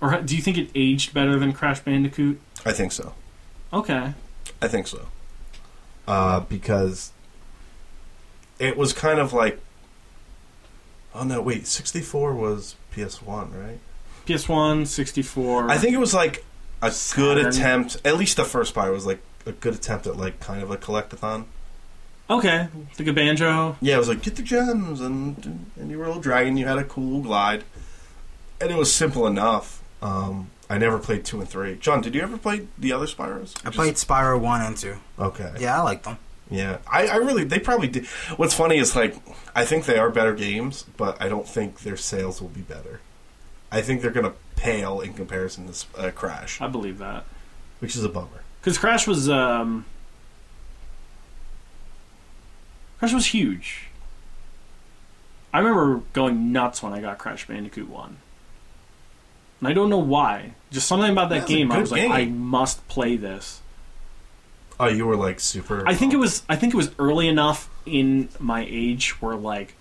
Speaker 3: Or do you think it aged better than Crash Bandicoot?
Speaker 2: I think so.
Speaker 3: Okay.
Speaker 2: I think so. Uh, because it was kind of like, oh no, wait, sixty four was PS One, right?
Speaker 3: PS1, 64.
Speaker 2: I think it was like a good
Speaker 3: Saturn.
Speaker 2: attempt. At least the first Spyro was like a good attempt at like kind of a collectathon.
Speaker 3: Okay. The Gabanjo.
Speaker 2: Yeah, it was like get the gems and and you were a little dragon. You had a cool glide, and it was simple enough. Um, I never played two and three. John, did you ever play the other Spyros?
Speaker 1: I played Spyro one and two.
Speaker 2: Okay.
Speaker 1: Yeah, I like them.
Speaker 2: Yeah, I, I really they probably did. What's funny is like I think they are better games, but I don't think their sales will be better. I think they're gonna pale in comparison to uh, Crash,
Speaker 3: I believe that.
Speaker 2: which is a bummer.
Speaker 3: Because Crash was um, Crash was huge. I remember going nuts when I got Crash Bandicoot one, and I don't know why. Just something about that
Speaker 2: That's a
Speaker 3: game. I
Speaker 2: good
Speaker 3: was
Speaker 2: game.
Speaker 3: like, I must play this.
Speaker 2: Oh, you were like super.
Speaker 3: I think it was. I think it was early enough in my age where like,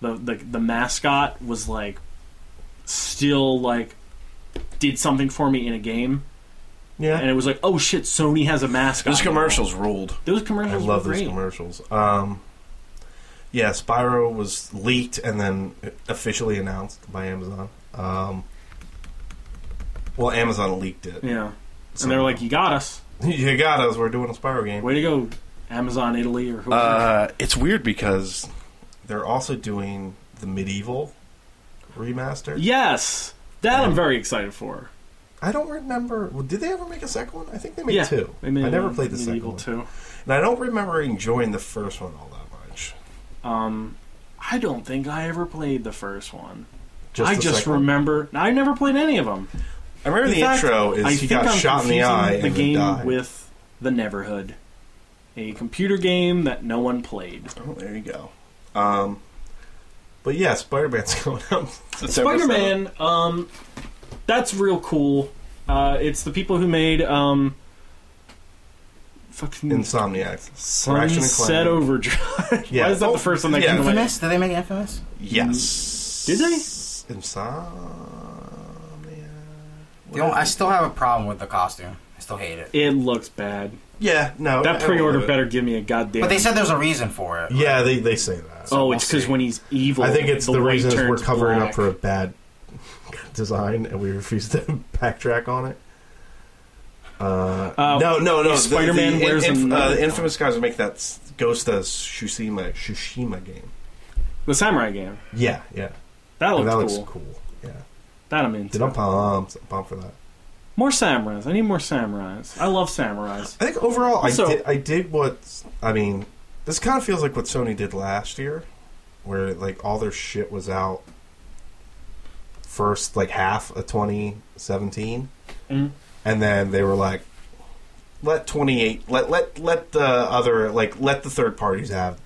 Speaker 3: the the the mascot was like, still like, did something for me in a game, and
Speaker 2: yeah.
Speaker 3: it was like, oh shit, Sony has a mascot.
Speaker 2: Those commercials ruled.
Speaker 3: Those
Speaker 2: I
Speaker 3: commercials.
Speaker 2: love
Speaker 3: were
Speaker 2: those
Speaker 3: great.
Speaker 2: commercials. Um, yeah, Spyro was leaked and then officially announced by Amazon. Um, well, Amazon leaked it.
Speaker 3: Yeah. And they're like, you got us.
Speaker 2: "You got us. We're doing a Spyro game."
Speaker 3: Way to go, Amazon Italy or whoever.
Speaker 2: Uh, it's weird because they're also doing the medieval remaster.
Speaker 3: yes, that I'm very excited for.
Speaker 2: I don't remember. Well, did they ever make a second one? I think they made
Speaker 3: yeah,
Speaker 2: two.
Speaker 3: They made
Speaker 2: I never
Speaker 3: a
Speaker 2: played the second
Speaker 3: medieval
Speaker 2: one,
Speaker 3: second
Speaker 2: and I don't remember enjoying the first one all that much.
Speaker 3: two. Um, I don't think I ever played the first one. I
Speaker 2: the
Speaker 3: just
Speaker 2: second one.
Speaker 3: remember I never played any of them.
Speaker 2: I remember
Speaker 3: In
Speaker 2: the
Speaker 3: fact,
Speaker 2: intro is
Speaker 3: I
Speaker 2: he
Speaker 3: think
Speaker 2: got
Speaker 3: I'm
Speaker 2: shot in the
Speaker 3: confusing
Speaker 2: eye
Speaker 3: the
Speaker 2: and
Speaker 3: game
Speaker 2: then died.
Speaker 3: with the Neverhood, a computer game that no one played.
Speaker 2: oh, there you go. Um, but yeah, Spider Man's going out. September
Speaker 3: Spider
Speaker 2: 7th.
Speaker 3: Man, um, that's real cool. Uh, it's the people who made um, fucking
Speaker 2: Insomniac. Ratchet and
Speaker 3: Sunset
Speaker 2: Clank.
Speaker 3: Overdrive.
Speaker 2: Yeah.
Speaker 3: Why is that
Speaker 2: Oh,
Speaker 3: the first one that
Speaker 2: yeah.
Speaker 3: came to mind?
Speaker 1: Infamous? Did they make Infamous?
Speaker 2: Yes.
Speaker 3: Did they?
Speaker 2: Insomniac.
Speaker 1: You know, I still have a problem with the costume. I still hate it.
Speaker 3: It looks bad.
Speaker 2: Yeah, no. Oh, I
Speaker 3: That
Speaker 2: don't
Speaker 3: pre-order
Speaker 2: love it.
Speaker 3: better give me a goddamn.
Speaker 1: But they said there's a reason for it.
Speaker 2: Yeah, they, they say that.
Speaker 3: oh,
Speaker 1: we'll
Speaker 3: it's because
Speaker 1: see.
Speaker 3: when he's evil,
Speaker 2: I think it's the,
Speaker 3: white
Speaker 2: reason is we're
Speaker 3: turns
Speaker 2: covering
Speaker 3: black.
Speaker 2: up for a bad design, and we refuse to backtrack on it.
Speaker 3: Uh,
Speaker 2: no, no, no.
Speaker 3: if Spider-Man
Speaker 2: the,
Speaker 3: wears
Speaker 2: the, inf-
Speaker 3: a
Speaker 2: uh,
Speaker 3: mask.
Speaker 2: the infamous guys would make that s- Ghost of Tsushima Tsushima game.
Speaker 3: The samurai game.
Speaker 2: Yeah, yeah.
Speaker 3: That looks
Speaker 2: that
Speaker 3: cool.
Speaker 2: looks cool. Yeah.
Speaker 3: That I'm into.
Speaker 2: Dude, I'm pumped. I'm pumped for that.
Speaker 3: More samurais. I need more samurais. I love samurais.
Speaker 2: I think overall, I
Speaker 3: So-
Speaker 2: did. I did what. I mean, this kind of feels like what Sony did last year, where like all their shit was out first like half of 2017, Mm-hmm.
Speaker 3: Mm.
Speaker 2: and then they were like, let 28, let let let the other like let the third parties have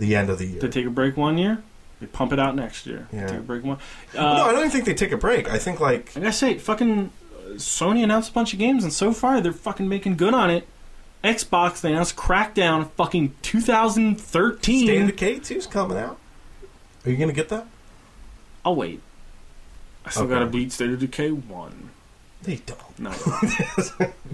Speaker 2: the end of the year.
Speaker 3: They take a break one year. They pump it out next year. They
Speaker 2: Yeah.
Speaker 3: Take a break one. Uh, Hmm.
Speaker 2: no, I don't even think they take a break. I think like
Speaker 3: Like I say, fucking uh, Sony announced a bunch of games, and so far they're fucking making good on it. Xbox they announced Crackdown fucking 2013.
Speaker 2: State of Decay 2's coming out. Are you gonna get that?
Speaker 3: I'll wait. I still
Speaker 2: Okay.
Speaker 3: gotta beat State of Decay one.
Speaker 2: They don't.
Speaker 3: No,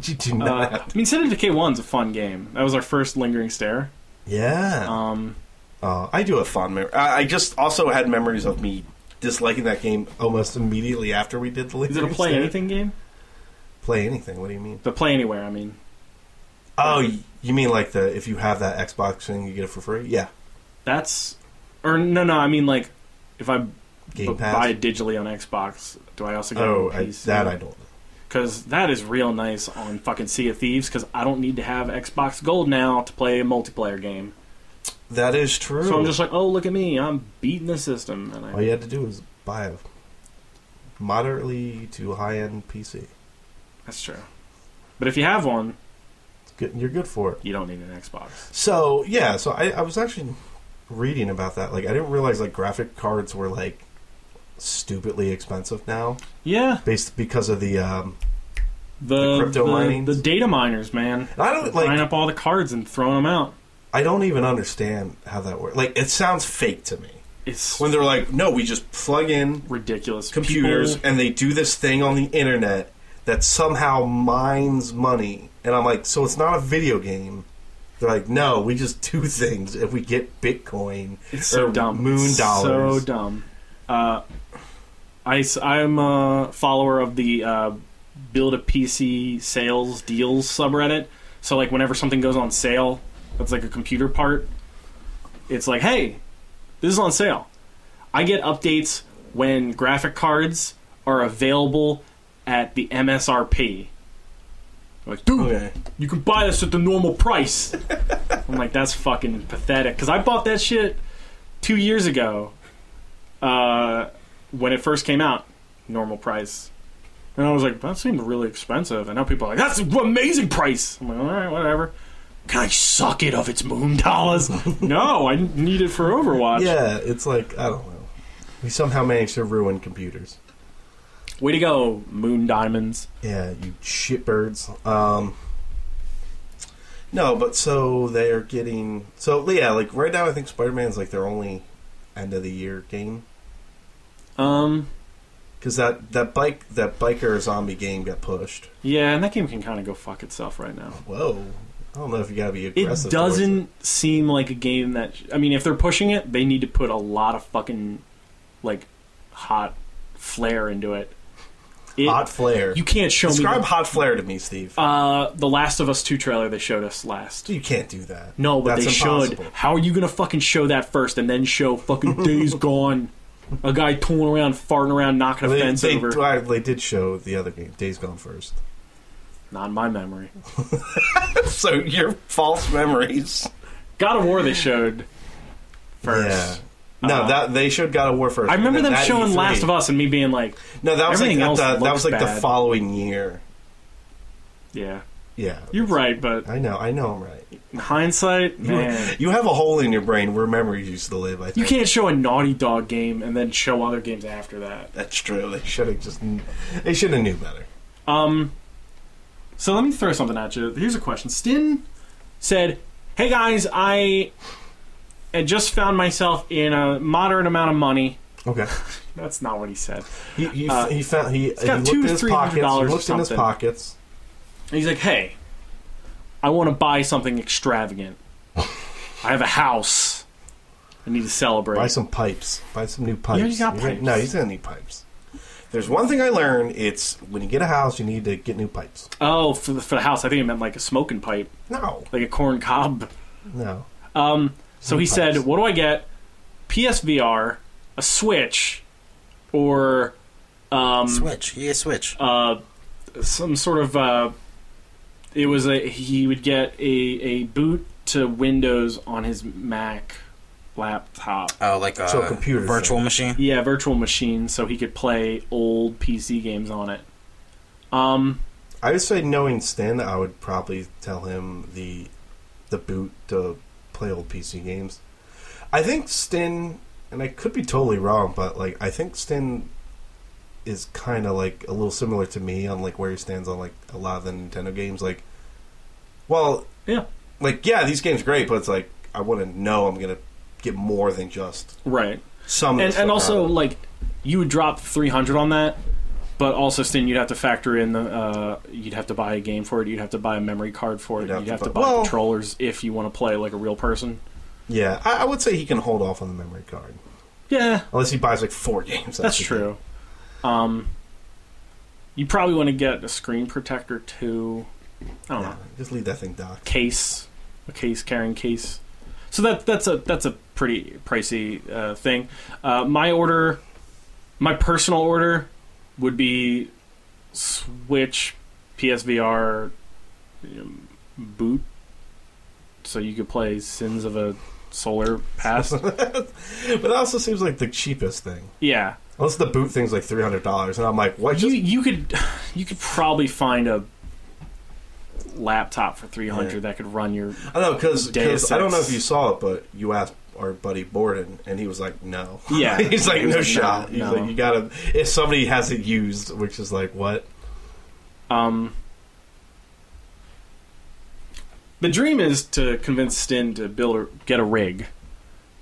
Speaker 2: You do
Speaker 3: uh,
Speaker 2: not.
Speaker 3: I mean State of Decay one's a fun game. That was our first lingering stare.
Speaker 2: yeah.
Speaker 3: Um,
Speaker 2: Uh, I do have fond memory. I, I just also had memories of me disliking that game almost immediately after we did the.
Speaker 3: is it a
Speaker 2: Leader's
Speaker 3: play
Speaker 2: Day.
Speaker 3: anything game?
Speaker 2: Play anything? What do you mean?
Speaker 3: The play anywhere. I mean,
Speaker 2: Oh, y- you mean like the if you have that Xbox thing, you get it for free? Yeah,
Speaker 3: that's or no, no. I mean like if I b-
Speaker 2: Game
Speaker 3: buy
Speaker 2: Pass.
Speaker 3: it digitally on Xbox, do I also get
Speaker 2: Oh,
Speaker 3: it
Speaker 2: I,
Speaker 3: on PC?
Speaker 2: that I don't. know.
Speaker 3: Because that is real nice on fucking Sea of Thieves because I don't need to have Xbox Gold now to play a multiplayer game.
Speaker 2: That is true.
Speaker 3: So I'm just like, oh, look at me. I'm beating the system. And I,
Speaker 2: all you had to do was buy a moderately to high end PC.
Speaker 3: That's true. But if you have one,
Speaker 2: It's good. You're good for it.
Speaker 3: you don't need an Xbox.
Speaker 2: So yeah, so I, I was actually reading about that. Like I didn't realize like graphic cards were like stupidly expensive now,
Speaker 3: Yeah.
Speaker 2: based because of the um,
Speaker 3: The,
Speaker 2: The crypto
Speaker 3: the-
Speaker 2: mining?
Speaker 3: The data miners, man.
Speaker 2: I don't
Speaker 3: Line
Speaker 2: like.
Speaker 3: up all the cards and throwing them out.
Speaker 2: I don't even understand how that works. Like, it sounds fake to me.
Speaker 3: It's
Speaker 2: When they're like, "No, we just plug in
Speaker 3: ridiculous.
Speaker 2: computers
Speaker 3: People-
Speaker 2: and they do this thing on the internet that somehow mines money," and I'm like, "So it's not a video game." They're like, "No, we just do things if we get Bitcoin."
Speaker 3: It's so
Speaker 2: or
Speaker 3: dumb.
Speaker 2: moon
Speaker 3: It's
Speaker 2: dollars.
Speaker 3: So dumb. Uh, I, am a follower of the uh, build a PC sales deals subreddit. So like whenever something goes on sale, that's like a computer part. It's like, hey, this is on sale. I get updates when graphic cards are available at the MSRP. I'm like, dude,
Speaker 2: Okay.
Speaker 3: you can buy this at the normal price. I'm like, that's fucking pathetic. Because I bought that shit two years ago uh, when it first came out, normal price. And I was like, that seemed really expensive. And now people are like, that's an amazing price. I'm like, all right, whatever. Can I suck it of its moon dollars? no, I need it for Overwatch.
Speaker 2: Yeah, it's like I don't know. We somehow managed to ruin computers.
Speaker 3: Way to go, moon diamonds.
Speaker 2: Yeah, you shitbirds. Um, no, but so they're getting so yeah. Like right now, I think Spider Man's like their only end of the year game
Speaker 3: Um,
Speaker 2: because that that bike that biker zombie game got pushed.
Speaker 3: yeah, and that game can kind of go fuck itself right now.
Speaker 2: Whoa, I don't know if you gotta be
Speaker 3: It
Speaker 2: aggressive. towards
Speaker 3: doesn't
Speaker 2: it.
Speaker 3: seem like a game that. I mean, if they're pushing it, they need to put a lot of fucking like hot flair into it. It-
Speaker 2: hot flare.
Speaker 3: You can't show
Speaker 2: Describe
Speaker 3: me
Speaker 2: hot flare to me, Steve.
Speaker 3: the, uh, the Last of Us two trailer they showed us last.
Speaker 2: you can't do that.
Speaker 3: No, but
Speaker 2: That's
Speaker 3: they
Speaker 2: impossible.
Speaker 3: should. How are you gonna fucking show that first and then show fucking Days Gone? A guy tooling around, farting around, knocking a
Speaker 2: They,
Speaker 3: fence
Speaker 2: they,
Speaker 3: over.
Speaker 2: well, they did show the other game. Days Gone first.
Speaker 3: Not in my memory.
Speaker 2: So your false memories.
Speaker 3: God of War they showed first.
Speaker 2: Yeah. No,
Speaker 3: Uh,
Speaker 2: that they showed God of War first.
Speaker 3: I
Speaker 2: and
Speaker 3: remember
Speaker 2: then
Speaker 3: them
Speaker 2: that E
Speaker 3: showing
Speaker 2: E3.
Speaker 3: Last of Us and me being like,
Speaker 2: No, that was like
Speaker 3: Everything
Speaker 2: at
Speaker 3: else
Speaker 2: the, that was
Speaker 3: looks
Speaker 2: like the
Speaker 3: bad.
Speaker 2: following year.
Speaker 3: "Yeah,
Speaker 2: Yeah,
Speaker 3: you're right," but
Speaker 2: I know, I know, I'm right.
Speaker 3: In hindsight, man.
Speaker 2: You have a hole in your brain where memories used to live. I
Speaker 3: You
Speaker 2: think
Speaker 3: can't show a Naughty Dog game and then show other games after that.
Speaker 2: that's true. They should have just they should have knew better.
Speaker 3: Um, so let me throw something at you. Here's a question. Stin said, "Hey guys, I had just found myself in a moderate amount of money."
Speaker 2: Okay,
Speaker 3: That's not what he said.
Speaker 2: he he,
Speaker 3: Uh,
Speaker 2: he found he, he
Speaker 3: got
Speaker 2: looked
Speaker 3: two
Speaker 2: in
Speaker 3: to
Speaker 2: his
Speaker 3: three
Speaker 2: pockets.
Speaker 3: hundred
Speaker 2: He
Speaker 3: dollars or
Speaker 2: looked in his
Speaker 3: something.
Speaker 2: pockets.
Speaker 3: And he's like, "Hey, I want to buy something extravagant. I have a house. I need to celebrate."
Speaker 2: Buy some pipes. Buy some new pipes.
Speaker 3: already got
Speaker 2: You're gonna-
Speaker 3: pipes.
Speaker 2: No, he's gonna need pipes. There's one thing I learned. It's when you get a house, you need to get new pipes.
Speaker 3: Oh, for the, for the house, I think it meant like a smoking pipe,
Speaker 2: No,
Speaker 3: like a corn cob.
Speaker 2: no.
Speaker 3: Um, so he
Speaker 2: Pipes.
Speaker 3: said, "What do I get? PSVR, a Switch, or um,
Speaker 1: Switch. Yeah, Switch.
Speaker 3: uh, some sort of." Uh, it was a he would get a, a boot to Windows on his Mac laptop.
Speaker 1: Oh, like a
Speaker 2: So a computer
Speaker 1: virtual
Speaker 2: thing.
Speaker 1: machine.
Speaker 3: Yeah, virtual machine, so he could play old PC games on it. Um,
Speaker 2: I would say, knowing Stan, I would probably tell him the the boot to play old PC games. I think Stan, and I could be totally wrong, but like I think Stan is kind of like a little similar to me on like where he stands on like a lot of the Nintendo games. Like, well,
Speaker 3: Yeah.
Speaker 2: like yeah, these games are great, but it's like I want to know I'm gonna get more than just
Speaker 3: right,
Speaker 2: some. of the
Speaker 3: and
Speaker 2: stuff
Speaker 3: and
Speaker 2: out
Speaker 3: also
Speaker 2: of it.
Speaker 3: like you would drop three hundred on that, but also Stan, you'd have to factor in the uh, you'd have to buy a game for it, you'd have to buy a memory card for it, you'd have, to, buy
Speaker 2: well-
Speaker 3: controllers if you want to play like a real person.
Speaker 2: yeah, I, I would say he can hold off on the memory card
Speaker 3: Yeah,
Speaker 2: unless he buys like four games.
Speaker 3: that's
Speaker 2: actually.
Speaker 3: true. Um, you probably want to get a screen protector too. I don't know.
Speaker 2: Yeah, just leave that thing docked.
Speaker 3: case, a case carrying case. So that that's a that's a pretty pricey uh, thing. Uh, my order, my personal order, would be Switch, PSVR, um, boot, so you could play Sins of a Solar Past.
Speaker 2: But that also seems like the cheapest thing.
Speaker 3: yeah,
Speaker 2: Unless the boot thing's like three hundred dollars, and I'm like, why
Speaker 3: you
Speaker 2: just
Speaker 3: you could you could probably find a laptop for three hundred
Speaker 2: Yeah.
Speaker 3: that could run your
Speaker 2: I don't know because
Speaker 3: Deus
Speaker 2: I don't know
Speaker 3: Ex.
Speaker 2: if you saw it, but you asked our buddy Borden, and he was like, no.
Speaker 3: yeah.
Speaker 2: He's like, no shot. He's
Speaker 3: no.
Speaker 2: like, you gotta. If somebody has it used, which is like, what?
Speaker 3: Um, the dream is to convince Stin to build a, get a rig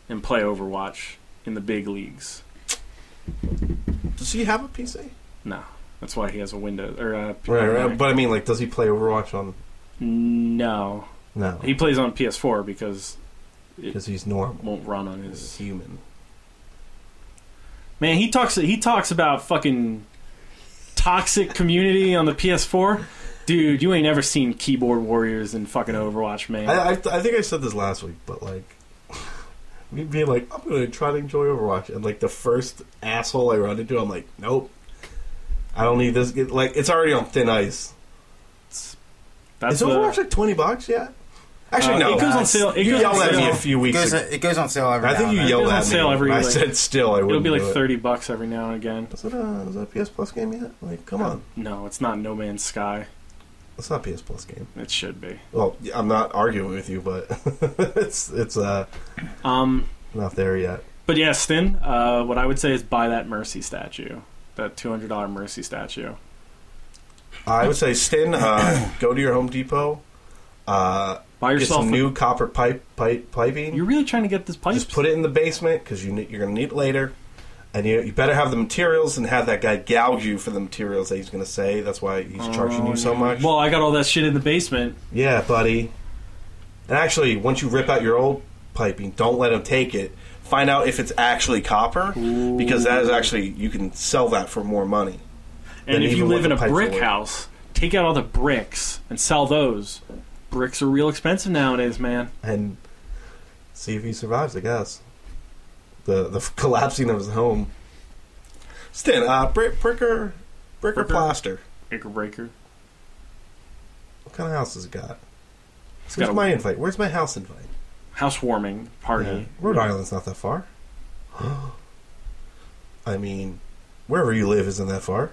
Speaker 3: and play Overwatch in the big leagues.
Speaker 2: Does he have a PC?
Speaker 3: No, that's why he has a window or uh, a
Speaker 2: Right, right. But I mean, like, does he play Overwatch on?
Speaker 3: no,
Speaker 2: No,
Speaker 3: he plays on PS4 because
Speaker 2: because he's normal.
Speaker 3: won't run on
Speaker 2: He's
Speaker 3: his.
Speaker 2: human.
Speaker 3: Man, he talks he talks about fucking toxic community on the PS4. Dude, you ain't never seen keyboard warriors in fucking Overwatch, man.
Speaker 2: I, I, I think I said this last week, but like me being like, I'm gonna try to enjoy Overwatch, and like the first asshole I run into, I'm like, nope, I don't need this. It, like it's already on thin ice.
Speaker 3: That's
Speaker 2: Is
Speaker 3: the-
Speaker 2: Overwatch like twenty bucks yet? Actually,
Speaker 3: Uh,
Speaker 2: no.
Speaker 3: It goes on sale. It
Speaker 2: you
Speaker 3: goes on
Speaker 2: yelled at me
Speaker 3: sale.
Speaker 2: a few
Speaker 1: It
Speaker 2: weeks
Speaker 1: goes,
Speaker 2: ago.
Speaker 1: it goes on sale every
Speaker 2: I think
Speaker 1: now
Speaker 2: you
Speaker 1: and then.
Speaker 2: yelled
Speaker 3: goes on
Speaker 2: at me.
Speaker 3: sale every,
Speaker 2: I
Speaker 3: like-
Speaker 2: said still, I
Speaker 3: It'll
Speaker 2: wouldn't.
Speaker 3: be like
Speaker 2: do it.
Speaker 3: thirty bucks every now and again.
Speaker 2: Is it, a, is that a PS Plus game yet? Like, come on,
Speaker 3: No, it's not No Man's Sky.
Speaker 2: it's not a PS Plus game.
Speaker 3: It should be.
Speaker 2: Well, yeah, I'm not arguing with you, but it's it's uh
Speaker 3: Um,
Speaker 2: not there yet.
Speaker 3: but yeah, Stin. Uh, what I would say is buy that Mercy statue, that two hundred dollar Mercy statue.
Speaker 2: I would say, Stin, uh, go to your Home Depot. Uh,
Speaker 3: Buy
Speaker 2: get
Speaker 3: yourself.
Speaker 2: some
Speaker 3: a-
Speaker 2: new copper pipe, pipe piping.
Speaker 3: you're really trying to get this pipe.
Speaker 2: Just put it in the basement because you ne- you're going to need it later, and you, you better have the materials and have that guy gouge you for the materials that he's going to say. That's why he's charging you so much.
Speaker 3: Oh, Um, Well, I got all that shit in the basement.
Speaker 2: yeah, buddy. And actually, once you rip out your old piping, don't let him take it. Find out if it's actually copper because that is actually you can sell that for more money.
Speaker 3: And
Speaker 2: Then
Speaker 3: if you
Speaker 2: even
Speaker 3: live
Speaker 2: with
Speaker 3: in
Speaker 2: the
Speaker 3: a
Speaker 2: pipes
Speaker 3: brick
Speaker 2: away.
Speaker 3: house, take out all the bricks and sell those. Bricks are real expensive nowadays, man.
Speaker 2: and see if he survives. I guess the the collapsing of his home. Stan, uh, brick, bricker, brick or
Speaker 3: Bricker.
Speaker 2: plaster?
Speaker 3: Acre breaker.
Speaker 2: What kind of house has it got?
Speaker 3: It's
Speaker 2: Where's
Speaker 3: got a
Speaker 2: my invite? Where's my house invite?
Speaker 3: housewarming party.
Speaker 2: Yeah, Rhode Island's not that far. I mean, wherever you live isn't that far.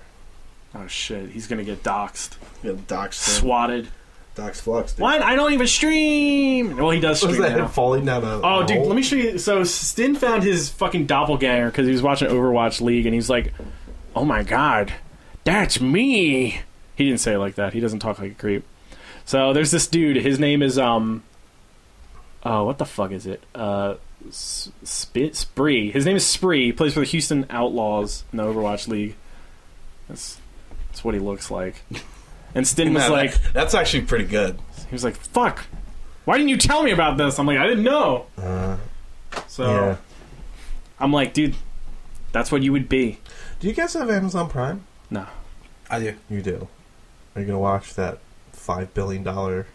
Speaker 3: Oh shit, he's gonna get doxxed,
Speaker 2: Yeah, Doc's
Speaker 3: swatted.
Speaker 2: Doc's Flux. Dude.
Speaker 3: What? I don't even stream. Well, he does
Speaker 2: Was
Speaker 3: stream
Speaker 2: that him
Speaker 3: now.
Speaker 2: falling down a?
Speaker 3: Oh,
Speaker 2: a
Speaker 3: dude,
Speaker 2: hole?
Speaker 3: let me show you. So Stin found his fucking doppelganger because he was watching Overwatch League, and he's like, "Oh my god, that's me." He didn't say it like that. He doesn't talk like a creep. So there's this dude. His name is um. Oh, what the fuck is it? Uh, S- Spit Spree. His name is Spree. He plays for the Houston Outlaws in the Overwatch League. That's that's what he looks like. And Stin was
Speaker 2: Nah,
Speaker 3: like,
Speaker 2: that- that's actually pretty good.
Speaker 3: he was like, "Fuck! Why didn't you tell me about this?" I'm like, "I didn't know."
Speaker 2: Uh,
Speaker 3: So I'm like, "Dude, That's what you would be.
Speaker 2: Do you guys have Amazon Prime?
Speaker 3: No.
Speaker 1: I do.
Speaker 2: You do. Are you gonna watch that five billion dollar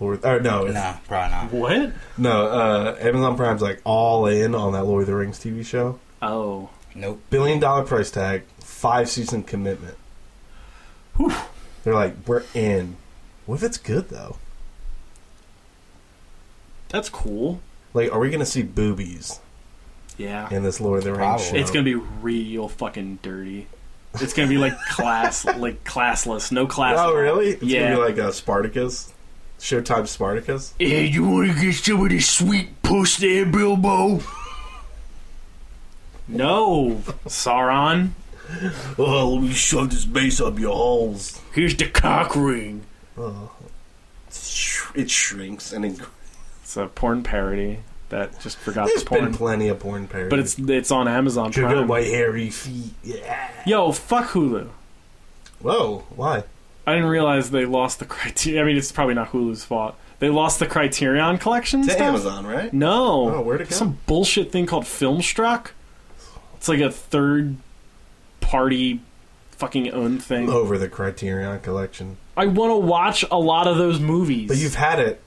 Speaker 2: Lord? Or no, it's,
Speaker 1: No, probably not.
Speaker 3: What?
Speaker 2: no. Uh, Amazon Prime's like all in on that Lord of the Rings TV show.
Speaker 3: Oh.
Speaker 1: Nope.
Speaker 2: Billion dollar price tag, five season commitment.
Speaker 3: Whew.
Speaker 2: They're like, we're in. What if it's good though?
Speaker 3: That's cool.
Speaker 2: Like, are we gonna see boobies
Speaker 3: Yeah.
Speaker 2: in this Lord of the Rings
Speaker 1: Probably.
Speaker 2: show?
Speaker 3: It's gonna be real fucking dirty. It's gonna be like class, like classless, no class.
Speaker 2: Oh, really? It's
Speaker 3: yeah.
Speaker 2: gonna be like uh, Spartacus, Showtime Spartacus.
Speaker 3: hey, you wanna get some of this sweet puss there, Bilbo? No, Sauron.
Speaker 2: Oh, let me shove this base up your holes.
Speaker 3: Here's the cock ring.
Speaker 2: Oh. Sh- It shrinks and it.
Speaker 3: It's a porn parody that just forgot
Speaker 2: There's
Speaker 3: the porn,
Speaker 2: been plenty of porn parodies.
Speaker 3: but it's it's on Amazon
Speaker 2: Check out
Speaker 3: Prime.
Speaker 2: my hairy feet. Yeah.
Speaker 3: Yo, fuck Hulu.
Speaker 2: Whoa, why?
Speaker 3: I didn't realize they lost the criteria. I mean, it's probably not Hulu's fault. They lost the Criterion collection
Speaker 2: To
Speaker 3: stuff.
Speaker 2: Amazon, right?
Speaker 3: No.
Speaker 2: Oh, where'd it go?
Speaker 3: Some bullshit thing called Filmstruck. It's like a third party fucking owned thing.
Speaker 2: Over the Criterion collection.
Speaker 3: I want to watch a lot of those movies.
Speaker 2: But you've had it.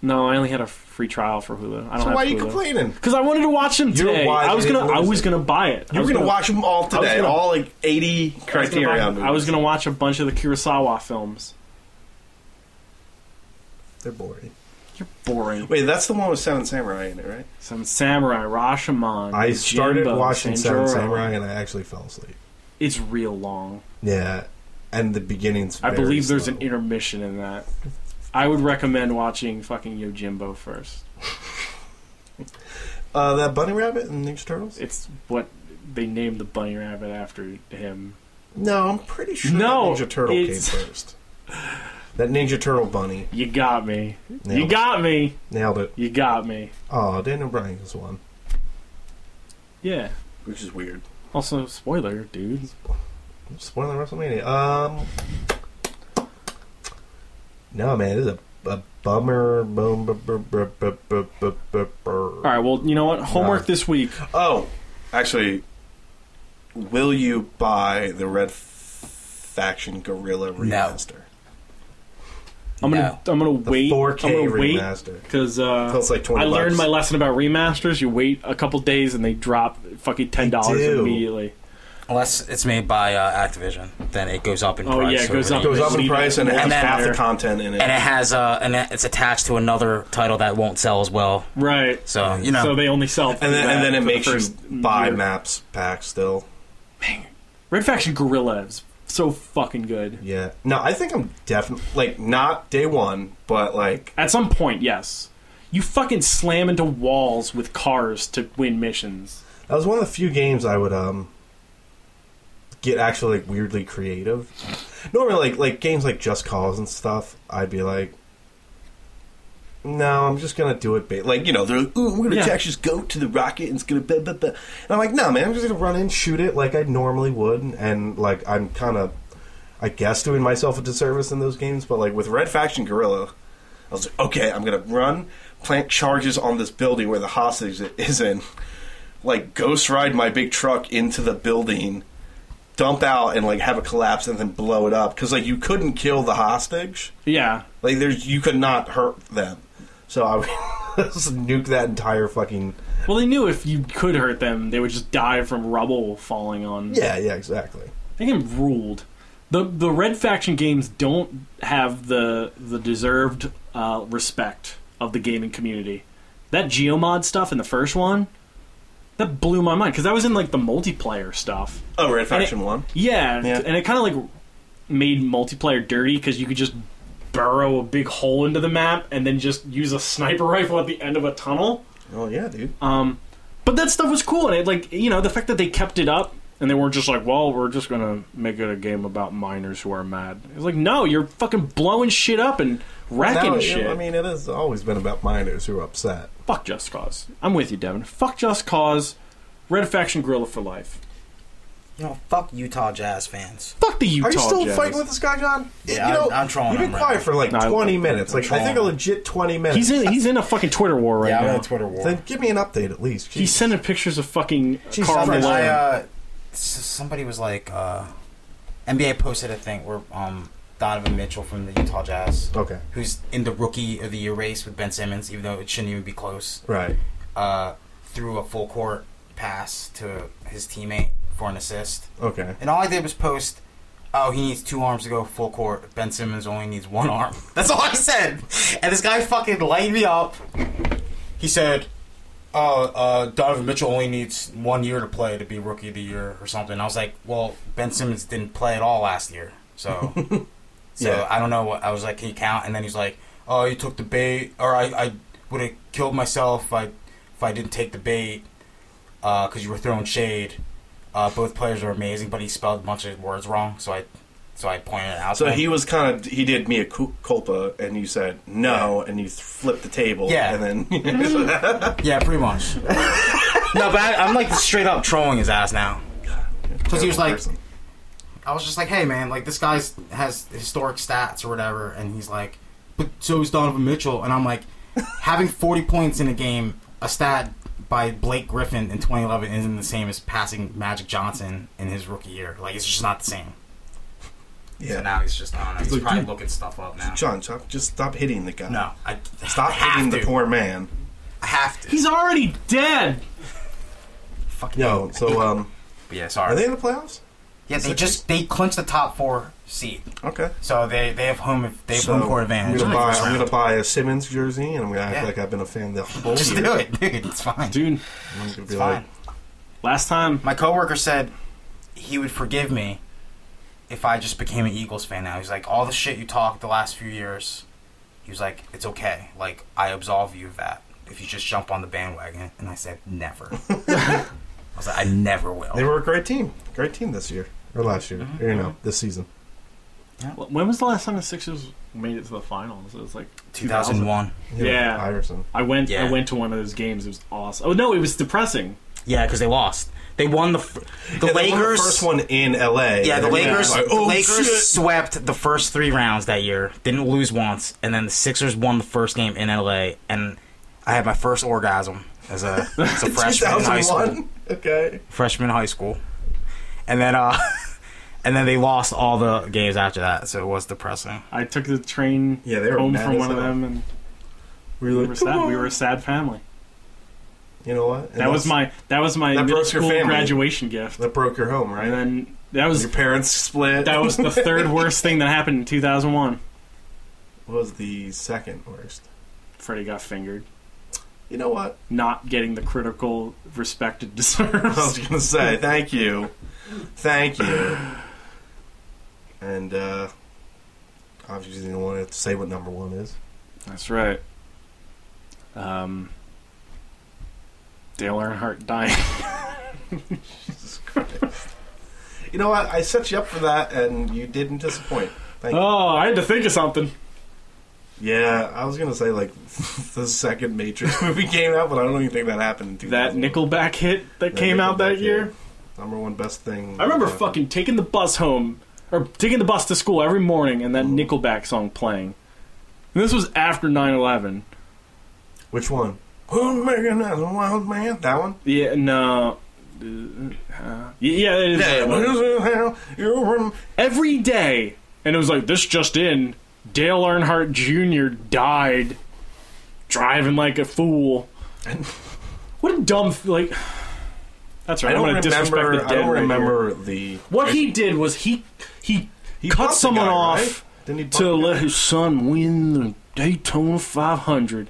Speaker 3: No, I only had a free trial for Hulu. I don't
Speaker 2: So
Speaker 3: have
Speaker 2: why are you
Speaker 3: Hulu.
Speaker 2: complaining?
Speaker 3: Cuz I wanted to watch them
Speaker 2: You're
Speaker 3: today.
Speaker 2: wise,
Speaker 3: I was
Speaker 2: you
Speaker 3: going
Speaker 2: didn't
Speaker 3: to I
Speaker 2: lose
Speaker 3: was
Speaker 2: it.
Speaker 3: going to buy it. I
Speaker 2: You're going
Speaker 3: was
Speaker 2: to
Speaker 3: gonna-
Speaker 2: watch them all
Speaker 3: was
Speaker 2: today.
Speaker 3: gonna-
Speaker 2: all like 80
Speaker 3: I was gonna
Speaker 2: Criterion
Speaker 3: buy-
Speaker 2: movies.
Speaker 3: I was going to watch a bunch of the Kurosawa films.
Speaker 2: They're boring.
Speaker 3: You're boring.
Speaker 2: Wait, that's the one with Seven Samurai in it, right?
Speaker 3: Some Samurai, Rashomon.
Speaker 2: I started
Speaker 3: Jimbo,
Speaker 2: watching
Speaker 3: Sanjuro.
Speaker 2: Seven Samurai and I actually fell asleep.
Speaker 3: It's real long.
Speaker 2: Yeah. And the beginning's.
Speaker 3: I
Speaker 2: very
Speaker 3: believe there's
Speaker 2: slow.
Speaker 3: an intermission in that. I would recommend watching fucking Yojimbo first.
Speaker 2: Uh, that bunny rabbit and Ninja Turtles?
Speaker 3: It's what they named the bunny rabbit after him.
Speaker 2: No, I'm pretty sure
Speaker 3: No,
Speaker 2: that Ninja Turtle
Speaker 3: it's-
Speaker 2: came first. That Ninja Turtle bunny.
Speaker 3: You got me. You
Speaker 2: Nailed,
Speaker 3: got me.
Speaker 2: nailed it.
Speaker 3: You got me.
Speaker 2: Oh, Daniel Bryan is one.
Speaker 3: Yeah.
Speaker 2: Which is weird.
Speaker 3: Also, spoiler, dude.
Speaker 2: Spoiling WrestleMania. Um, no, man, this is a, a bummer. Boom, bu- bu- bu- bu- bu- bu- bu-
Speaker 3: All
Speaker 2: bu-
Speaker 3: right. Well, you know what? Homework
Speaker 2: Nah.
Speaker 3: this week.
Speaker 2: Oh, actually, will you buy the Red Faction Gorilla remaster?
Speaker 3: I'm
Speaker 1: No.
Speaker 3: gonna. I'm gonna
Speaker 2: The
Speaker 3: wait.
Speaker 2: 4K
Speaker 3: I'm gonna wait
Speaker 2: remaster.
Speaker 3: because uh,
Speaker 2: Costs like 20
Speaker 3: I learned
Speaker 2: bucks.
Speaker 3: my lesson about remasters. You wait a couple days and they drop fucking ten dollars
Speaker 2: do.
Speaker 3: immediately.
Speaker 1: Unless it's made by uh, Activision, then it goes up in
Speaker 3: Oh,
Speaker 1: price.
Speaker 3: yeah, it goes
Speaker 1: over
Speaker 3: up.
Speaker 2: It
Speaker 1: the
Speaker 2: goes
Speaker 1: years.
Speaker 2: up in price and it has
Speaker 1: And then-
Speaker 2: half the content in it.
Speaker 1: and it has uh, and it's attached to another title that won't sell as well.
Speaker 3: Right.
Speaker 1: So you know,
Speaker 3: So they only sell.
Speaker 2: And then, and then it
Speaker 3: for the
Speaker 2: makes you
Speaker 3: first
Speaker 2: buy
Speaker 3: year.
Speaker 2: maps pack still.
Speaker 3: Red Faction Gorilla is so fucking good.
Speaker 2: Yeah. No, I think I'm definitely like not day one, but like
Speaker 3: At some point, yes. You fucking slam into walls with cars to win missions.
Speaker 2: that was one of the few games I would um get actually like weirdly creative. Normally, like like games like Just Cause and stuff, I'd be like, no, I'm just gonna do it. Ba-. Like you know, they're like, ooh, we're gonna
Speaker 3: Yeah.
Speaker 2: attach this goat to the rocket and it's gonna blah, blah, blah. and I'm like, no, man, I'm just gonna run in, shoot it like I normally would, and like I'm kind of, I guess, doing myself a disservice in those games. But like with Red Faction Gorilla, I was like, okay, I'm gonna run, plant charges on this building where the hostage is in, like ghost ride my big truck into the building dump out and like have a collapse and then blow it up because like you couldn't kill the hostage
Speaker 3: Yeah.
Speaker 2: like there's you could not hurt them so i would just nuke that entire fucking
Speaker 3: Well, they knew if you could hurt them, they would just die from rubble falling on.
Speaker 2: yeah yeah exactly
Speaker 3: They game ruled. The the Red Faction games don't have the the deserved uh, respect of the gaming community. That Geomod stuff in the first one, that blew my mind because I was in like the multiplayer stuff.
Speaker 2: oh red
Speaker 3: Faction
Speaker 2: faction one
Speaker 3: Yeah,
Speaker 2: Yeah.
Speaker 3: and it kind of like made multiplayer dirty because you could just burrow a big hole into the map and then just use a sniper rifle at the end of a tunnel.
Speaker 2: oh yeah dude
Speaker 3: Um, but that stuff was cool, and it like you know the fact that they kept it up and they weren't just like, well, we're just gonna make it a game about miners who are mad. It's like, no, you're fucking blowing shit up and wrecking
Speaker 2: Now, you know,
Speaker 3: shit.
Speaker 2: i mean it has always been about miners who are upset
Speaker 3: Fuck Just Cause. I'm with you, Devin. Fuck Just Cause. Red Faction Gorilla for life.
Speaker 1: You know, fuck Utah Jazz fans.
Speaker 3: Fuck the Utah
Speaker 2: Are you still
Speaker 3: Jazz.
Speaker 2: fighting with this guy, John?
Speaker 1: Yeah,
Speaker 2: you know,
Speaker 1: I'm- I'm trolling
Speaker 2: You've been
Speaker 1: him right
Speaker 2: quiet
Speaker 1: now.
Speaker 2: for like
Speaker 3: No, I-
Speaker 2: 20 minutes. Like I think a
Speaker 1: trolling.
Speaker 2: legit 20 minutes.
Speaker 3: He's in. He's in a fucking Twitter war right
Speaker 1: yeah, I'm
Speaker 3: now.
Speaker 1: in a Twitter war.
Speaker 2: Then give me an update at least.
Speaker 3: He's
Speaker 2: Jeez.
Speaker 3: sending pictures of fucking
Speaker 2: Jesus
Speaker 3: Carl
Speaker 2: Christ.
Speaker 1: I,
Speaker 3: Malone.
Speaker 1: uh, s- somebody was like, uh, NBA posted a thing where um, Donovan Mitchell from the Utah Jazz,
Speaker 2: okay.
Speaker 1: who's in the Rookie of the Year race with Ben Simmons, even though it shouldn't even be close,
Speaker 2: Right.
Speaker 1: uh, threw a full court pass to his teammate for an assist.
Speaker 2: Okay.
Speaker 1: And all I did was post, oh, he needs two arms to go full court. Ben Simmons only needs one arm. That's all I said. And this guy fucking lighted me up. He said, oh, uh, Donovan Mitchell only needs one year to play to be rookie of the year or something. I was like, well, Ben Simmons didn't play at all last year. So, so
Speaker 2: Yeah.
Speaker 1: I don't know what. I was like, can you count? And then he's like, oh, you took the bait. Or I, I would have killed myself if I, if I didn't take the bait because you were throwing shade. Uh, both players are amazing, but he spelled a bunch of words wrong, so I so I pointed it out.
Speaker 2: So
Speaker 1: to him.
Speaker 2: he was kind of he did me a cu- culpa, and you said no, and you th- flipped the table.
Speaker 1: Yeah.
Speaker 2: And then
Speaker 1: yeah, pretty much. no, but I, I'm like straight up trolling his ass now. Because he was like,
Speaker 2: Person.
Speaker 1: I was just like, hey man, like this guy's has historic stats or whatever, and he's like, but so is Donovan Mitchell, and I'm like, having 40 points in a game, a stat by Blake Griffin in 2011 isn't the same as passing Magic Johnson in his rookie year. Like it's just not the same. So
Speaker 2: yeah.
Speaker 1: now he's just I don't know. He's
Speaker 2: Look,
Speaker 1: probably
Speaker 2: dude.
Speaker 1: looking stuff up now.
Speaker 2: John, stop, just stop hitting the guy.
Speaker 1: No, I
Speaker 2: Stop
Speaker 1: I have
Speaker 2: hitting the
Speaker 1: to.
Speaker 2: poor man.
Speaker 1: I have to.
Speaker 3: he's already dead.
Speaker 1: fucking
Speaker 2: No. So um,
Speaker 1: But yeah,
Speaker 2: are
Speaker 1: sorry.
Speaker 2: they in the playoffs?
Speaker 1: yeah, they
Speaker 2: Sixers?
Speaker 1: just they clinched the top four seed,
Speaker 2: Okay.
Speaker 1: so they they have home they have
Speaker 2: So,
Speaker 1: home court advantage.
Speaker 2: I'm gonna, buy,
Speaker 1: Nice.
Speaker 2: I'm gonna buy a Simmons jersey, and I'm gonna act
Speaker 1: Yeah.
Speaker 2: like I've been a fan the whole
Speaker 1: Just
Speaker 2: year.
Speaker 1: do it, dude. It's fine.
Speaker 3: Dude,
Speaker 2: I'm gonna be
Speaker 1: it's
Speaker 2: like,
Speaker 1: fine.
Speaker 3: last time
Speaker 1: My coworker said he would forgive me if I just became an Eagles fan. Now he's like, all the shit you talked the last few years. He was like, it's okay. Like I absolve you of that if you just jump on the bandwagon. And I said, never. I was like, I never will.
Speaker 2: They were a great team. Great team this year. Or last year.
Speaker 1: Mm-hmm.
Speaker 2: Or, you know, this season.
Speaker 3: When was the last time the Sixers made it to the finals? It was like
Speaker 1: 2001.
Speaker 3: Yeah.
Speaker 2: Iverson.
Speaker 3: I went.
Speaker 1: Yeah.
Speaker 3: I went to one of those games. It was awesome. Oh no, it was depressing.
Speaker 1: Yeah, because they lost. They won the f- the
Speaker 2: Yeah, they
Speaker 1: Lakers.
Speaker 2: won the first one in L.A.
Speaker 1: Yeah, the
Speaker 2: and everyone
Speaker 1: Lakers.
Speaker 2: was like, oh,
Speaker 1: the Lakers
Speaker 2: shit.
Speaker 1: swept the first three rounds that year. Didn't lose once, and then the Sixers won the first game in LA. And I had my first orgasm as a, as a freshman in high school.
Speaker 2: 2001? Okay.
Speaker 1: Freshman in high school, and then uh, and then they lost all the games after that. So it was depressing.
Speaker 3: I took the train
Speaker 2: Yeah, they were
Speaker 3: home
Speaker 2: mad
Speaker 3: from
Speaker 2: as
Speaker 3: one of
Speaker 2: hell.
Speaker 3: them, and
Speaker 2: We
Speaker 3: we
Speaker 2: were
Speaker 3: were
Speaker 2: like,
Speaker 3: sad. We were a sad family.
Speaker 2: You know what? And
Speaker 3: That was
Speaker 2: that's-
Speaker 3: my. That was my
Speaker 2: That
Speaker 3: middle
Speaker 2: broke your
Speaker 3: school
Speaker 2: family.
Speaker 3: graduation gift.
Speaker 2: That broke your home,
Speaker 3: And
Speaker 2: right?
Speaker 3: then that was
Speaker 2: Your parents split.
Speaker 3: that was the third worst thing that happened in 2001.
Speaker 2: was the second worst.
Speaker 3: Freddie got fingered.
Speaker 2: You know what?
Speaker 3: Not getting the critical respect it deserves.
Speaker 2: I was going to say, thank you. Thank you. And, uh, obviously, you don't want to say what number one is.
Speaker 3: That's right. Um, Dale Earnhardt dying.
Speaker 2: You know what? I set you up for that, and you didn't disappoint. Thank you.
Speaker 3: Oh, I had to think of something.
Speaker 2: Yeah, I was gonna say like the second Matrix movie came out, but I don't even think that happened in 2000.
Speaker 3: That Nickelback hit that,
Speaker 2: That
Speaker 3: came out that
Speaker 2: Nickelback
Speaker 3: year.
Speaker 2: hit. Number one best thing.
Speaker 3: I remember
Speaker 2: that happened.
Speaker 3: fucking taking the bus home or taking the bus to school every morning and that
Speaker 2: Oh.
Speaker 3: Nickelback song playing. And this was after 9/11.
Speaker 2: Which one? Who's making that wild man? That one.
Speaker 3: Yeah, no. Uh, uh, yeah, it is. that one.
Speaker 2: You rem-
Speaker 3: Every day. And it was like this just in, Dale Earnhardt Jr. died driving like a fool.
Speaker 2: And-
Speaker 3: What a dumb f- like That's right.
Speaker 2: I
Speaker 3: I'm
Speaker 2: don't
Speaker 3: gonna disrespect
Speaker 2: remember.
Speaker 3: the
Speaker 2: I
Speaker 3: dead
Speaker 2: don't
Speaker 3: right here.
Speaker 2: remember the.
Speaker 3: What he did was he he,
Speaker 2: He
Speaker 3: cut
Speaker 2: bumped the
Speaker 3: someone
Speaker 2: guy,
Speaker 3: off.
Speaker 2: right? Didn't he bump
Speaker 3: to
Speaker 2: the guy?
Speaker 3: let his son win the Daytona 500.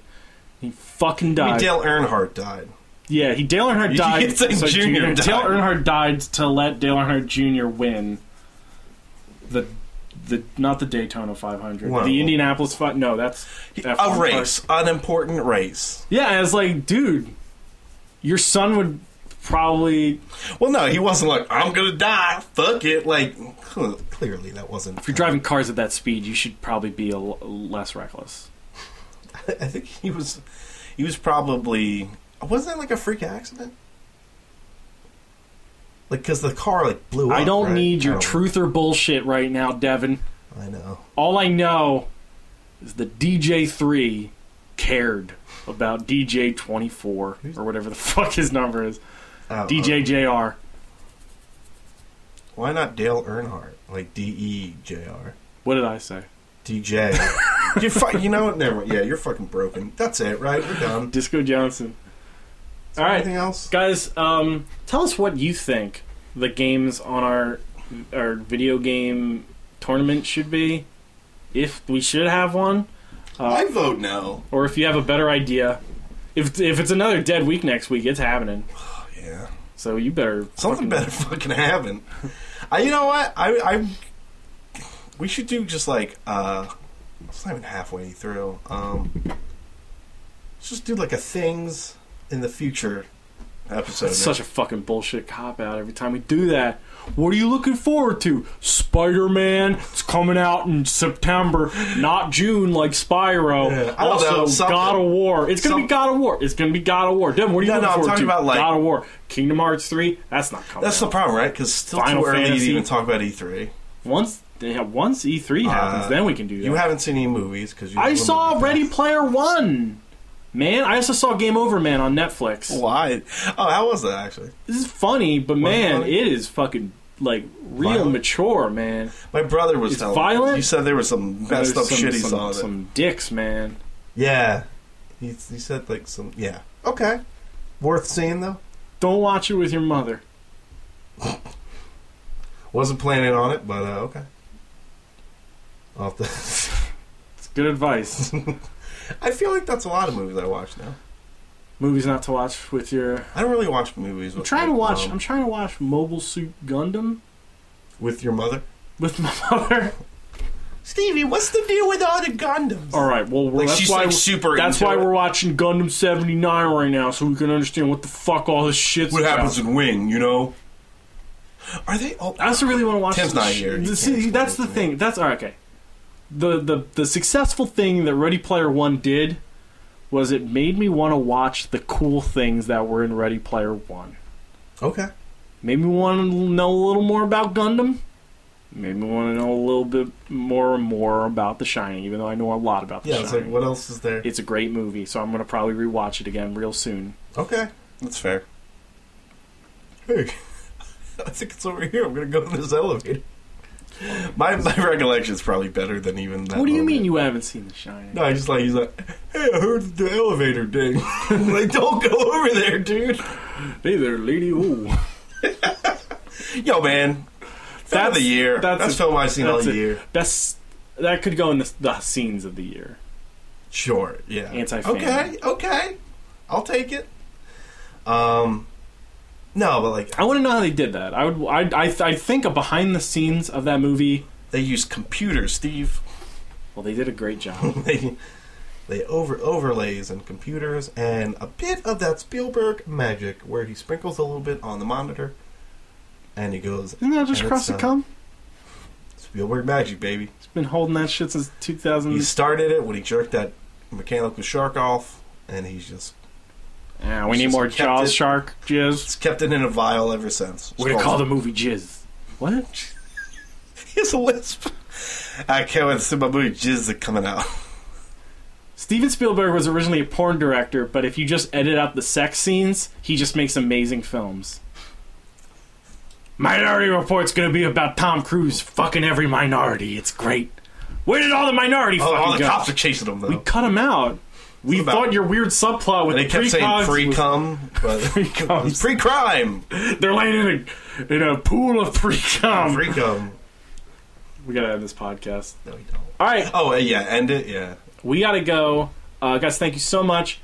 Speaker 3: He fucking
Speaker 2: I mean,
Speaker 3: died.
Speaker 2: Dale Earnhardt died.
Speaker 3: yeah, he Dale Earnhardt
Speaker 2: You
Speaker 3: died.
Speaker 2: can't say
Speaker 3: so
Speaker 2: Junior died.
Speaker 3: Dale Earnhardt died to let Dale Earnhardt Jr. win the the not the Daytona 500,
Speaker 2: Wow.
Speaker 3: the Indianapolis. Fi- no, that's F1
Speaker 2: A race, an important race.
Speaker 3: Yeah, and it's like, dude, your son would probably
Speaker 2: Well, no, he wasn't like I'm gonna die. Fuck it. Like cl- clearly that wasn't.
Speaker 3: if you're driving cars at that speed, you should probably be a l- less reckless.
Speaker 2: I think he was he was probably wasn't that like a freak accident? Like, because the car like blew up.
Speaker 3: I don't
Speaker 2: right?
Speaker 3: need
Speaker 2: I
Speaker 3: your
Speaker 2: don't-
Speaker 3: truth or bullshit right now, Devin.
Speaker 2: I know.
Speaker 3: All I know is the DJ3 cared about DJ24 or whatever the fuck his number is.
Speaker 2: I don't know.
Speaker 3: DJJR.
Speaker 2: Why not Dale Earnhardt? Like D E J R.
Speaker 3: What did I say?
Speaker 2: DJ. you're fu- you know what? Never mind. Yeah, you're fucking broken. That's it, right? We're done.
Speaker 3: Disco Johnson. All right.
Speaker 2: Anything else?
Speaker 3: guys um, tell us what you think the games on our our video game tournament should be if we should have one
Speaker 2: I vote no.
Speaker 3: or if you have a better idea if, if it's another dead week next week it's happening
Speaker 2: Oh, yeah.
Speaker 3: so you better
Speaker 2: Something
Speaker 3: fucking-
Speaker 2: better fucking happen. I, you know what? I, I, we should do just like uh, it's not even halfway through. Um, let's just do like a things in the future episode.
Speaker 3: It's such a fucking bullshit cop out every time we do that. What are you looking forward to? Spider Man. It's coming out in September, not June like Spyro.
Speaker 2: Yeah, I don't know,
Speaker 3: also,
Speaker 2: something.
Speaker 3: God of War. It's gonna
Speaker 2: Some-
Speaker 3: be God of War. It's gonna be God of War. Devin, what are you
Speaker 2: No,
Speaker 3: looking
Speaker 2: no, I'm
Speaker 3: forward
Speaker 2: talking
Speaker 3: to?
Speaker 2: about, like-
Speaker 3: God of War. Kingdom Hearts three. That's not coming.
Speaker 2: That's the
Speaker 3: out.
Speaker 2: problem, right? Because still
Speaker 3: Final
Speaker 2: too early
Speaker 3: Fantasy.
Speaker 2: to even talk about E E3.
Speaker 3: once. Yeah, once E three happens,
Speaker 2: Uh,
Speaker 3: then we can do that.
Speaker 2: You haven't seen any movies because
Speaker 3: I saw Ready Player One. Man, I also saw Game Over Man on Netflix.
Speaker 2: Why? Oh, how was that actually?
Speaker 3: This is funny, but man,
Speaker 2: funny?
Speaker 3: it is fucking like real
Speaker 2: Violent?
Speaker 3: mature, man.
Speaker 2: My brother was
Speaker 3: It's
Speaker 2: telling
Speaker 3: violent?
Speaker 2: Me. You said there was some
Speaker 3: There's
Speaker 2: messed up
Speaker 3: some,
Speaker 2: shit he
Speaker 3: some,
Speaker 2: saw. That.
Speaker 3: Some dicks, man.
Speaker 2: Yeah, he, he said like some. Yeah. Okay. Worth seeing though.
Speaker 3: Don't watch it with your mother.
Speaker 2: Wasn't planning on it, but uh, okay. I'll have
Speaker 3: It's good advice.
Speaker 2: to- I feel like that's a lot of movies I watch now.
Speaker 3: Movies not to watch with your.
Speaker 2: I don't really watch movies.
Speaker 3: I'm
Speaker 2: With
Speaker 3: trying to
Speaker 2: like,
Speaker 3: watch.
Speaker 2: um,
Speaker 3: I'm trying to watch Mobile Suit Gundam
Speaker 2: with your mother.
Speaker 3: with my mother.
Speaker 2: Stevie, what's the deal with all the Gundams?
Speaker 3: All right. Well, we're
Speaker 2: Like,
Speaker 3: that's
Speaker 2: she's,
Speaker 3: why
Speaker 2: like,
Speaker 3: we're-
Speaker 2: super
Speaker 3: That's
Speaker 2: into
Speaker 3: why
Speaker 2: it.
Speaker 3: we're watching Gundam seventy nine right now, so we can understand what the fuck all this shit's
Speaker 2: What
Speaker 3: about.
Speaker 2: happens in Wing? You know? Are they? Oh,
Speaker 3: I also really want to watch.
Speaker 2: Tim's
Speaker 3: this
Speaker 2: not
Speaker 3: sh-
Speaker 2: here. He
Speaker 3: the-
Speaker 2: can't
Speaker 3: see,
Speaker 2: explain
Speaker 3: that's
Speaker 2: it
Speaker 3: the
Speaker 2: to me.
Speaker 3: thing. That's all right, okay. The, the the successful thing that Ready Player One did was it made me want to watch the cool things that were in Ready Player One.
Speaker 2: okay.
Speaker 3: Made me want to know a little more about Gundam. Made me want to know a little bit more and more about The Shining, even though I know a lot about The
Speaker 2: Yeah, it's
Speaker 3: Shining.
Speaker 2: like what else is there?
Speaker 3: It's a great movie, so I'm gonna probably rewatch it again real soon.
Speaker 2: Okay, that's fair. Hey, I think it's over here. I'm gonna go in this elevator. My my recollection is probably better than even that.
Speaker 3: what do you
Speaker 2: moment.
Speaker 3: mean you haven't seen The Shining?
Speaker 2: No, I just like he's like, hey, I heard the elevator ding. I'm like, don't go over there, dude.
Speaker 3: Hey there, lady. Ooh.
Speaker 2: Yo, man. Film of
Speaker 3: That's-
Speaker 2: the year.
Speaker 3: that's
Speaker 2: That's,
Speaker 3: it.
Speaker 2: film I've seen all
Speaker 3: That's it.
Speaker 2: year.
Speaker 3: That's that could go in the, the scenes of the year.
Speaker 2: Sure. Yeah.
Speaker 3: Anti-fan.
Speaker 2: Okay. Okay. I'll take it. Um. No, but like
Speaker 3: I want to know how they did that. I would. I. I. I think a behind the scenes of that movie.
Speaker 2: they use computers, Steve.
Speaker 3: Well, they did a great job.
Speaker 2: they they over overlays and computers and a bit of that Spielberg magic where he sprinkles a little bit on the monitor, and he goes
Speaker 3: Isn't that just
Speaker 2: And
Speaker 3: across the
Speaker 2: it's, uh,
Speaker 3: cum?
Speaker 2: Spielberg magic, baby.
Speaker 3: It's been holding that shit since 2000.
Speaker 2: He started it when he jerked that mechanical shark off, and he's just
Speaker 3: Yeah, we
Speaker 2: he's
Speaker 3: need
Speaker 2: just
Speaker 3: more
Speaker 2: kept
Speaker 3: Jaws
Speaker 2: it-
Speaker 3: shark jizz.
Speaker 2: it's kept it in a vial ever since.
Speaker 3: We're gonna call the movie Jizz. What?
Speaker 2: He has a lisp. I can't wait to see my movie Jizz coming out.
Speaker 3: Steven Spielberg was originally a porn director, but if you just edit out the sex scenes, he just makes amazing films. Minority Report's gonna be about Tom Cruise fucking every minority. It's great. Where did all the minority
Speaker 2: Oh,
Speaker 3: fucking
Speaker 2: all the
Speaker 3: go?
Speaker 2: cops are chasing him though.
Speaker 3: We cut him out. We
Speaker 2: What about-
Speaker 3: thought your weird subplot with
Speaker 2: and they
Speaker 3: the
Speaker 2: kept saying
Speaker 3: precogs
Speaker 2: free
Speaker 3: was-
Speaker 2: cum, but
Speaker 3: Pre-coms.
Speaker 2: it's pre-crime,
Speaker 3: They're laying in a in a pool of pre cum.
Speaker 2: free cum.
Speaker 3: We gotta end this podcast.
Speaker 2: No, you don't.
Speaker 3: All right,
Speaker 2: Oh uh, yeah, end it. Yeah.
Speaker 3: we gotta go, uh, guys. Thank you so much.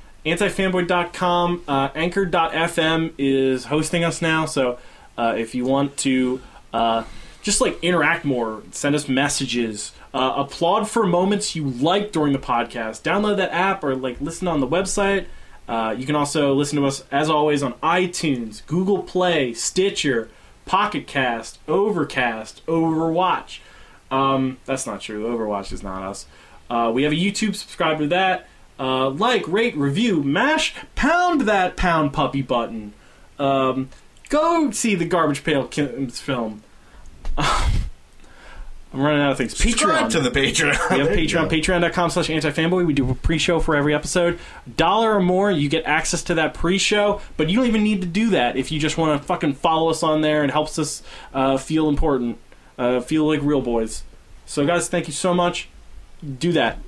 Speaker 3: Antifanboy.com, uh, Anchor.fm is hosting us now. So uh, if you want to uh, just like interact more, send us messages, uh, applaud for moments you like during the podcast, download that app or like listen on the website. Uh, you can also listen to us as always on iTunes, Google Play, Stitcher, Pocket Cast, Overcast, Overwatch. Um, that's not true. Overwatch is not us. Uh, we have a YouTube. Subscribe to that. Uh, like, rate, review, mash, pound that pound puppy button. Um, Go see the Garbage Pail Kids film. I'm running out of things.
Speaker 2: Subscribe
Speaker 3: Patreon.
Speaker 2: to the Patreon.
Speaker 3: We have
Speaker 2: There you
Speaker 3: Patreon,
Speaker 2: go.
Speaker 3: patreon.com slash antifanboy. We do a pre-show for every episode. Dollar or more, you get access to that pre-show, but you don't even need to do that if you just want to fucking follow us on there. It helps us uh, feel important, uh, feel like real boys. So guys, thank you so much. Do that.